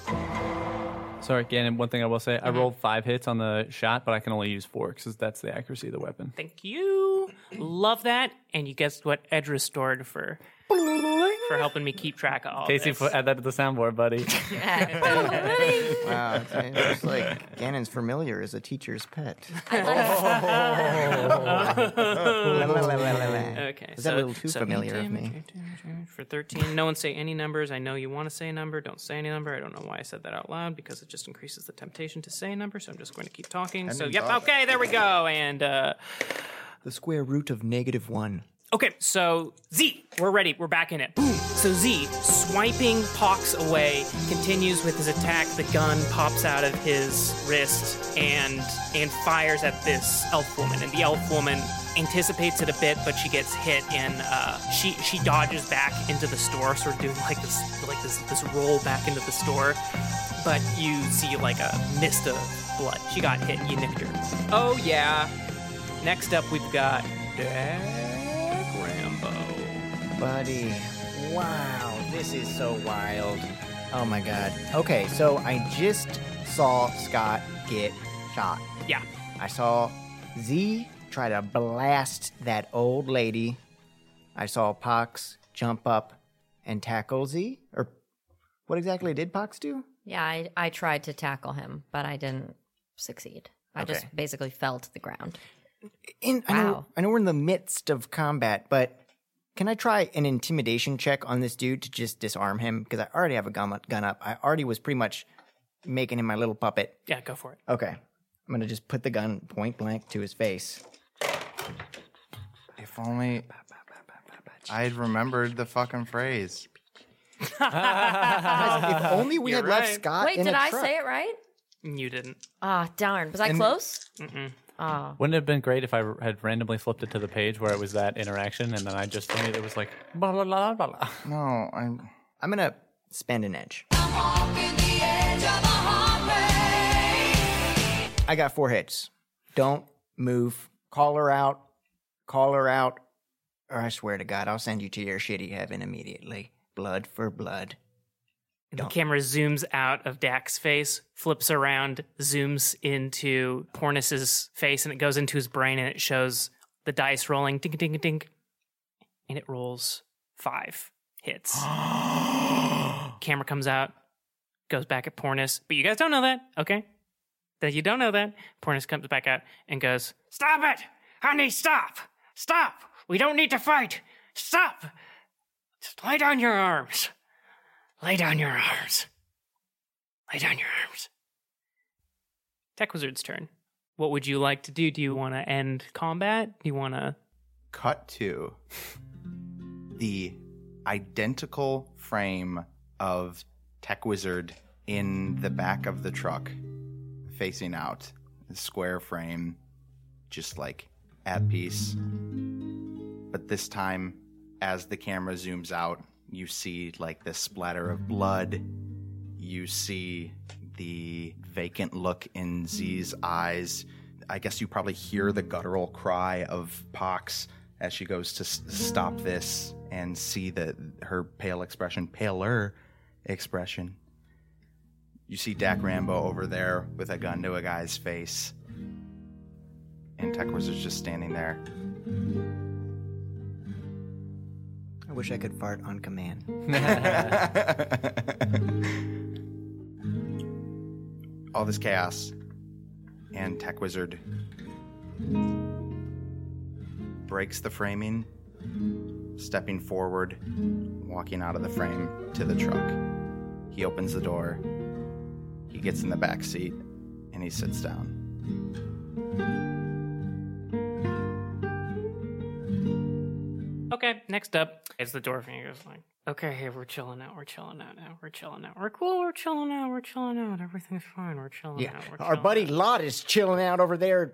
Speaker 5: Sorry, Gannon. One thing I will say, I rolled five hits on the shot, but I can only use four because that's the accuracy of the weapon.
Speaker 2: Thank you. Love that. And you guessed what Ed restored for for helping me keep track of all
Speaker 5: Casey,
Speaker 2: this.
Speaker 5: put- add that to the soundboard, buddy.
Speaker 3: Wow. It's, it's like Ganon's familiar is a teacher's pet. La, la, la, la, la, la.
Speaker 2: Okay.
Speaker 3: Is that a little too
Speaker 2: so
Speaker 3: familiar
Speaker 2: eight
Speaker 3: of me?
Speaker 2: damage, eight damage, eight damage For 13. No one say any numbers. I know you want to say a number. Don't say any number. I don't know why I said that out loud because it just increases the temptation to say a number. So I'm just going to keep talking. So, yep. Okay. There we go. And, uh,
Speaker 3: The square root of negative one.
Speaker 2: Okay, so Z, we're ready. We're back in it. Boom. So Z, swiping Pox away, continues with his attack. The gun pops out of his wrist and and fires at this elf woman. And the elf woman anticipates it a bit, but she gets hit and uh, she she dodges back into the store, sort of doing like this like this this roll back into the store. But you see like a mist of blood. She got hit. You nicked her. Oh yeah. Next up, we've got Dak Rambo.
Speaker 3: Buddy. Wow, this is so wild. Oh my god. Okay, so I just saw Scott get shot.
Speaker 2: Yeah.
Speaker 3: I saw Z try to blast that old lady. I saw Pox jump up and tackle Z. Or what exactly did Pox do?
Speaker 1: yeah, I, I tried to tackle him, but I didn't succeed. I just basically fell to the ground.
Speaker 3: In, I, know,
Speaker 1: Wow.
Speaker 3: I know we're in the midst of combat, but can I try an intimidation check on this dude to just disarm him? Because I already have a gun, gun up. I already was pretty much making him my little puppet.
Speaker 2: Yeah, go for it.
Speaker 3: Okay. I'm going to just put the gun point blank to his face.
Speaker 6: if only I'd remembered the fucking phrase.
Speaker 3: Guys, if only we
Speaker 2: You're
Speaker 3: had left
Speaker 2: right.
Speaker 3: Scott
Speaker 14: Uh,
Speaker 1: Wait,
Speaker 3: in
Speaker 1: did
Speaker 3: a
Speaker 1: I
Speaker 3: truck.
Speaker 1: say it right?
Speaker 2: You didn't.
Speaker 1: Ah, darn. Was I
Speaker 2: And-
Speaker 1: close?
Speaker 2: Mm-mm.
Speaker 1: Ah.
Speaker 5: Wouldn't it have been great if I had randomly flipped it to the page where it was that interaction and then I just only it was like blah blah blah blah blah.
Speaker 3: No, I'm. I'm gonna spend an edge. I got four hits. Don't move. Call her out. Call her out. Or I swear to God, I'll send you to your shitty heaven immediately. Blood for blood.
Speaker 2: The camera zooms out of Dak's face, flips around, zooms into Pornis's face, and it goes into his brain and it shows the dice rolling ding ding ding. And it rolls five hits. camera comes out, goes back at Pornis, but you guys don't know that, okay? That you don't know that. Pornis comes back out and goes, Stop it! Honey, stop! Stop! We don't need to fight! Stop! Just lay down your arms. Lay down your arms. Lay down your arms. Tech Wizard's turn. What would you like to do? Do you want to end combat? Do you want to.
Speaker 6: cut to the identical frame of Tech Wizard in the back of the truck, facing out, the square frame, just like at peace. But this time, as the camera zooms out, you see like the splatter of blood. You see the vacant look in Z's eyes. I guess you probably hear the guttural cry of Pox as she goes to s- stop this and see the her pale expression, paler expression. You see Dak Rambo over there with a gun to a guy's face, and Tech Wizard's just standing there.
Speaker 3: I wish I could fart on command.
Speaker 6: All this chaos, and Tech Wizard breaks the framing, stepping forward, walking out of the frame to the truck. He opens the door, he gets in the back seat, and he sits down.
Speaker 2: Okay, next up is the dwarf, and he goes like, "Okay, hey, we're chilling out. We're chilling out now. We're chilling out. We're cool. We're chilling out. We're chilling out. Everything's fine. We're chilling
Speaker 3: Yeah,
Speaker 2: out. We're
Speaker 3: our buddy Lot is chilling out over there,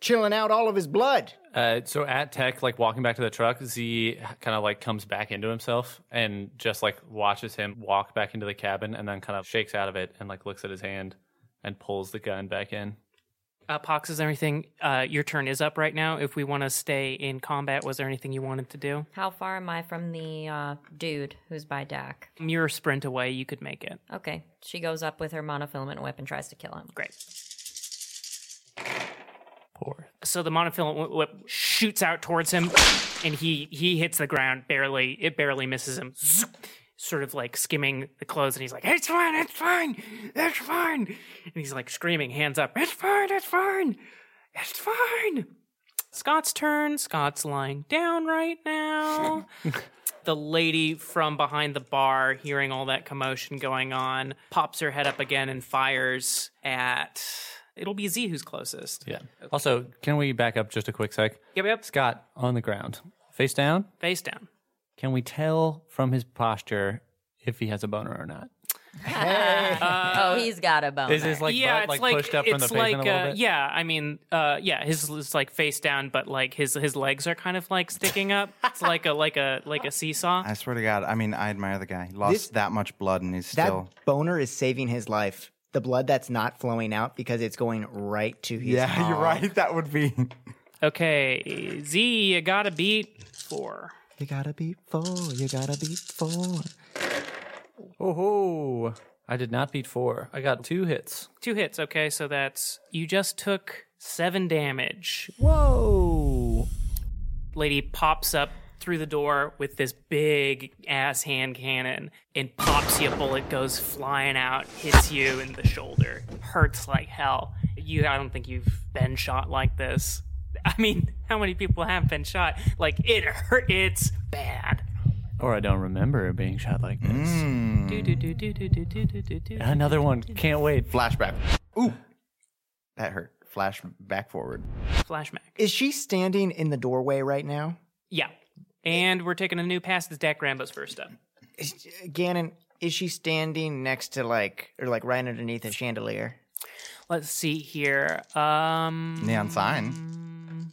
Speaker 3: chilling out all of his blood.
Speaker 5: Uh, so at Tech, like walking back to the truck, Z kind of like comes back into himself and just like watches him walk back into the cabin and then kind of shakes out of it and like looks at his hand and pulls the gun back in.
Speaker 2: Uh, Pox, is there anything? Uh, your turn is up right now. If we want to stay in combat, was there anything you wanted to do?
Speaker 1: How far am I from the uh, dude who's by Dak?
Speaker 2: You're a sprint away. You could make it.
Speaker 1: Okay. She goes up with her monofilament whip and tries to kill him.
Speaker 2: Great. So the monofilament whip shoots out towards him, and he he hits the ground barely. It barely misses him. Zoop. Sort of like skimming the clothes, and he's like, "It's fine, it's fine, it's fine," and he's like screaming, hands up, "It's fine, it's fine, it's fine." Scott's turn. Scott's lying down right now. the lady from behind the bar, hearing all that commotion going on, pops her head up again and fires at. It'll be Z who's closest.
Speaker 5: Yeah. Also, can we back up just a quick sec?
Speaker 2: Yep, yep.
Speaker 5: Scott on the ground, face down.
Speaker 2: Face down.
Speaker 5: Can we tell from his posture if he has a boner or not?
Speaker 1: oh, he's got a bone.
Speaker 5: Is his, like,
Speaker 2: yeah,
Speaker 5: butt,
Speaker 2: it's
Speaker 5: like, pushed up from the
Speaker 2: it's
Speaker 5: pavement a
Speaker 2: like,
Speaker 5: little
Speaker 2: uh,
Speaker 5: bit?
Speaker 2: Yeah, I mean, uh, yeah, his is like face down, but like his his legs are kind of like sticking up. it's like a like a like a seesaw.
Speaker 6: I swear to God, I mean, I admire the guy. He lost
Speaker 3: This-
Speaker 6: that much blood and he's
Speaker 3: That
Speaker 6: still.
Speaker 3: boner is saving his life. The blood that's not flowing out because it's going right to his.
Speaker 6: Yeah, you're
Speaker 3: palm.
Speaker 6: right. That would be.
Speaker 2: Okay, Z, you gotta beat four.
Speaker 3: You gotta be full. You gotta be full.
Speaker 5: Oh, ho. I did not beat four. I got two hits.
Speaker 2: Two hits. Okay, so that's you just took seven damage.
Speaker 5: Whoa.
Speaker 2: Lady pops up through the door with this big ass hand cannon and pops you. A bullet goes flying out, hits you in the shoulder, hurts like hell. You, I don't think you've been shot like this. I mean, how many people have been shot? Like it hurt. It's bad.
Speaker 5: Or I don't remember being shot like this.
Speaker 2: Do do do do do do do do do do.
Speaker 5: Another one. Can't wait.
Speaker 6: Flashback. Ooh. That hurt. Flash back forward.
Speaker 2: Flashback.
Speaker 3: Is she standing in the doorway right now?
Speaker 2: Yeah. And we're taking a new pass. It's Dak Rambo's first up.
Speaker 3: Ganon, is she standing next to like, or like right underneath a chandelier?
Speaker 2: Let's see here. Um,
Speaker 6: Neon sign.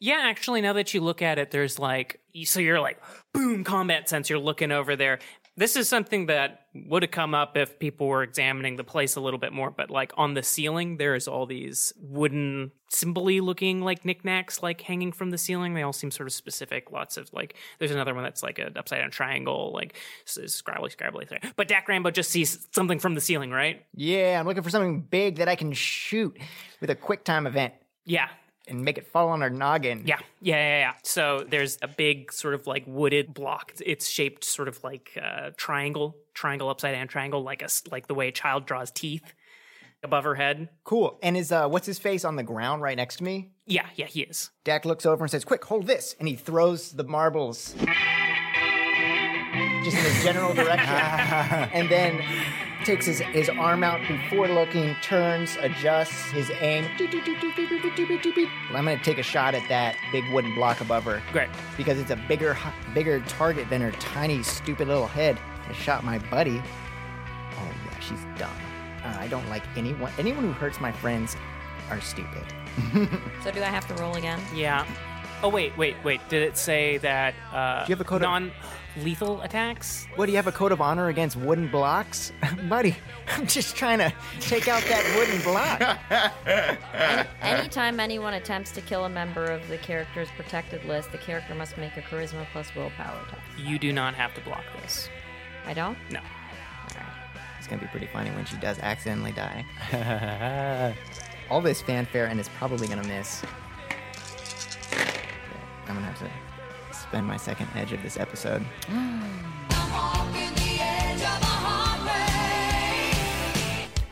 Speaker 2: Yeah, actually, now that you look at it, there's like, so you're like, boom, combat sense. You're looking over there. This is something that would have come up if people were examining the place a little bit more, but like on the ceiling, there's all these wooden symboly looking like knickknacks like hanging from the ceiling. They all seem sort of specific. Lots of like, there's another one that's like an upside down triangle, like s- scribbly, scribbly thing. But Dak Rambo just sees something from the ceiling, right?
Speaker 3: Yeah, I'm looking for something big that I can shoot with a quick time event.
Speaker 2: Yeah.
Speaker 3: And make it fall on her noggin.
Speaker 2: Yeah, yeah, yeah, yeah. So there's a big sort of like wooded block. It's shaped sort of like a triangle, triangle upside down triangle, like a s- like the way a child draws teeth above her head.
Speaker 3: Cool. And is uh what's his face on the ground right next to me?
Speaker 2: Yeah, yeah, he is.
Speaker 3: Dak looks over and says, Quick, hold this and he throws the marbles just in a general direction. and then takes his, his arm out before looking, turns, adjusts his aim. Well, I'm gonna take a shot at that big wooden block above her.
Speaker 2: Great.
Speaker 3: Because it's a bigger bigger target than her tiny, stupid little head. I shot my buddy. Oh yeah, she's dumb. Uh, I don't like anyone. Anyone who hurts my friends are stupid.
Speaker 1: So do I have to roll again?
Speaker 2: Yeah. Oh wait, wait, wait. Did it say that? Uh,
Speaker 3: Do you have a code of-
Speaker 2: non-lethal attacks?
Speaker 3: What do you have a code of honor against wooden blocks, buddy? I'm just trying to take out that wooden block.
Speaker 1: Anytime anyone attempts to kill a member of the character's protected list, the character must make a charisma plus willpower test.
Speaker 2: You do not have to block this.
Speaker 1: I don't?
Speaker 2: No.
Speaker 3: It's gonna be pretty funny when she does accidentally die. All this fanfare, and it's probably gonna miss. I'm gonna have to spend my second edge of this episode.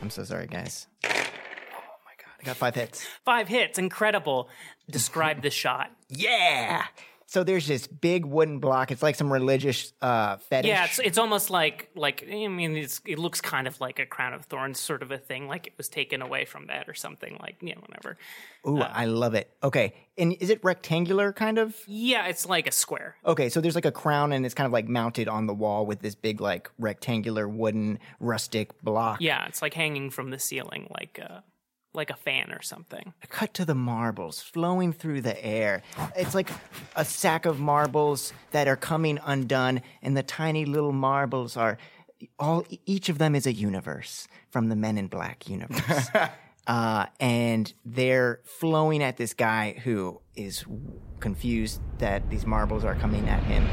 Speaker 3: I'm so sorry, guys. Oh my god, I got five hits.
Speaker 2: Five hits, incredible. Describe the shot.
Speaker 3: Yeah. So there's this big wooden block. It's like some religious uh, fetish.
Speaker 2: Yeah, it's it's almost like like I mean it's it looks kind of like a crown of thorns sort of a thing, like it was taken away from that or something, like yeah, whatever.
Speaker 3: Ooh,
Speaker 2: uh,
Speaker 3: I love it. Okay, and is it rectangular, kind of?
Speaker 2: Yeah, it's like a square.
Speaker 3: Okay, so there's like a crown, and it's kind of like mounted on the wall with this big, like rectangular wooden rustic block.
Speaker 2: Yeah, it's like hanging from the ceiling, like a like a fan or something.
Speaker 3: Cut to the marbles flowing through the air. It's like a sack of marbles that are coming undone, and the tiny little marbles are all. e-, Each of them is a universe from the Men in Black universe, uh, and they're flowing at this guy who is confused that these marbles are coming at him.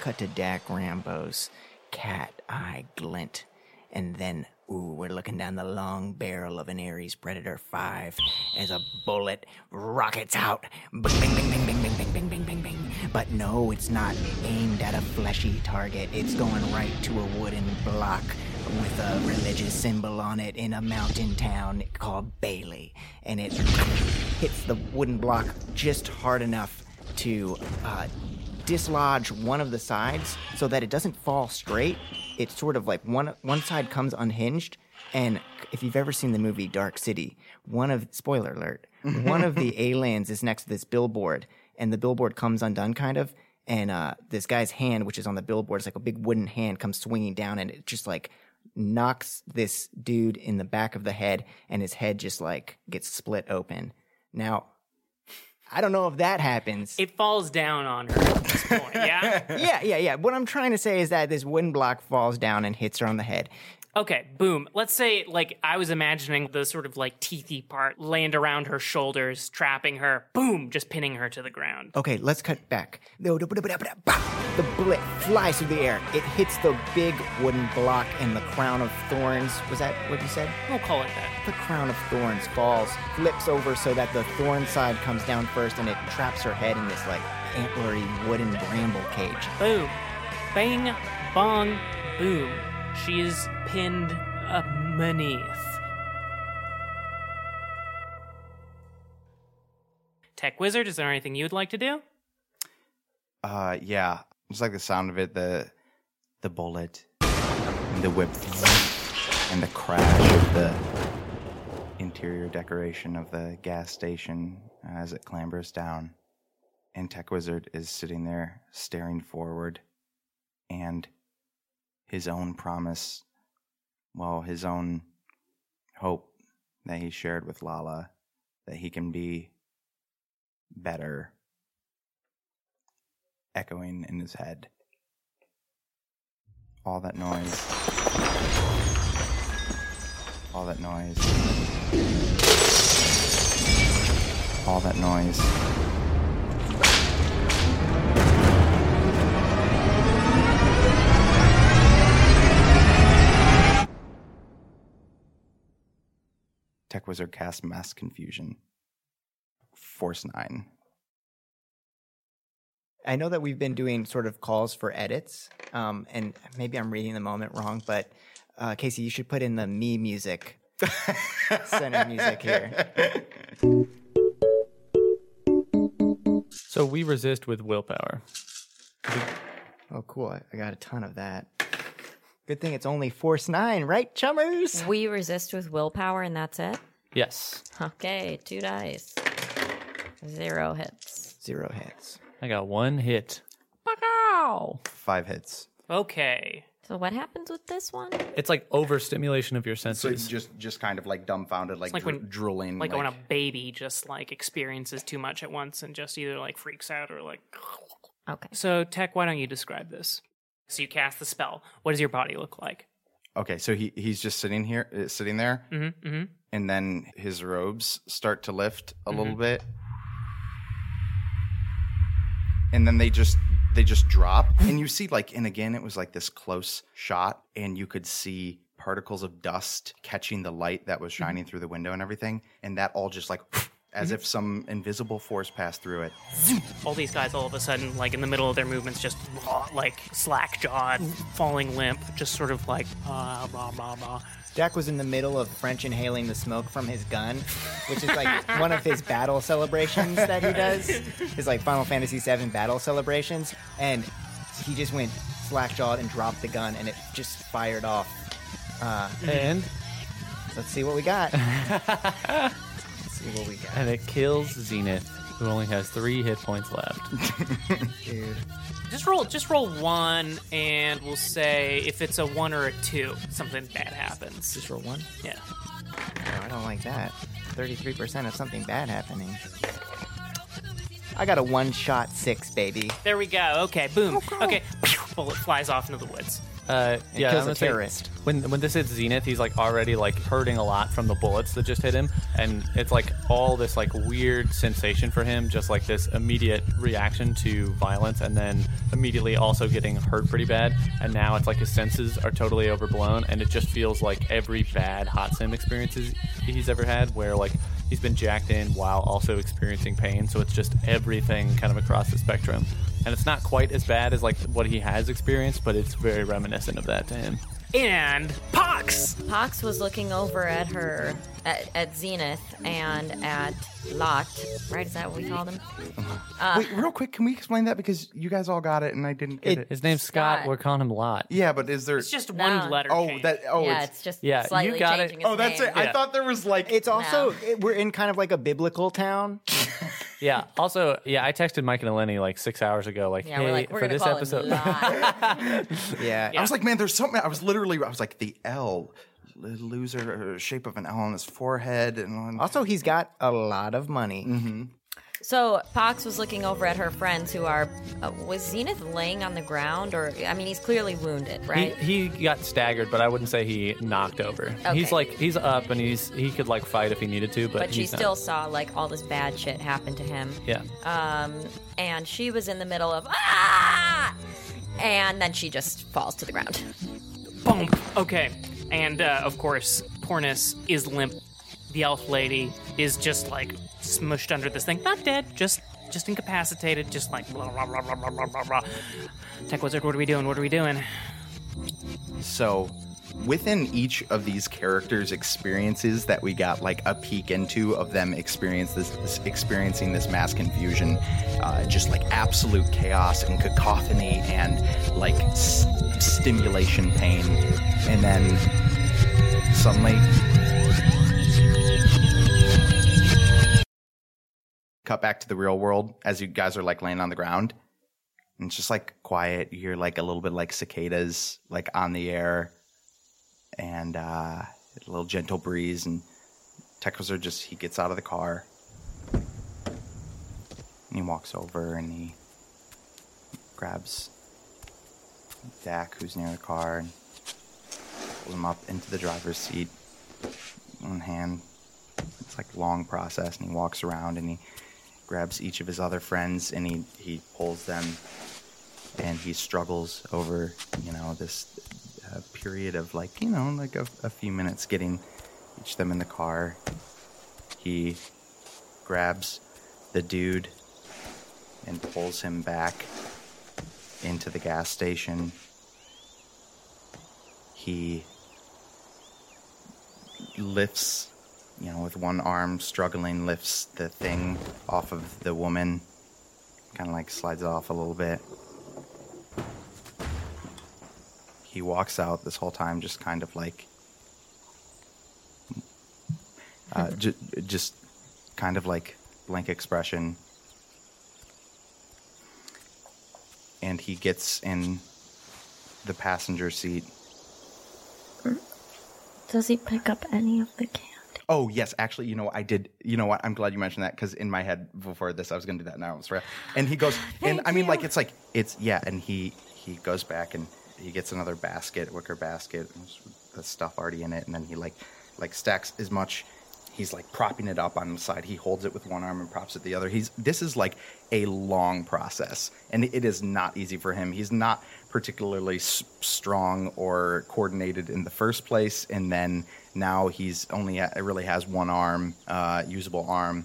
Speaker 3: Cut to Dak Rambo's cat eye glint. And then, ooh, we're looking down the long barrel of an Ares Predator 5 as a bullet rockets out. Bing, bing, bing, bing, bing, bing, bing, bing, bing, bing, bing. But no, it's not aimed at a fleshy target. It's going right to a wooden block with a religious symbol on it in a mountain town called Bailey. And it hits the wooden block just hard enough to uh, dislodge one of the sides so that it doesn't fall straight. It's sort of like one one side comes unhinged, and if you've ever seen the movie Dark City, one of spoiler alert, one of the aliens is next to this billboard, and the billboard comes undone, kind of. And uh, this guy's hand, which is on the billboard, it's like a big wooden hand, comes swinging down, and it just like knocks this dude in the back of the head, and his head just like gets split open. Now, I don't know if that happens
Speaker 2: It falls down on her at this point. Yeah?
Speaker 3: yeah, yeah, yeah. What I'm trying to say is that this wooden block falls down and hits her on the head.
Speaker 2: Okay, boom. Let's say like I was imagining the sort of like teethy part land around her shoulders, trapping her, boom, just pinning her to the ground.
Speaker 3: Okay, let's cut back. The bullet flies through the air. It hits the big wooden block and the crown of thorns. Was that what you said?
Speaker 2: We'll call it that.
Speaker 3: The crown of thorns falls, flips over so that the thorn side comes down first and it traps her head in this like antlery wooden bramble cage.
Speaker 2: Boom. Bang, bong, boom. She is pinned up beneath. Tech Wizard, is there anything you would like to do?
Speaker 6: Uh, yeah, just like the sound of it, the the bullet, and the whip, and the crash of the interior decoration of the gas station as it clambers down. and Tech Wizard is sitting there staring forward, and his own promise, well, his own hope that he shared with Lala that he can be better, echoing in his head. All that noise. All that noise. All that noise. Tech Wizard cast Mass Confusion. Force 9.
Speaker 3: I know that we've been doing sort of calls for edits, um, and maybe I'm reading the moment wrong, but uh, Casey, you should put in the me music, center music here.
Speaker 5: So we resist with willpower.
Speaker 3: Oh, cool. I- I got a ton of that. Good thing it's only Force 9, right, chummers?
Speaker 1: We resist with willpower and that's it.
Speaker 5: Yes.
Speaker 1: Okay, two dice. Zero hits.
Speaker 3: Zero hits.
Speaker 5: I got one hit.
Speaker 1: Wow.
Speaker 6: Five hits.
Speaker 2: Okay.
Speaker 1: So what happens with this one?
Speaker 5: It's like overstimulation of your
Speaker 6: So
Speaker 5: senses.
Speaker 6: it's just just kind of like dumbfounded, like,
Speaker 2: like
Speaker 6: dr-
Speaker 2: when-
Speaker 6: drooling.
Speaker 2: Like, when a baby just like experiences too much at once and just either like freaks out or like.
Speaker 1: Okay.
Speaker 2: So Tech, why don't you describe this? So you cast the spell. What does your body look like?
Speaker 6: Okay, so he he's just sitting here, uh, sitting there,
Speaker 2: Mm-hmm. mm-hmm.
Speaker 6: and then his robes start to lift a little
Speaker 2: Mhm.
Speaker 6: bit, and then they just they just drop, and you see like, and again, it was like this close shot, and you could see particles of dust catching the light that was shining through the window and everything, and that all just like. As if some invisible force passed through it.
Speaker 2: All these guys, all of a sudden, like in the middle of their movements, just like slack jawed, falling limp, just sort of like ah, blah blah blah.
Speaker 3: Jack was in the middle of French inhaling the smoke from his gun, which is like one of his battle celebrations that he does. His like Final Fantasy VII battle celebrations, and he just went slack jawed and dropped the gun, and it just fired off. Uh,
Speaker 5: And
Speaker 3: let's see what we got. let's see what we got,
Speaker 5: and it kills Zenith, who only has three hit points left.
Speaker 3: dude.
Speaker 2: Just roll, just roll one, and we'll say if it's a one or a two, something bad happens.
Speaker 3: Just roll one.
Speaker 2: Yeah.
Speaker 3: No, I don't like that. Thirty-three percent of something bad happening. I got a one-shot six, baby.
Speaker 2: There we go. Okay. Boom. Okay. Bullet flies off into the woods.
Speaker 5: Uh, yeah,
Speaker 3: kills a
Speaker 5: I'm gonna say
Speaker 3: terrorist.
Speaker 5: When when this hits Zenith, he's like already like hurting a lot from the bullets that just hit him, and it's like all this like weird sensation for him, just like this immediate reaction to violence, and then immediately also getting hurt pretty bad, and now it's like his senses are totally overblown, and it just feels like every bad hot sim experiences he's ever had, where like he's been jacked in while also experiencing pain, so it's just everything kind of across the spectrum. And it's not quite as bad as like what he has experienced, but it's very reminiscent of that to him.
Speaker 2: And pox.
Speaker 1: Pox was looking over at her, at, at Zenith and at Lot. Right? Is that what we called him?
Speaker 6: Wait, real quick, can we explain that because you guys all got it and I didn't get it.
Speaker 5: His name's Scott.
Speaker 1: Scott.
Speaker 5: We're calling him Lot.
Speaker 6: Yeah, but is there?
Speaker 2: It's just one
Speaker 1: No.
Speaker 2: letter.
Speaker 6: oh,
Speaker 2: change.
Speaker 6: that oh,
Speaker 1: yeah,
Speaker 6: it's,
Speaker 1: it's, just
Speaker 5: yeah, you
Speaker 1: slightly
Speaker 5: got it.
Speaker 1: changing his
Speaker 6: oh, that's
Speaker 1: name.
Speaker 6: it. I
Speaker 5: Yeah.
Speaker 6: thought there was like
Speaker 3: It's also
Speaker 1: No.
Speaker 3: it- we're in kind of like a biblical town.
Speaker 5: Yeah. Also, yeah, I texted Mike and Eleni like six hours ago, like,
Speaker 1: Yeah,
Speaker 5: hey,
Speaker 1: we're like, we're
Speaker 5: for
Speaker 1: going to
Speaker 5: this
Speaker 1: call
Speaker 5: episode.
Speaker 1: him Lot.
Speaker 3: Yeah,
Speaker 6: I was like, man, there's something. I was literally, I was like, the L, l- loser, uh, shape of an L on his forehead, and on.
Speaker 3: Also, he's got a lot of money.
Speaker 6: Mm-hmm.
Speaker 1: So Pox was looking over at her friends who are. Uh, was Zenith laying on the ground? Or, I mean, he's clearly wounded,
Speaker 5: he,
Speaker 1: right?
Speaker 5: he got staggered, but I wouldn't say he knocked over. He's
Speaker 1: Okay.
Speaker 5: like, he's up and he's he could like fight if he needed to, but,
Speaker 1: but she
Speaker 5: he's
Speaker 1: still
Speaker 5: Not.
Speaker 1: saw, like, all this bad shit happen to him.
Speaker 5: Yeah.
Speaker 1: Um, and she was in the middle of. Ah! And then she just falls to the ground.
Speaker 2: Boom. Okay. And uh, of course, Pornis is limp. The elf lady is just like smushed under this thing. Not dead, just just incapacitated, just like blah blah blah blah blah blah blah. blah. Tech wizard, what are we doing? What are we doing?
Speaker 6: So, within each of these characters' experiences that we got like a peek into of them experience this, this experiencing this mass confusion, uh, just like absolute chaos and cacophony and like s- stimulation pain, and then suddenly cut back to the real world as you guys are like laying on the ground. And it's just like quiet. You hear like a little bit like cicadas like on the air and uh, a little gentle breeze. And Tech Wizard just, he gets out of the car and he walks over and he grabs Dak, who's near the car, and pulls him up into the driver's seat. One hand, it's like long process, and he walks around and he grabs each of his other friends and he he pulls them, and he struggles over you know this uh, period of like you know like a, a few minutes getting each of them in the car. He grabs the dude and pulls him back into the gas station. He lifts, you know, with one arm struggling, lifts the thing off of the woman, kind of like slides it off a little bit. He walks out this whole time, just kind of like, uh, ju- just kind of like blank expression. and he gets in the passenger seat.
Speaker 13: Does he pick up any of the cans?
Speaker 6: Oh yes, actually, you know what I did. You know what? I'm glad you mentioned that because in my head before this, I was gonna do that, and I almost forgot. And he goes, and I mean, like it's like it's yeah. And he he goes back and he gets another basket, wicker basket, and s- the stuff already in it, and then he like like stacks as much. He's like propping it up on the side. He holds it with one arm and props it the other. He's this is like a long process, and it is not easy for him. He's not particularly s- strong or coordinated in the first place, and then now he's only really has one arm, uh, usable arm,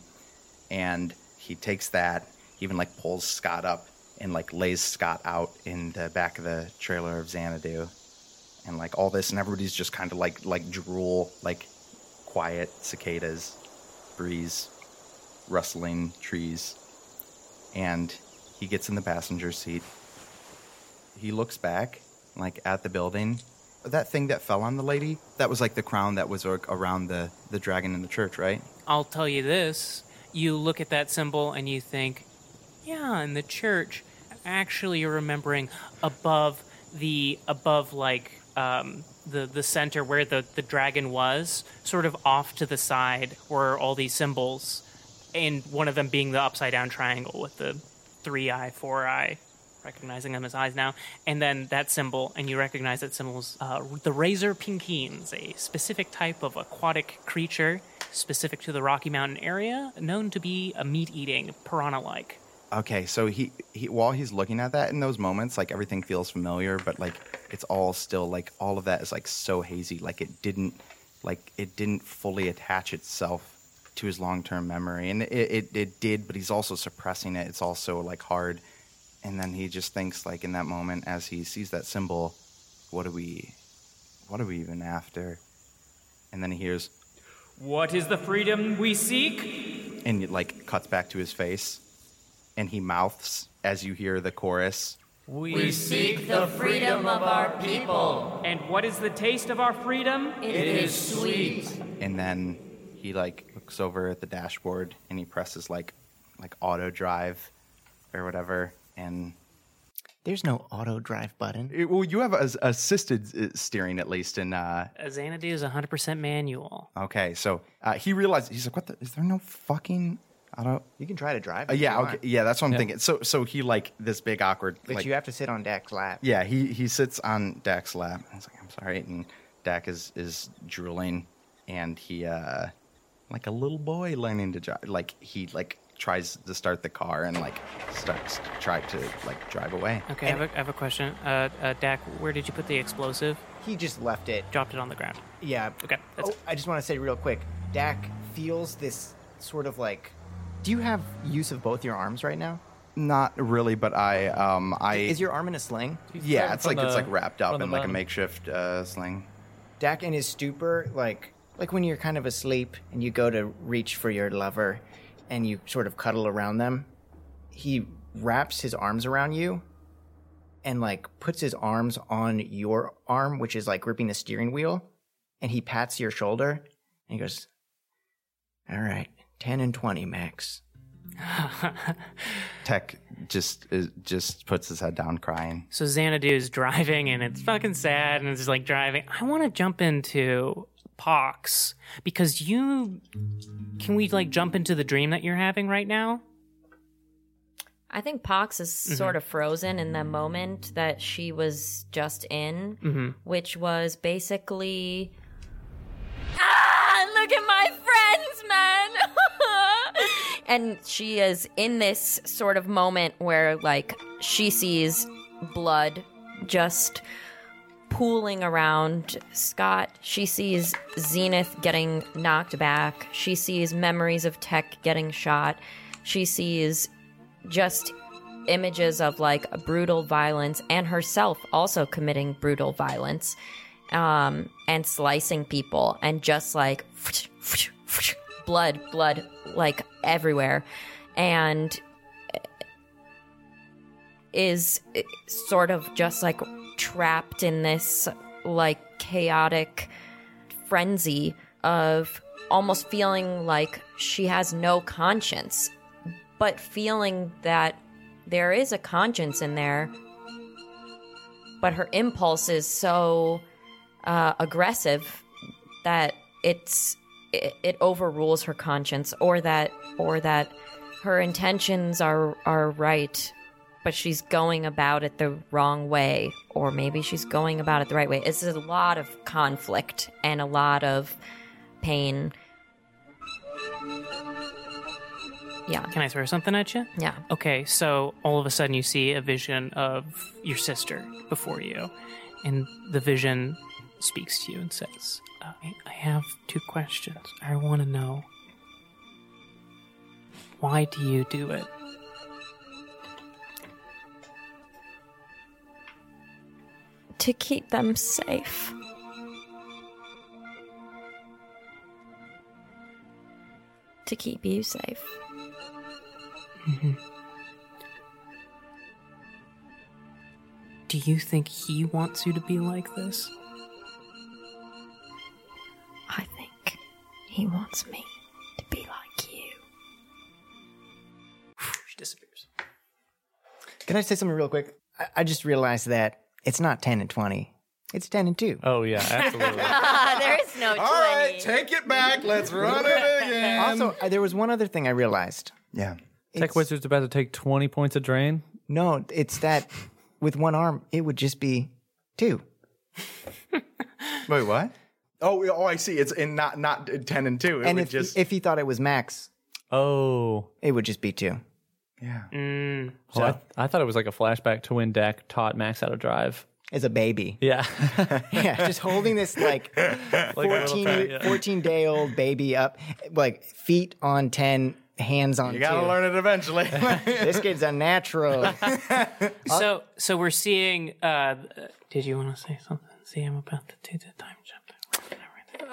Speaker 6: and he takes that, even like pulls Scott up and like lays Scott out in the back of the trailer of Xanadu, and like all this, and everybody's just kind of like like drool, like quiet cicadas, breeze, rustling trees, and he gets in the passenger seat. He looks back, like at the building, that thing that fell on the lady. That was like the crown that was like, around the the dragon in the church, right?
Speaker 2: I'll tell you this. You look at that symbol and you think, yeah, in the church, actually you're remembering above the above like um the the center where the the dragon was, sort of off to the side were all these symbols and one of them being the upside down triangle with the three eye, four eye, recognizing them as eyes now, and then that symbol, and you recognize that symbol's uh, the razor pinkines, a specific type of aquatic creature specific to the Rocky Mountain area, known to be a meat eating piranha like.
Speaker 6: Okay, so he, he while he's looking at that in those moments, like everything feels familiar, but like it's all still like all of that is like so hazy, like it didn't like it didn't fully attach itself to his long term memory, and it, it it did, but he's also suppressing it. It's also like hard, and then he just thinks like in that moment as he sees that symbol, what are we, what are we even after? And then he hears
Speaker 15: What is the freedom we seek?
Speaker 6: and it like cuts back to his face and he mouths as you hear the chorus
Speaker 15: We seek the freedom of our people. And what is the taste of our freedom?
Speaker 13: It is sweet.
Speaker 6: and then he like looks over at the dashboard and he presses like like auto drive or whatever and
Speaker 3: There's no auto drive button.
Speaker 6: it, well you have a, assisted uh, steering at least in uh
Speaker 2: Uh, Xanadu is 100% manual.
Speaker 6: okay so uh, he realizes he's like what the, is there no fucking auto
Speaker 3: You can try to drive.
Speaker 6: Uh,
Speaker 3: if
Speaker 6: yeah
Speaker 3: you
Speaker 6: okay
Speaker 3: want.
Speaker 6: yeah that's what i'm thinking so so he like this big awkward
Speaker 3: But
Speaker 6: like,
Speaker 3: you have to sit on Dak's lap.
Speaker 6: Yeah, he, he sits on Dak's lap. and He's like, I'm sorry. And Dak is, is drooling. And he, uh, like a little boy learning to drive, like he like tries to start the car and like starts to try to like drive away.
Speaker 2: Okay, I have, a, I have a question. Uh, uh, Dak, where did you put the explosive?
Speaker 3: He just left it.
Speaker 2: Dropped it on the ground.
Speaker 3: Yeah.
Speaker 2: Okay.
Speaker 3: Oh, I just want to say real quick, Dak feels this sort of like. Do you have use of both your arms right now?
Speaker 6: Not really, but I, um, I.
Speaker 3: Is your arm in a sling?
Speaker 6: Yeah, it's like, it's like wrapped up
Speaker 3: from the
Speaker 6: in like a
Speaker 3: bottom.
Speaker 6: makeshift, uh, sling.
Speaker 3: Dak in his stupor, like like when you're kind of asleep and you go to reach for your lover and you sort of cuddle around them, he wraps his arms around you and like puts his arms on your arm, which is like gripping the steering wheel, and he pats your shoulder and he goes, All right, ten and twenty, Max.
Speaker 6: Tech just is, just puts his head down, crying.
Speaker 2: So Xanadu's driving and it's fucking sad and it's just like driving. I want to jump into Pox because you can we like jump into the dream that you're having right now?
Speaker 1: I think Pox is
Speaker 2: Mhm.
Speaker 1: sort of frozen in the moment that she was just in,
Speaker 2: Mhm.
Speaker 1: which was basically. Ah, look at my friends, man! and she is in this sort of moment where, like, she sees blood just pooling around Scott. She sees Zenith getting knocked back. She sees memories of Tech getting shot. She sees just images of like brutal violence and herself also committing brutal violence um, and slicing people and just like blood, blood like everywhere. And is sort of just like trapped in this like chaotic frenzy of almost feeling like she has no conscience, but feeling that there is a conscience in there, but her impulse is so uh, aggressive that it's it, it overrules her conscience or that or that her intentions are are right but she's going about it the wrong way or maybe she's going about it the right way it's a lot of conflict and a lot of pain yeah
Speaker 2: Can I throw something at you?
Speaker 1: Yeah.
Speaker 2: Okay, so all of a sudden you see a vision of your sister before you, and the vision speaks to you and says, I, I have two questions. I want to know why do you do it?
Speaker 1: to keep them safe to keep you safe
Speaker 2: Do you think he wants you to be like this?
Speaker 1: I think he wants me to be like you.
Speaker 2: She disappears.
Speaker 3: Can I say something real quick? I, I just realized that it's not 10 and 20. It's 10 and
Speaker 11: Um,
Speaker 3: 2.
Speaker 5: Oh, yeah, absolutely.
Speaker 1: there is no
Speaker 11: All right, take it back. Let's run it again.
Speaker 3: Also, uh, there was one other thing I realized.
Speaker 6: Yeah.
Speaker 5: Tech Wizard's about to take 20 points of drain.
Speaker 3: No, it's that with one arm, it would just be two.
Speaker 6: Wait, what?
Speaker 11: Oh, yeah, oh, I see. It's in not not ten and two. It
Speaker 3: and
Speaker 11: would
Speaker 3: if,
Speaker 11: just
Speaker 3: if he thought it was max,
Speaker 5: oh,
Speaker 3: it would just be two.
Speaker 6: Yeah.
Speaker 2: Mm.
Speaker 5: Oh, I, I thought it was like a flashback to when Dak taught Max how to drive.
Speaker 3: As a baby.
Speaker 5: Yeah.
Speaker 3: yeah, just holding this like
Speaker 5: Like a little
Speaker 3: 14,
Speaker 5: tiny- yeah.
Speaker 3: 14 day old baby up, like feet on 10, hands on
Speaker 11: you gotta
Speaker 3: two.
Speaker 11: learn it eventually.
Speaker 3: This kid's unnatural.
Speaker 2: so, so we're seeing. Uh, did you want to say something? See, I'm about to do the time jump.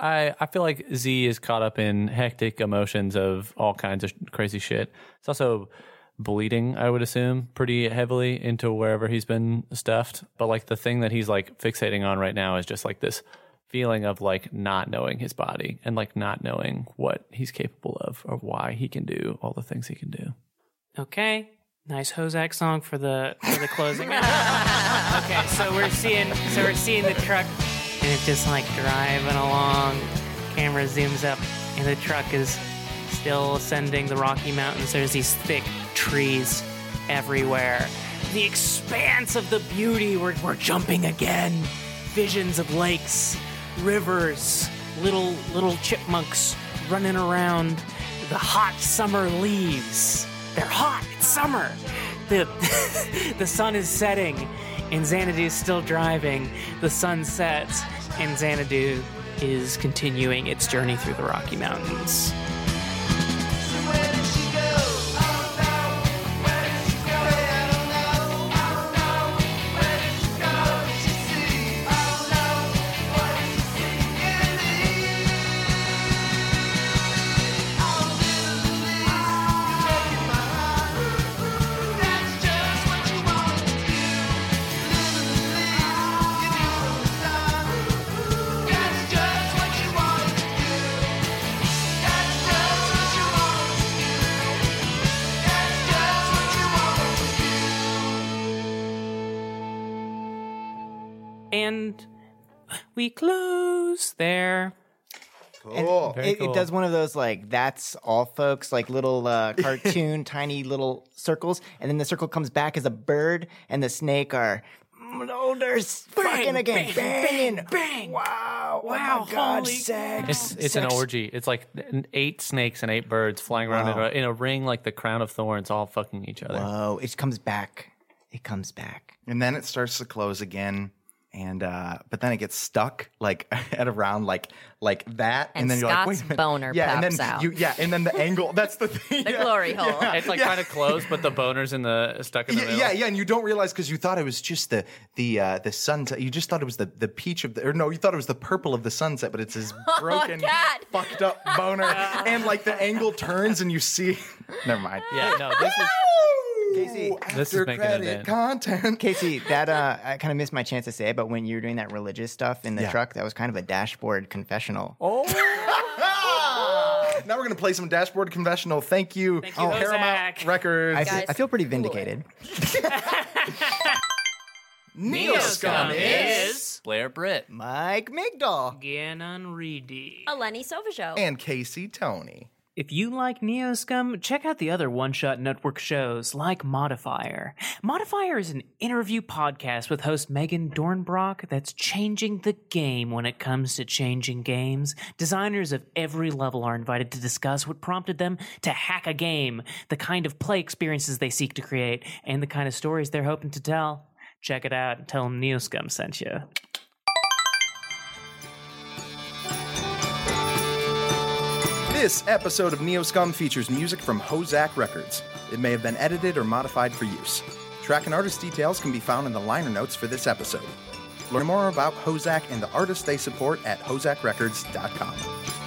Speaker 5: I, I feel like Z is caught up in hectic emotions of all kinds of sh- crazy shit. It's also bleeding, I would assume, pretty heavily into wherever he's been stuffed. But like the thing that he's like fixating on right now is just like this feeling of like not knowing his body and like not knowing what he's capable of or why he can do all the things he can do.
Speaker 2: Okay. Nice Hozak song for the for the closing. okay, so we're seeing so we're seeing the truck and it's just like driving along. Camera zooms up and the truck is still ascending the Rocky Mountains. There's these thick trees everywhere. The expanse of the beauty. We're we're jumping again. Visions of lakes, rivers, little little chipmunks running around. The hot summer leaves. They're hot. It's summer. The the sun is setting, and Xanadu's still driving. The sun sets, and Xanadu is continuing its journey through the Rocky Mountains.
Speaker 8: That's just
Speaker 2: and we close there.
Speaker 3: And It, it does one of those like that's all folks like little uh, cartoon tiny little circles, and then the circle comes back as a bird, and the snake are "Mm, shoulders fucking again, banging, bang, Wow, wow, God, sex.
Speaker 5: It's it's an
Speaker 3: Oh, sex.
Speaker 5: orgy. It's like n- eight snakes and eight birds flying around
Speaker 3: Wow.
Speaker 5: in, a, in a ring like the crown of thorns, all fucking each other.
Speaker 3: Whoa! Oh, It comes back. It comes back.
Speaker 6: and then it starts to close again and uh but then it gets stuck like at around like like that and,
Speaker 1: And
Speaker 6: then you're like wait a
Speaker 1: Scott's
Speaker 6: minute.
Speaker 1: boner
Speaker 6: yeah and
Speaker 1: pops
Speaker 6: then
Speaker 1: out.
Speaker 6: you yeah and then the angle that's the thing
Speaker 1: The
Speaker 6: yeah,
Speaker 1: glory hole.
Speaker 6: yeah,
Speaker 5: It's like
Speaker 6: yeah.
Speaker 5: kind of close, but the boner's in the stuck in the
Speaker 6: yeah,
Speaker 5: middle.
Speaker 6: yeah, yeah, and you don't realize because you thought it was just the the uh, the sunset. You just thought it was the the peach of the or no, you thought it was the purple of the sunset, but it's this
Speaker 1: Oh,
Speaker 6: broken, fucked up boner, and like the angle turns and you see. Never mind.
Speaker 5: Yeah, no, this is
Speaker 3: Casey,
Speaker 5: This is after making it credit in.
Speaker 3: content. Casey, that uh, I kind of missed my chance to say it, but when you were doing that religious stuff in the
Speaker 6: Yeah.
Speaker 3: truck, that was kind of a dashboard confessional.
Speaker 5: Oh.
Speaker 6: now we're gonna play some dashboard confessional. Thank you, Thank
Speaker 3: you,
Speaker 6: Paramount Records.
Speaker 3: I, feel, I feel pretty vindicated.
Speaker 5: Neoscum is- Blair Britt,
Speaker 3: Mike Migdal,
Speaker 2: Gannon Reedy,
Speaker 16: Eleni Silva Show.
Speaker 6: and Casey Tony.
Speaker 2: If you like Neoscum, check out the other One Shot Network shows like Modifier. Modifier is an interview podcast with host Megan Dornbrock that's changing the game when it comes to changing games. Designers of every level are invited to discuss what prompted them to hack a game, the kind of play experiences they seek to create, and the kind of stories they're hoping to tell. Check it out and tell them Neoscum sent you.
Speaker 6: This episode of Neoscum features music from Hozak Records. It may have been edited or modified for use. Track and artist details can be found in the liner notes for this episode. Learn more about Hozak and the artists they support at hozakrecords.com.